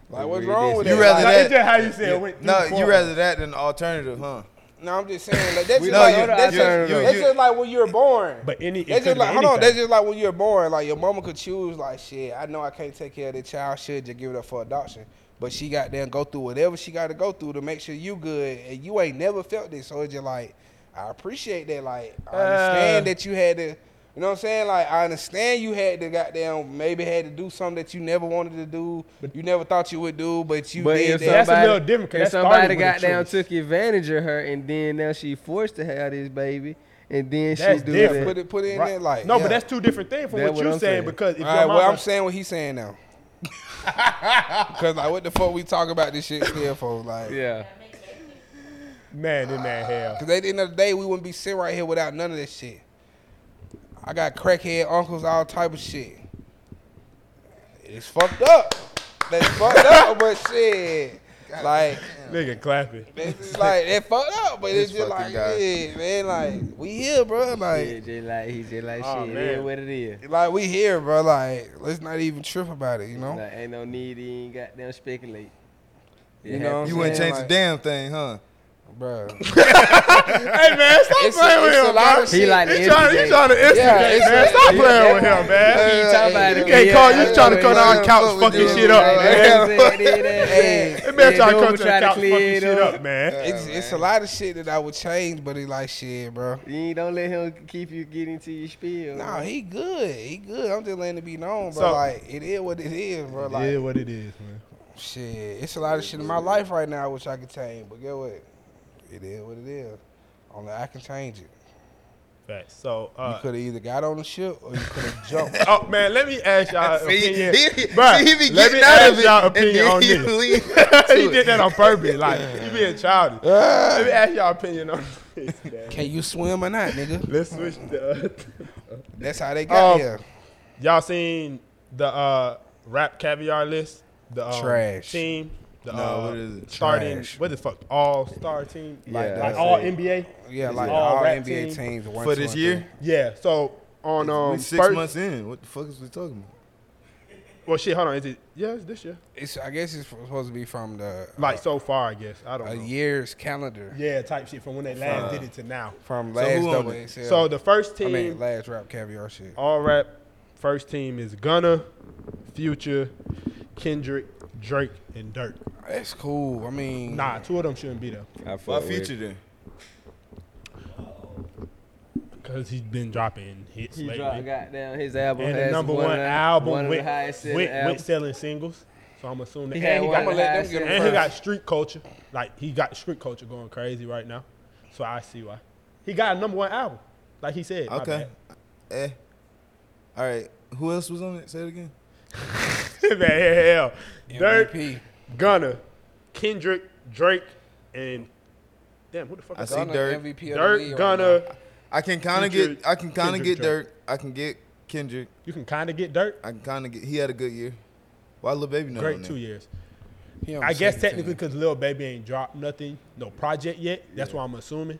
Like what's Read wrong this. with You that? rather Like, Like, it's that- just how you said went through. No, for you us. rather that than the alternative, huh? No, I'm just saying like that's just know like you- that's, you- just, you- that's you- just like when you're born. But any it That's just could've like been hold on. That's anything. just like when you're born. Like your mama could choose. Like shit, I know I can't take care of the child. Should just give it up for adoption. But she got there and go through whatever she got to go through to make sure you good. And you ain't never felt this. So it's just like I appreciate that. Like I understand that you had to. You know what I'm saying? Like I understand you had to goddamn maybe had to do something that you never wanted to do. you never thought you would do, but you But did if that. somebody, That's a little different, 'cause If that started somebody with a got down, choice. took advantage of her, and then now she forced to have this baby, and then That's she do different. put it put it in Right. there. Like no, yeah. but that's two different things from That's what what you I'm saying, saying. because if All your right, mama, well, I'm saying what he's saying now. Cause like, what the fuck we talk about this shit still for? Like, that. Yeah. man, in that hell, cause at the end of the day, we wouldn't be sitting right here without none of this shit. I got crackhead uncles, all type of shit. It's fucked up. That's fucked up, but shit, like, nigga clapping. it's just like that fucked up, but it's, This just fucking like, guy. yeah, man, like we here, bro, Yeah, like, just like he just like Oh, shit. man. It is what it is. like we here, bro, like let's not even trip about it, you know. Like, ain't no need to even goddamn speculate. You know happens. You wouldn't saying, change a like- damn thing, huh? Bro, hey man, stop It's a- playing with it's a him, lot bro. of He shit. like to You trying, you instigate. trying to instigate, it's man. a- Stop yeah. playing with him, man. He talk about You it, can't yeah, call. yeah, You trying to yeah, come to yeah. our couch, Fuck with fucking you, shit up, man. man. Hey, That man trying to come to our couch, fucking shit up, man. it's it's a lot of shit that I would change, but it's like shit, bro. You don't let him keep you getting to your spiel. No, he good. He good. I'm just letting it be known, bro. Mm-hmm. So- like it is what it is, bro. Like what it is, man. shit, it's a lot of shit in my life right now I wish I could change, but get what? It is what it is. Only I can change it. Facts. So, You uh, could have either got on the ship or you could have jumped. oh man, let me ask y'all opinion. Bruh, see, he be let me getting out ask of it, y'all and opinion then on he this. leave. he did that on purpose. Like you being childish. Let me ask y'all opinion on this. man. Can you swim or not, nigga? Let's switch to. Uh, That's how they got Um, here. y'all seen the uh, rap caviar list? The um, Trash. team. The, No, uh, what is it? Starting Trash. what the fuck? All star team. Like, Yeah, like I all see. NBA. Yeah, It's like all all, rap NBA team. teams one, For two, this and year? Yeah. So on um we six first- months in. What the fuck is we talking Well, shit. Hold on. Is it? Yeah, it's this year. three. It's I guess it's supposed to be from the Like uh, so far, I guess. I don't a know. year's calendar Yeah, type shit from when they last did it to now. from So last who on double it? XL. So the first I team, mean last rap caviar shit. all rap, first team is Gunna, Future, Kendrick, Drake, and Dirk. That's cool. I mean, Nah, two of them shouldn't be there I about? Why fuck future then? because he's been dropping hits He lately. dropped goddamn his album and has the number one, one, of the- album one of with, the highest selling with, with albums. selling singles. So I'm assuming that, He had and, he one got, I'ma in the let high them get school. him and he first. got street culture. Like he got street culture going crazy right now. So I see why. He got a number one album. Like he said. my Okay. bad. Eh. All right. Who else was on it? Say it again. Man, hell, Dirk, MVP. Gunner, Kendrick, Drake, and damn, who the fuck? I is see that? Gunna, Dirk. MVP of the league Dirk, right Gunner. now. I can kind of Kendrick- get. I can kind of Kendrick get Dirk. I can get Kendrick. You can kind of get Dirk. I can kind of get. He had a good year. Why Lil Baby not on Great there? two years. He on I guess 17. technically because Lil Baby ain't dropped nothing, no project yet. That's why I'm assuming.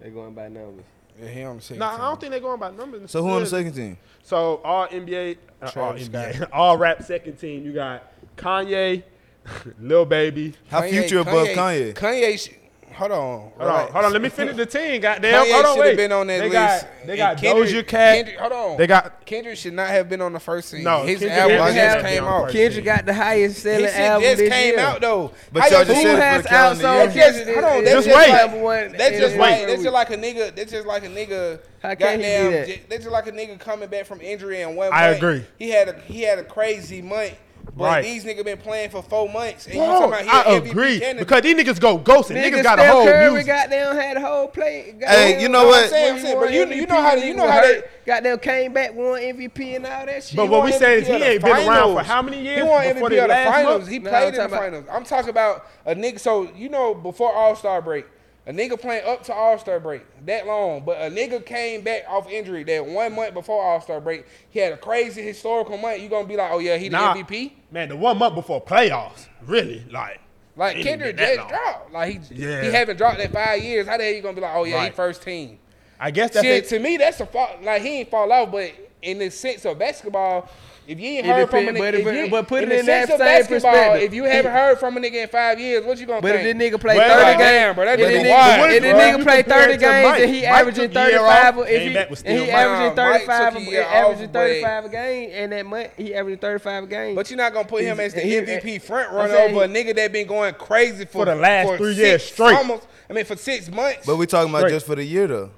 They going by numbers. Yeah, he on the sixth. Nah, I don't think they're going by numbers. So who on the second team? So all NBA, uh, all Travis NBA, all rap second team. You got Kanye, Lil Baby. How future above Kanye? Kanye. Kanye sh- hold on. Hold on, hold on. Let me finish the team. Goddamn. Kanye Hold on, should wait. have been on that they list. Got, they And got Kendrick- Doja Cat. Kendrick, hold on. They got Kendrick should not have been on the first scene. No, his Kendrick album wasn't just on came the out. first. Kendrick got the highest selling His shit album just this came year. out though. But How y'all you- just Who said it for has the calendar year. outsold That's just- Kendrick? hold on, in- that's in just the wait. top one That's in just the like top that's week. just like a nigga. That's just like a nigga. How can he do goddamn. that? j- That's just like a nigga coming back from injury and one. I month, agree. He had a he had a crazy month. But Right. these niggas been playing for four months, and you Whoa, talking about he I a MVP agree candidate. because these niggas go ghosting. Niggas, Nigga, got a Steph whole Curry music. goddamn had a whole play. Hey, you know what what? I'm saying, I'm saying, bro, you, you know how you know how they. goddamn came back, won MVP and all that shit. But He what won we saying is MVP he of ain't the been around for finals. how many years? He won before MVP the of the last finals. month? He No, I'm played in the talking about- finals. I'm talking about a nigga. So you know, before All Star break, a nigga playing up to All Star break that long, but a nigga came back off injury that one month before All Star break. He had a crazy historical month. You gonna be like, oh yeah, he the Nah. MVP. Man, the one month before playoffs, really, like, Like Ain't Kendrick been that just long. dropped. Like he Yeah. he haven't dropped that five years. How the hell you gonna be like, oh yeah, he Right. first team? I guess that's Shit, it. to me, that's a fall. Like he ain't fall off, but in the sense of basketball, if you ain't It heard from a depend- nigga, but- if but- you- but put it the in that sense of same basketball, perspective. If you haven't heard from a nigga in five years, what you gonna But if this think? nigga played Well, thirty like, games, damn, bro, that if nigga this wild, nigga, if this bro. nigga You played compare thirty it to games Mike. and he Mike averaging took a year thirty off, five, if came he, back with and still he Mike. averaging Nah, Mike thirty took five, a year off, averaging but- thirty five a game, and that month he averaged thirty five a game. But you're not gonna put him He's- as the he- eh, MVP front I'm runner saying over a he- nigga that been going crazy for, For the last for three six- years straight. Almost, I mean, for six months. But we talking about Straight. just for the year though,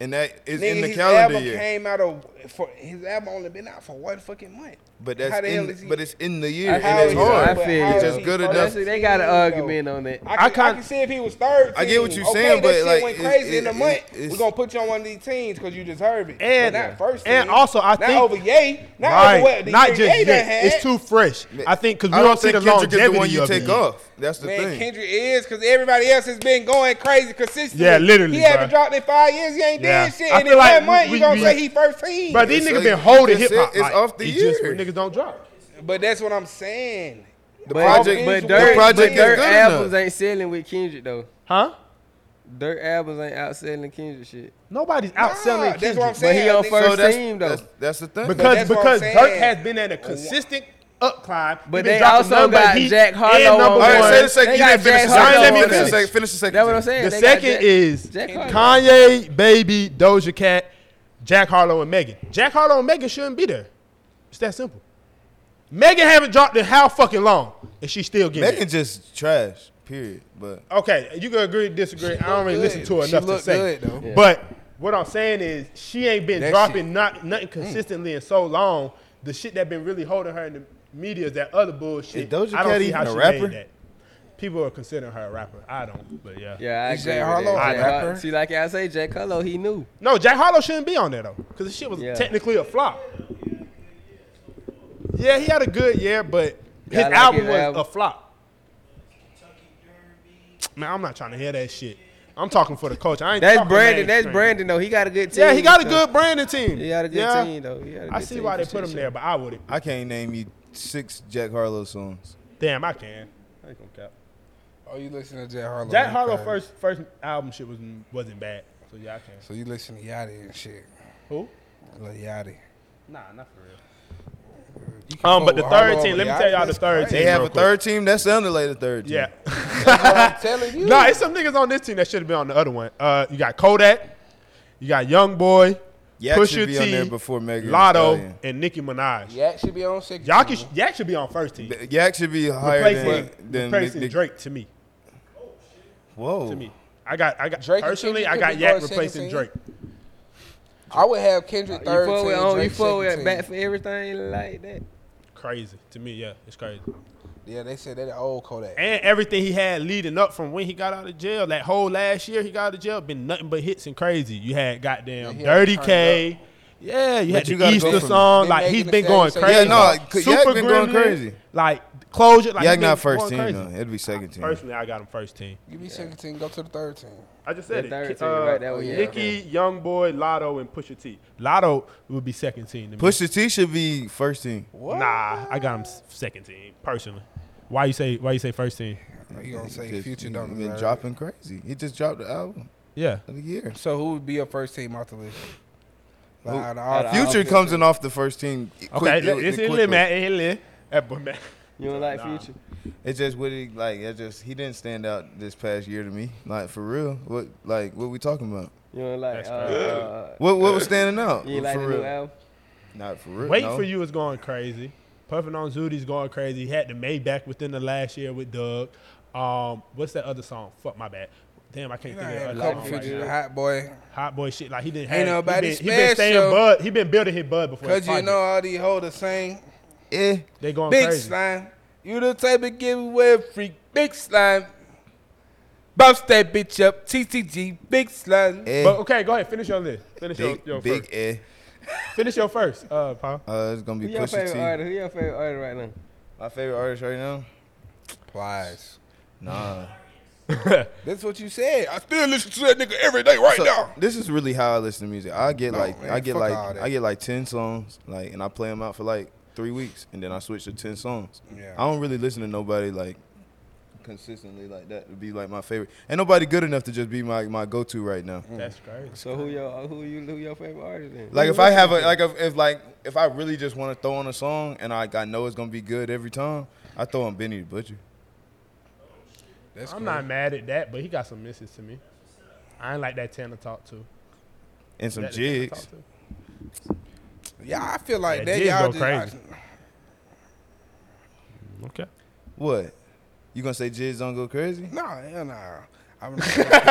and that is nigga, in the his calendar album year. came out of for his album only been out for one fucking month. But How that's the hell in, is he- but it's in the year, How and is it's he- I hard. but feel how you. is Just he good first enough. Honestly, they got an team, though? argument on that. I can, I, I can see if he was third. I get what team. you're okay, that saying, but, shit like, went it- crazy it- in the it- month. it's- We're gonna put you on one of these teams because you deserve it. And- but not first. and team. also, I not think- over Ye, not over what Right, the not year just Ye done yet. had. It's too fresh. I think because we I don't see the think Kendrick is the one longevity you of it. take off. That's the Man, thing. Kendrick is because everybody else has been going crazy consistently. Yeah, literally, He haven't bruh. dropped in five years. He ain't Yeah. did shit. I And feel in like one we- month, you we- gonna we- say he first team. But these It's niggas like- been holding it's- hip hop. it's like, off the it just- year. Niggas don't drop. But that's what I'm saying. The But, project, but the Dirk, project but is Dirk good albums enough. ain't selling with Kendrick though. Huh? Dirk albums ain't outselling Kendrick shit. Nobody's Nah, outselling that's what I'm Kendrick. But he saying. on nigga. first- So that's, team, though. that's that's the thing. But Because that's what because I'm Dirk saying. has been at a consistent up climb. He But been they dropping also numbers got that he- Jack Harlow and number on All right, Boy, say one. the second. they You got didn't finish the Jack second. Harlow team. on Finish the it. second. Finish the second. That's what I'm team. saying. The They got second Jack- is Jack Harlow. Kanye, Baby, Doja Cat, Jack Harlow, and Megan. Jack Harlow and Megan shouldn't be there. It's that simple. Megan haven't dropped in how fucking long, and she's still getting. Megan it. just trash. Period. But Okay, you can agree, disagree. I don't really listen to her She enough to looked say. good, though. Yeah. But what I'm saying is, she ain't been That dropping shit- not nothing consistently in so long. The shit that been really holding her in the media is that other bullshit. Is Doja I don't Cat see even how a she rapper? made that. People are considering her a rapper. I don't, but yeah. Yeah, I Is agree. Jack with Harlow that. a Jack Har- rapper? See, like I say, Jack Harlow, he knew. No, Jack Harlow shouldn't be on there though, because the shit was Yeah. technically a flop. Yeah, he had a good year, but his Yeah, I like album his was album. a flop. Man, I'm not trying to hear that shit. I'm talking for the culture. I ain't That's talking Brandon. That's mainstream. Brandon though. He got a good team. Yeah, he got a so- good branding team. He got a good Yeah. team though. He got a good I see team why for they put shit, him so. there, but I would. I can't name you six Jack Harlow songs. Damn, I can. I ain't gonna cap. Oh, you listen to Jack Harlow? Jack okay. Harlow first first album shit was wasn't bad, so yeah, I can. So you listen to Yachty and shit. Who? Lil Yachty. Nah, not for real. You can Um, fuck but the with third Harlow team. over Let me Yachty. tell y'all the third team. They have real a quick. third team. That sounded like the third team. Yeah. That's what I'm telling you. Nah, it's some niggas on this team that should have been on the other one. Uh, you got Kodak, you got Young Boy, Yak Pusha should be on T, there before Megan. Thee Lotto, Stallion. and Nicki Minaj. Yak should be on six. Y'all can, Yak should be on first team. Yak should be higher Replacing, than, than replacing Nick- Nick- Drake to me. Whoa. To me, I got I got Drake and personally Kendrick I could got be Yak going second replacing team. Drake. I would have Kendrick You third forward team. on, you Drake forward second back team. for everything like that. crazy to me. Yeah, it's crazy. Yeah, they said that the old Kodak. And everything he had leading up from when he got out of jail, that whole last year he got out of jail, been nothing but hits and crazy. You had goddamn he had Dirty turned K. Yeah, you had you the gotta go Easter from- song. They Like making he's the been same going shit. crazy. Yeah, no, like, Yak been going Gremlin, crazy. Like closure. Like Yak he's been not first going team crazy. though. It'd be second team. Personally, I got him first team. Give me second team, go to the third team. I just said The it. third Ki- team, right, that was- yeah, Nicki, Young Boy, Lotto, and Pusha T. Lotto would be second team. To me. Pusha T should be first team. What? Nah, I got him s- second team personally. Why you say why you say first team? You gonna say Just- Future he don't been deserve it. dropping crazy. He just dropped the album Yeah, of the year. So who would be your first team off the list? Like, Who- out of all- Out of all- Future I'll comes in off the first team. okay, quick- that- it's in quickly. lit, man. It lit. That boy, man. You don't like Nah. Future? It's just what he like. It just he didn't stand out this past year to me. Like for real. What like what we talking about? You don't like That's uh, uh What what was standing out? you ain't like for the real. new album? Not for real. Wait no. for you is going crazy. Puffing on Zooty's going crazy. He had the Maybach within the last year with Doug. Um, what's that other song? Fuck my bad. Damn, I can't Nah, think of a the couple other song right Future now. hot boy. Hot boy shit. Like he didn't Ain't have. he nobody been, He been special. staying bud. He been building his bud before. Cause Cause you know all these hoes the same. Eh. they going Big crazy. slime. You the type of giveaway a freak. Big slime. Bounce that bitch up. TTG. Big slime. Eh. But okay, go ahead. Finish your list. Finish big your, your big first. eh. Finish your first. Uh, Paul. Uh, it's gonna Who be your Pusha favorite T. artist? Who your favorite artist right now? My favorite artist right now. Plies. Nah. That's what you said. I still listen to that nigga every day right So, now. this is really how I listen to music. I get No, like man, I get fuck all like that. I get like ten songs, like, and I play them out for like three weeks, and then I switch to ten songs. Yeah. I don't really listen to nobody like consistently like that. Would be like my favorite. Ain't nobody good enough to just be my, my go to right now. That's crazy. So who your who you who your favorite artist then? Like if I have a like if, if like if I really just want to throw on a song and I I know it's gonna be good every time, I throw on Benny the Butcher. That's I'm cool. not mad at that, but he got some misses to me. I ain't like that Tanner talk to. And some That the Tanner jigs. talk to. Yeah, I feel like Yeah, that. Jizz Y'all go just, crazy. I- Okay. What? You gonna say jigs don't go crazy? No, hell no. I'm That's what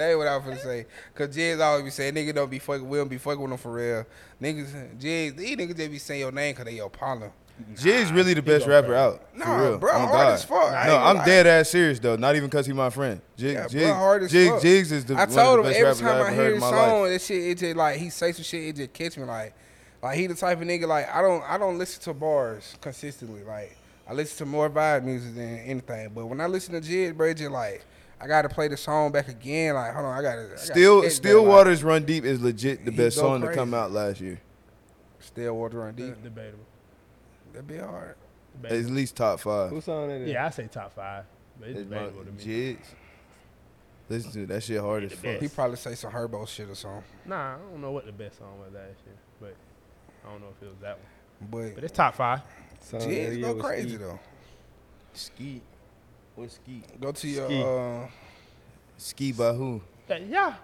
I was gonna say. Cause Jizz always be saying, nigga don't be fucking with him, be fucking with him for real. Niggas, Jizz, these niggas just be saying your name cause they your partner. Jizz really the best go rapper out. for Nah, real. bro, On hard God. as fuck. I No, ain't I'm gonna dead ass serious though. Not even cause he my friend. Jig, Yeah, Jig, bro, hard as Jig, fuck. Jigs is the I one told of him the best every rappers time I I ever hear heard in his my song, life. that shit, it just like he say some shit, it just catch me like, like he the type of nigga like I don't, I don't listen to bars consistently. Like I listen to more vibe music than anything. But when I listen to Jizz, bro, it just like I gotta play the song back again. Like hold on, I gotta I gotta Still, catch that, Still like, Waters Run Deep is legit the He best go song to crazy. come out last year. Stillwater on deep. Debatable. That'd be hard. At debatable. least top five. Who song that is? Yeah, I say top five, but it's It's my- debatable to me. Jigs. Listen to it, that shit hard as the fuck. He best. probably say some herbo shit or something. Nah, I don't know what the best song was last year, but I don't know if it was that one. But But it's top five. Song that Jizz he go was crazy eating. though. Skeet. What Skeet? Go to your Ski. uh Ski by who? Yeah, yeah,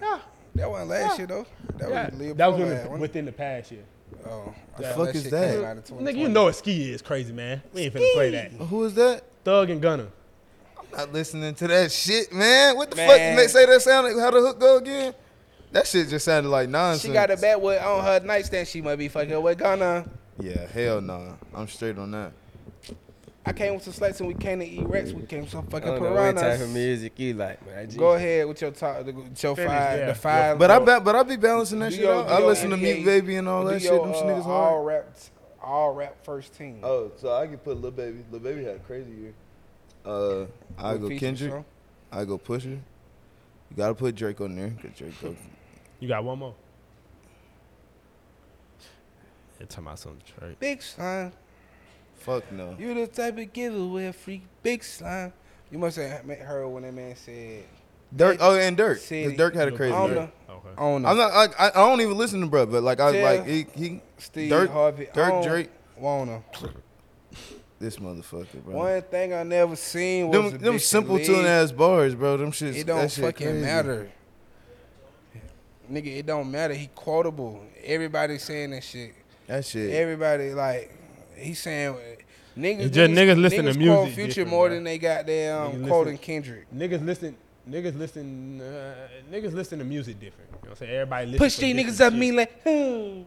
yeah. that wasn't last year though. That yeah. was Lil That was Pump within had the, one. within the past year. Oh, I The thought fuck is shit that? came out in Nigga, you 2020. know what ski is crazy, man. We ain't finna play that. Who is that? Thug and Gunner. Not listening to that shit, man. What the Man. fuck? They say that sounded. How the hook go again? That shit just sounded like nonsense. She got a bat with on her nightstand. She might be fucking with Ghana. Yeah, hell nah. I'm straight on that. I came with some slates and we came to eat rats. We came with some I fucking don't know what type of piranhas. music you like, but I just Go ahead with your top, with your Finish, five, yeah. the five. But I ba- but I be balancing that Do shit your- out. do I your listen to NBA Meat Baby and all do that shit. your, Them uh, niggas all hard. rap, all rap first team. Oh, so I could put Lil Baby. Lil Baby had a crazy year. Uh, I With go features, Kendrick. huh? I go Pusher. You gotta put Drake on there. Cause Drake go. You got one more. They're talking about some Detroit. Big slime. Fuck no. You the type of giveaway a freak. Big slime. You must have met her when that man said, Dirk. Oh, and Dirk. 'Cause City. Dirk had a Lil crazy "I don't year. know, Okay. I don't know." I'm not. I, I, I don't even listen to bro, but like I Tell like he, he Steve Dirk- Harvey. I Dirk don't Drake. Wanna. this motherfucker, bro. One thing I never seen was a Them, them bitch simple leave. tune ass bars, bro. Them shits. It that don't shit fucking crazy. matter. Nigga, it don't matter. He quotable. Everybody saying that shit. That shit. Everybody like he saying niggas. It's just niggas listen to quote music Future different, more bro. than they got Niggas damn listen- quoting Kendrick. Niggas listen. Niggas listen. Uh, niggas listen to music different. You know what I'm saying? Everybody listen. Push for these different niggas up shit. me like. Hmm.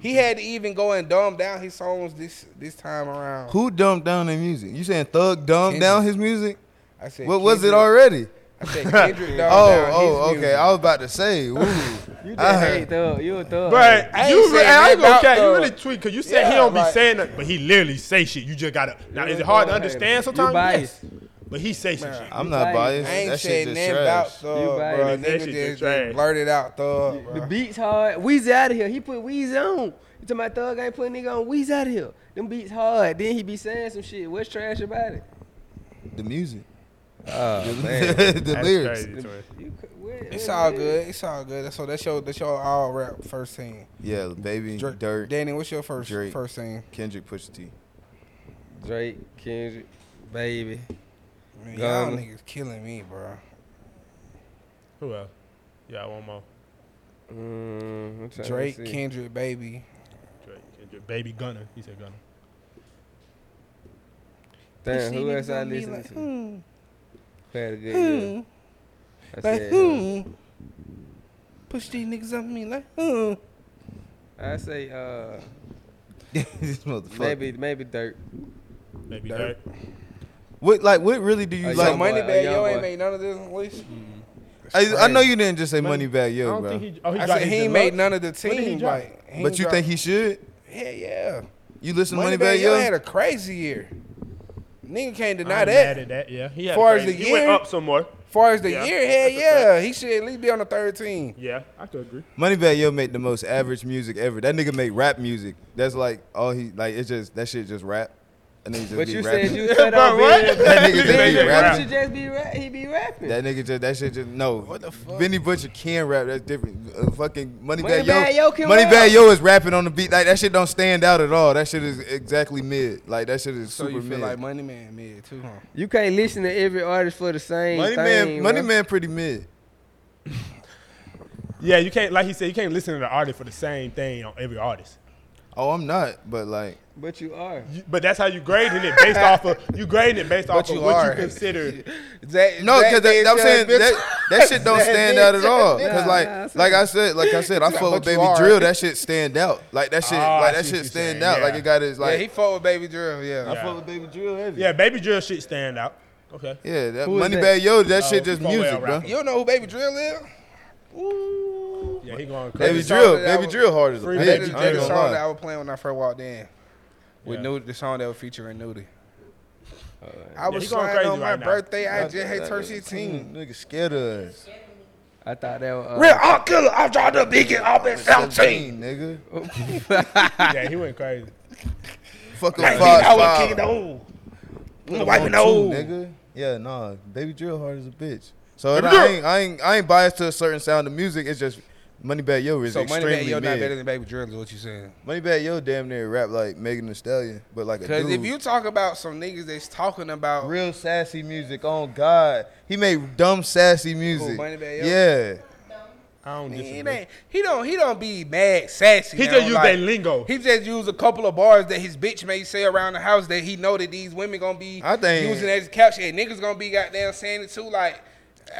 He had to even go and dumb down his songs this this time around. Who dumbed down their music? You saying Thug dumbed Kendrick. down his music? I said, What was it Kendrick- already? I said Kendrick dumbed Oh, down his oh, okay. music. I was about to say. Ooh. I You just heard- hate thug. You a thug. But I ain't you, saying re- I ain't nothing gonna about care. You thug. really tweet because you said he Yeah, don't be like- saying nothing, but he literally say shit. You just gotta. Now, is it hard to understand sometimes? You biased. Yes. But he say some Man. shit. I'm not biased. biased. I ain't That shit said just nothing about trash. Thug, You bro. biased. That shit Nigga just just, trash. just blurted out Thug, bro. The beats hard. Weezy out of here. He put Weezy on. You talking about thug ain't putting nigga on. Weezy out of here. Them beats hard. Then he be saying some shit. What's trash about it? The music. Oh, man. the That's lyrics. crazy to me. You c- where- It's where all the- good. It's all good. So that's your that's your all rap first thing. Yeah, baby. Drake, Dirt. Danny, what's your first Drake. first thing? Kendrick Pusha T. Drake, Kendrick, baby. Man, y'all Gunna. niggas killing me, bro. Who else? Yeah, one more. Mm, I'm trying to Drake, see. Kendrick, baby. Drake, Kendrick, Baby Gunner. He said Gunner. Damn, who niggas else I gonna be listen like, hmm. to? Who Had a good year. I said, hmm. him. Push these niggas up me like hmm. I say, uh, this motherfucker. maybe, maybe Dirt. Baby Dirt. Dirt. What like what really do you Uh, like? So Young Oh, money boy, bag, a young yo boy. ain't made none of this on list. I, I know you didn't just say money, Money- back, I yo, don't bro. think he. Oh, he I dropped said his he ain't deluxe. made none of the did he team. drop? Like, he but ain't you drop- think he should? Hell yeah. You listen to Money money, bag, back, yo yo. had a crazy year. Nigga can't I'm deny Mad that. at that. Yeah. He had Far a as crazy- the he went year- up some more. far as the Yeah, year, hell that's a yeah, he should at least be on the third team. Yeah, I could agree. Money bag, yo made the most average music ever. That nigga made rap music. That's like all he like. It's just that shit just rap. And then just But be you rapping. said you said Bro, on what? video. that nigga Nigga just be made He rap. rapping. should just be rap. He be rapping. That nigga just that shit just no. What the fuck? Benny Butcher can rap. That's different. Uh, fucking Money, Money Bag Yo. Bag Yo can Money rap. Bag Yo is rapping on the beat. Like that shit don't stand out at all. That shit is exactly mid. Like that shit is So super you feel mid. like Money Man mid too, huh? you can't listen to every artist for the same Money Man, thing. Money bruh. Man, pretty mid. Yeah, you can't. Like he said, you can't listen to the artist for the same thing on every artist. Oh, I'm not, but like But you are. You- But that's how you grading it based off of you grading it based off you of what are. you consider. Zach, no, because that, I'm saying bitch, that, that shit don't That stand bitch, out at that all. bitch. Because Nah, nah, like like I said, like I said, I Nah, fuck but with you Baby are. Drill. That shit stand out. Like that shit, Ah, I see like that what shit you're stand saying, out. yeah. Like it got its yeah, he like fought with Baby Drill, yeah. Yeah. Baby Drill heavy. Yeah, Yeah, baby drill shit stand out. Okay. that Who is Money that? Bag Yo, that shit Oh, just Four Way music, Rapper. bro. You don't know who Baby Drill is? Ooh. Yeah, he going crazy. Baby song drill, that I baby was- drill hard as a Free bitch. That Baby is Drill. I that ain't is the gonna song that lie. I was playing when I first walked in. With Yeah. new the song that was featuring Nudie. I Yeah, was he going sliding crazy on my right now. birthday. I just had turned 16. Nigga scared of us. I thought that was. Uh, I'll kill her. I'll draw the biggest. I'll be 17, nigga. yeah, he went crazy. Fuck a five, five. old. One, two, nigga. Yeah, nah. Baby drill hard as a bitch. So and I Drill. ain't, I ain't, I ain't biased to a certain sound of music. It's just Money Bag Yo is So Money extremely Bag Yo not mid. better than Baby Drill is what you saying. Money Bag Yo damn near rap like Megan Thee Stallion, but like a Because dude. if you talk about some niggas that's talking about real sassy music, on God, he made dumb sassy music. Money Bag Yo? yeah, I don't He disagree. ain't, he don't he don't be mad sassy. He now, just used like, that lingo. He just used a couple of bars that his bitch may say around the house that he know that these women gonna be I think- using as caption and niggas gonna be goddamn saying it too. Like,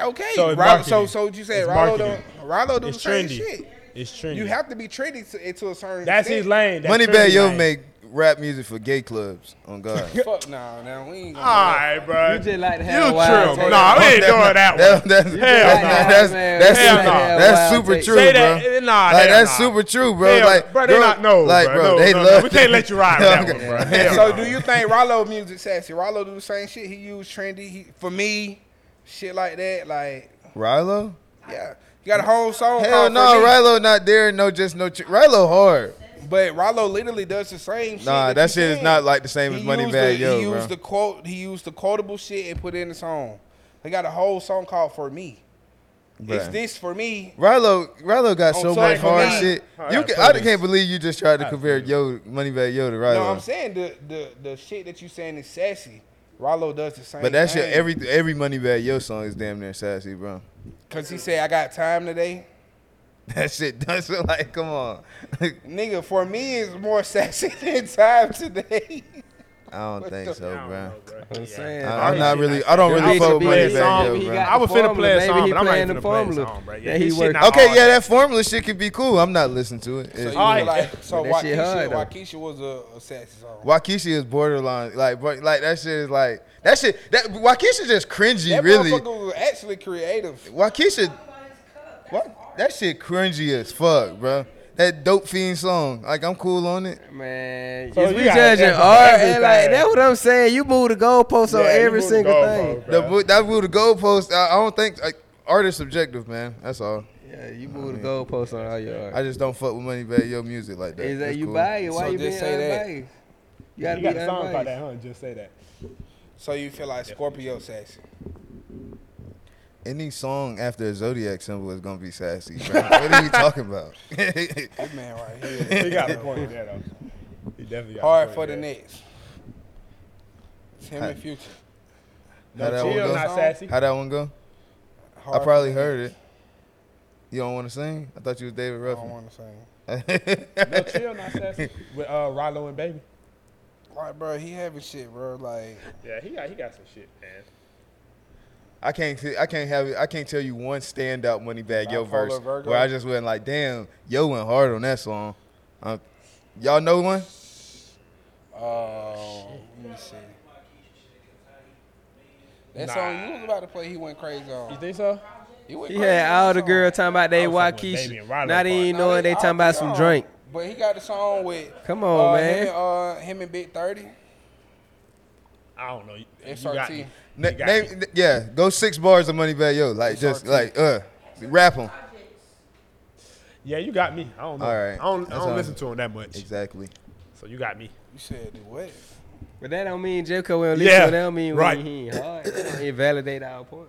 okay, So so it's Rollo, so marketing. so you said It's Rollo do, marketing. Rollo do the It's same trendy. shit. It's trendy. You have to be trendy to, to a certain. That's his lane. That's Money trendy Bag Yo lane. make rap music for gay clubs. On God. Fuck no, now we ain't. Gonna All right, bro. You just like to You have a wild trim. take. Nah, we Fuck ain't that. doing that That- one. that's, Hell that's, no. that's, Man, that's, hell super- no. that's super Take- true, Say bro. that. Nah, like, hell that's nah. super true, bro. Hell, like, bro, they not- no, like, bro, no, they no, no. love. We can't let you ride with that one, bro. Hell So no. do you think Rollo music sassy? Rollo do the same shit. He used trendy he, for me, shit like that. Like, Rilo? yeah, you got a whole song. Hell called no, For Me. Rilo not there. No, just no. Tr- Rilo hard. But Rollo literally does the same shit. Nah, that you shit is said. not like the same He as Money used Bag the, Yo, He bro. used the quote. He used the quotable shit and put it in the song. They got a whole song called "For Me." It's Bruh. this for me. Rilo, Rilo got On so Soul much for hard Me. shit. Alright, You can, I please. can't believe you just tried to Alright, compare please. Yo Money Bag Yo to No, I'm Rilo. saying the the the shit that you saying is sassy. Rollo does the same. But that thing. shit, every every Money Bag Yo song is damn near sassy, bro. Cause he said I got time today. That shit does feel like, come on. Nigga, for me is more sassy than time today. I don't think so, bro. I'm saying. I- I'm not really. I don't Your really bitch fuck with playing Money the song, Back but he Yo, bro. got I was the finna formula. play a Maybe song, he but I'm not playing even the play a formula song, bro. that he his shit worked- not Okay, hard. yeah, that formula shit could be cool. I'm not listening to it. So, It- you Alright. were like, so But that shit Waukesha, hard, though. Waukesha was a, a sassy song. Waukesha is borderline. Like, bro, like that shit is like that shit. That Waukesha just cringy, That really. motherfucker was actually creative. Waukesha, what? That shit cringy as fuck, bro. That dope fiend song. Like, I'm cool on it. Man, So if you we gotta judging answer for art, and like everything. that's what I'm saying. You move the goalposts on Yeah, you every moved the single goalpost, thing. bro. The bo- that rule the goalpost. I, I don't think like art is subjective, man. That's all. Yeah, you move the goalposts on all your art. I just don't fuck with money bag yo music like that. Is that That's you cool. biased? Why So you just being say that. unbiased? You gotta You be got a song called that, unbiased. huh? Just say that. So you feel like Scorpio sassy. Any song after a zodiac symbol is gonna be sassy. bro. what are you talking about? This man right here. He got a point there, though. He definitely got Hard a point for the there. next. Tim and Future. How No, that one chill, go? not sassy. How that one go? I Hard for probably the heard Next. it. You don't want to sing? I thought you was David I don't Ruffin. want to sing. No, chill, not sassy. With uh, Rilo and Baby. Like, bro, he having shit, bro. Like, Yeah, he got he got some shit, man. I can't. t- I can't have. it- I can't tell you one standout money bag yo Bipolar verse Virgo. where I just went like, damn, yo went hard on that song. Um, y'all know one? oh, let me see. That Nah. song you was about to play, he went crazy on. You think so? He, went He crazy had on that all the song. girls talking about they I was fucking with Baby Waukesha. and Rilo Not Park. even Nah, knowing they all talking about some song. drink. But he got the song with. Come on, uh, man. Him and, uh, him and Big Thirty. I don't know. You, you got SRT. Na- You got name- it. n- yeah, go six bars of money bag yo. Like just RT. like uh, rap them. yeah, you got me. I don't know. All right. I don't, I That's don't all. listen to him that much. Exactly. So you got me. You said the what? But that don't mean just because we don't listen Yeah, to that don't mean right. we he ain't hard. That don't invalidate our point.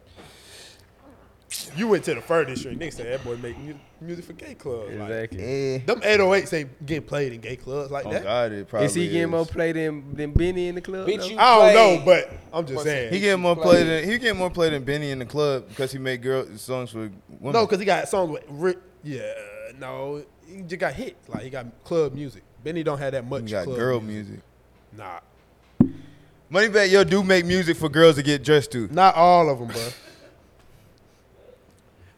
You went to the fur district. Nigga said that boy make mu- music for gay clubs. Like, oh Exactly. Eh. Them 808s ain't getting played in gay clubs like Oh that. God, it probably is he getting is. more play than, than Benny in the club? Bitch, though? you I don't know, played- but I'm just Pussy. saying. He getting more Play. play than he getting more play than Benny in the club because he made girl songs for women. No, because he got songs with Rick. Yeah, no, he just got hits. Like he got club music. Benny don't have that much. he got club girl music. Nah, Money Moneybag Yo do make music for girls to get dressed to. not all of them, bro.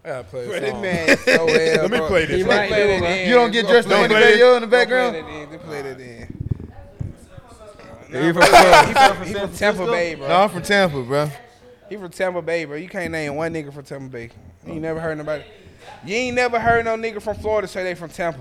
I gotta play a This song. man is so well. Let me bro. play He this. might do, Play that bro. in. You don't get dressed to Play Money that Moneybag in. Yo in the Don't Play background. that in. Just Play that in. He from Florida. He from, he from Tampa Bay, bro. No, I'm from Tampa, bro. He from Tampa Bay, bro. You can't name one nigga from Tampa Bay. You ain't never heard nobody. You ain't never heard no nigga from Florida say they from Tampa.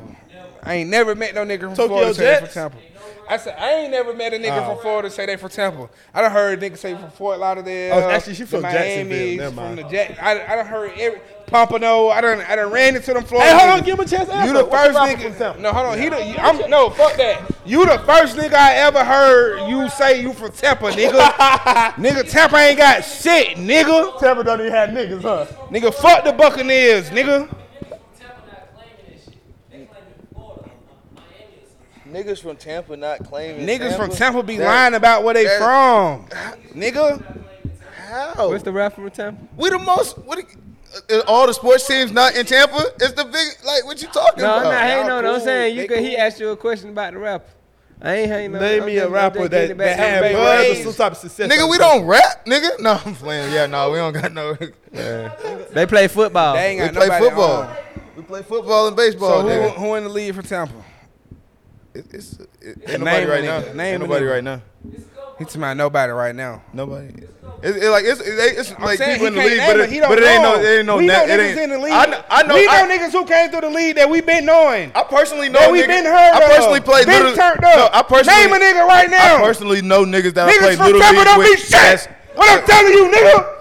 I ain't never met no nigga from Tokyo Florida say they Jets? Oh. from Tampa. I said I ain't never met a nigga from Florida say they from Tampa. I done heard niggas say from Fort Lauderdale. Oh, actually, she the from Jacksonville. Miamis, Never From mind. the Jack, I, I done heard every Pompano. I done I done ran into them Florida. Hey, hold niggas. on, give him a chance. to You answer. the What's first rapper from Tampa? nigga. No, hold on. He the. I'm no. Fuck that. You the first nigga I ever heard you say you from Tampa, nigga. nigga, Tampa ain't got shit, nigga. Tampa don't even have niggas, huh? Nigga, fuck the Buccaneers, nigga. Niggas from Tampa not claiming. Niggas from Tampa be lying about where they from, nigga. How? What's the rap from Tampa? We the most. What? uh, uh, all the sports teams not in Tampa. It's the big. Like what you talking No, about? I'm not hating on. it. I'm cool. saying you They could. He cool. asked you a question about the rapper. I ain't hating on. it. Name I'm me just- a I'm rapper just getting that, it that back to had Bay buzz or Rays. some type of success. Nigga, we don't rap, nigga. No, I'm playing. Yeah, no, we don't got no. They play football. They ain't we got play nobody football. on. We play football and baseball. So who, nigga. who in the lead for Tampa? It- It's it, ain't Name nobody a nigga. right now. Name ain't a nobody nigga. right now. He to my nobody right now. Nobody. It's it, like it's it, it's like saying he people in the can't league, name but it. it, He don't but it ain't know no him. it ain't no We know net- it niggas ain't, in the league. I know. I know. we know I, niggas who came through the league that we been knowing. I personally know That we niggas. been heard I personally of. play Been little. turned No, up. I personally Name a nigga right I now. personally know niggas that I Niggas played from little Tampa league don't be with. shit. That's- What I'm telling you, nigga.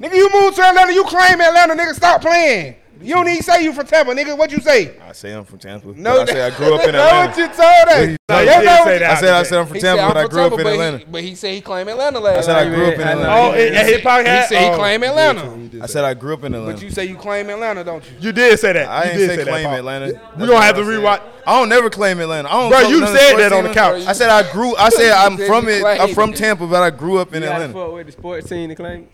Nigga, you move to Atlanta, you claim Atlanta, nigga. Stop playing. You don't even say you from Tampa, nigga. What you say? I say I'm from Tampa. No, No, I say I grew up in Know what you Atlanta. told us. No, He- No, you you That's didn't not say what- I that. said I said I'm from He said Tampa, I'm but I from grew up Tampa, in but he- Atlanta. But he said he claimed Atlanta last. I said I you grew up did. in I Atlanta. Oh, it, it, hip hop He had. said he oh. claim Atlanta. I said I grew up in But Atlanta. you say you claim Atlanta, don't you? You did say that. I you ain't did say that, claim Pop. Atlanta. We That's gonna what have I to said. rewatch. I don't never claim Atlanta. I don't Bro, fuck you none of the said sports that on the teams. couch. I said I grew. I said I'm said from you it. I'm claimed from it. Tampa, but I grew up in You gotta Atlanta. fuck with the sports team to claim.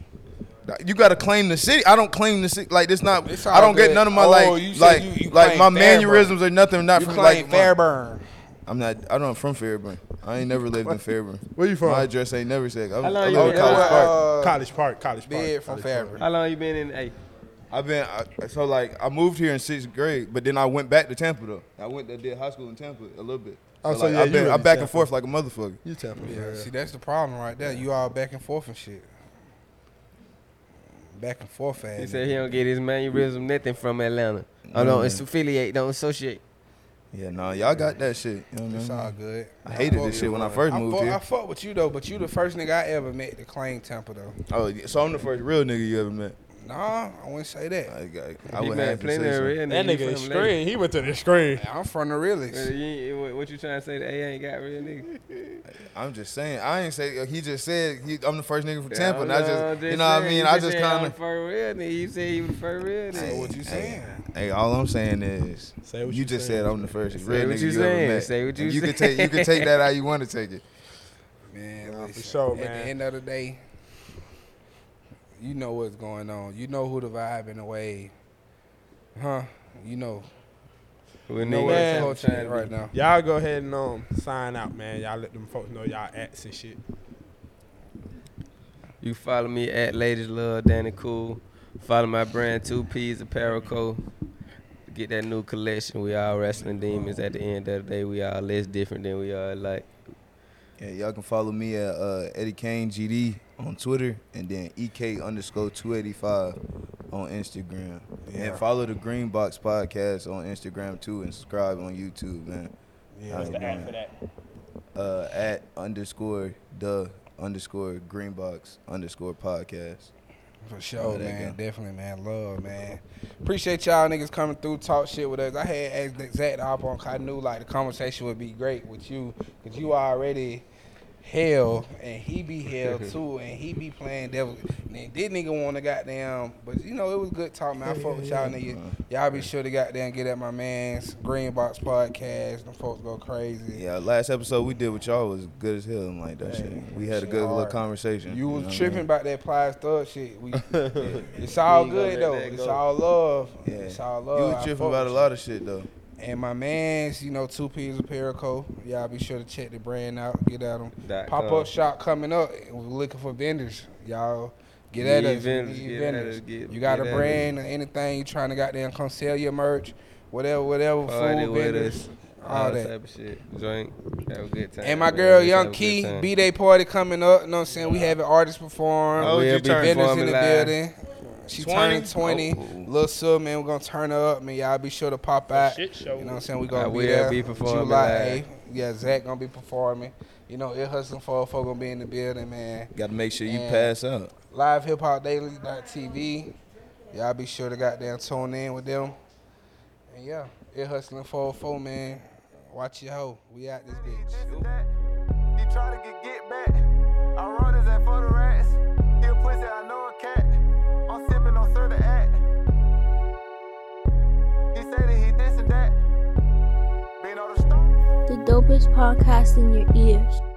You gotta claim the city. I don't claim the city. Like this, not. It's all I don't good. get none of my Oh, like you said like you- you like claim my Fairburn. mannerisms or nothing. Not You from claim like my- Fairburn. I'm not. I don't. I'm from Fairburn. I ain't never lived in Fairburn. Where you from? My address ain't never said. I, was, How long I you live in been- College how Park. uh, College Park, College Park. Bid from College Park. Fairburn. How long you been in? Hey, I've been I, so like I moved here in sixth grade, but then I went back to Tampa though. I went I did high school in Tampa a little bit. Oh, so like, yeah, I've you been really I'm back Tampa. and forth like a motherfucker. You Tampa. Yeah. See, that's the problem right there. You all back and forth and shit. Back and forth at he it. said he don't get his mannerism nothing from Atlanta. Oh no, it's affiliate, don't associate. Yeah, nah, y'all got that shit. You know what I It's mean? all good. Mm-hmm. I hated fuck this with shit when I you, first bro. moved fuck, here. I fuck with you though, but you the first nigga I ever met to claim Tampa though. Oh, yeah, so I'm the first real nigga you ever met. Nah, I wouldn't say that. I, got, I He would met have to plenty say of so. real That niggas nigga is from Atlanta. screen. He went to the screen. I'm from the realest. Well, you ain't- what- What you trying to say? That he ain't got real niggas. I'm just saying. I ain't say. He just said he, I'm the first nigga from Yeah, Tampa, and I no, just, I'm you know what I saying, mean. you I just said I'm kind the first real nigga. You said you was the first real So nigga. what you saying? of. Hey, all I'm saying is, Say what you you just saying. said I'm the first real what nigga you you saying. ever met. Say what And you you can take. You can take saying. that how you want to take it. Man, listen, sure, at man. the end of the day, you know what's going on. You know who the vibe and the wave. Huh? You know. Well, You know nigga, what's that's man. how I'm trying coaching to right be. now. Y'all go ahead and um sign out, man. Y'all let them folks know y'all acts and shit. You follow me at Ladies Love Danny Cool. Follow my brand Two P's Apparel Co. Get that new collection. We all wrestling demons. At the end of the day, we all less different than we are like. Yeah, y'all can follow me at uh, Eddie Kane GD on Twitter and then EK underscore 285 on Instagram. And follow the Green Box Podcast on Instagram too and subscribe on YouTube, man. Yeah, What's the ad for that? Uh, at underscore the underscore Green Box underscore podcast. For sure, there you man. go. Definitely, man. Love, man. Appreciate y'all niggas coming through, talk shit with us. I had asked Zach to hop on 'cause I knew like the conversation would be great with you because you already hell and he be hell too and he be playing devil. Then this nigga want to goddamn, but you know it was good talk, man. I fuck with y'all niggas. Y'all be sure to goddamn get at my man's Green Box Podcast. Them folks go crazy. Yeah, last episode we did with y'all was good as hell. I'm like that shit. We had a shit good little hard. conversation. You know was what I mean? tripping about that plies thug shit. We, it's all We ain't good gonna though. let that It's go. all love. Yeah. It's all You love. was I tripping fuck about a with lot of shit though. you. And my man's, you know, two P's of Perico. Y'all be sure to check the brand out. Get at them. Dot Pop com. up shop coming up. We're looking for vendors. Y'all get at Need us. We vendors, need get vendors. at us, get- you got get a at brand or anything you trying to goddamn come sell your merch, whatever, whatever. Party food with vendors, us. all that. type of shit. Drink. Have a good time. And my man. girl Just have a Young good Key, time. B Day Party coming up. You know what I'm saying? We having artists perform. How old We'll you be turn? Vendors in performing the live. building. She 20? turned 20. Oh. Little sub, man, we're going to turn her up, man. Y'all be sure to pop out. shit show. You know what I'm saying? We're I going to will be there. be performing July live. 8th. Yeah, Zach going to be performing. You know, it hustling for folk going to be in the building, man. Got to make sure you And- pass out. Live Hip Hop Daily.tv. Y'all be sure to goddamn tune in with them. And yeah, it hustling for folk, man. Watch your hoe. We out this bitch. This and that. He try to get get back. I run his at for the rats. He a pussy, I know a cat. I'm sipping on Sir the Act. He say that he this and that. Being on the stone. The dopest podcast in your ears.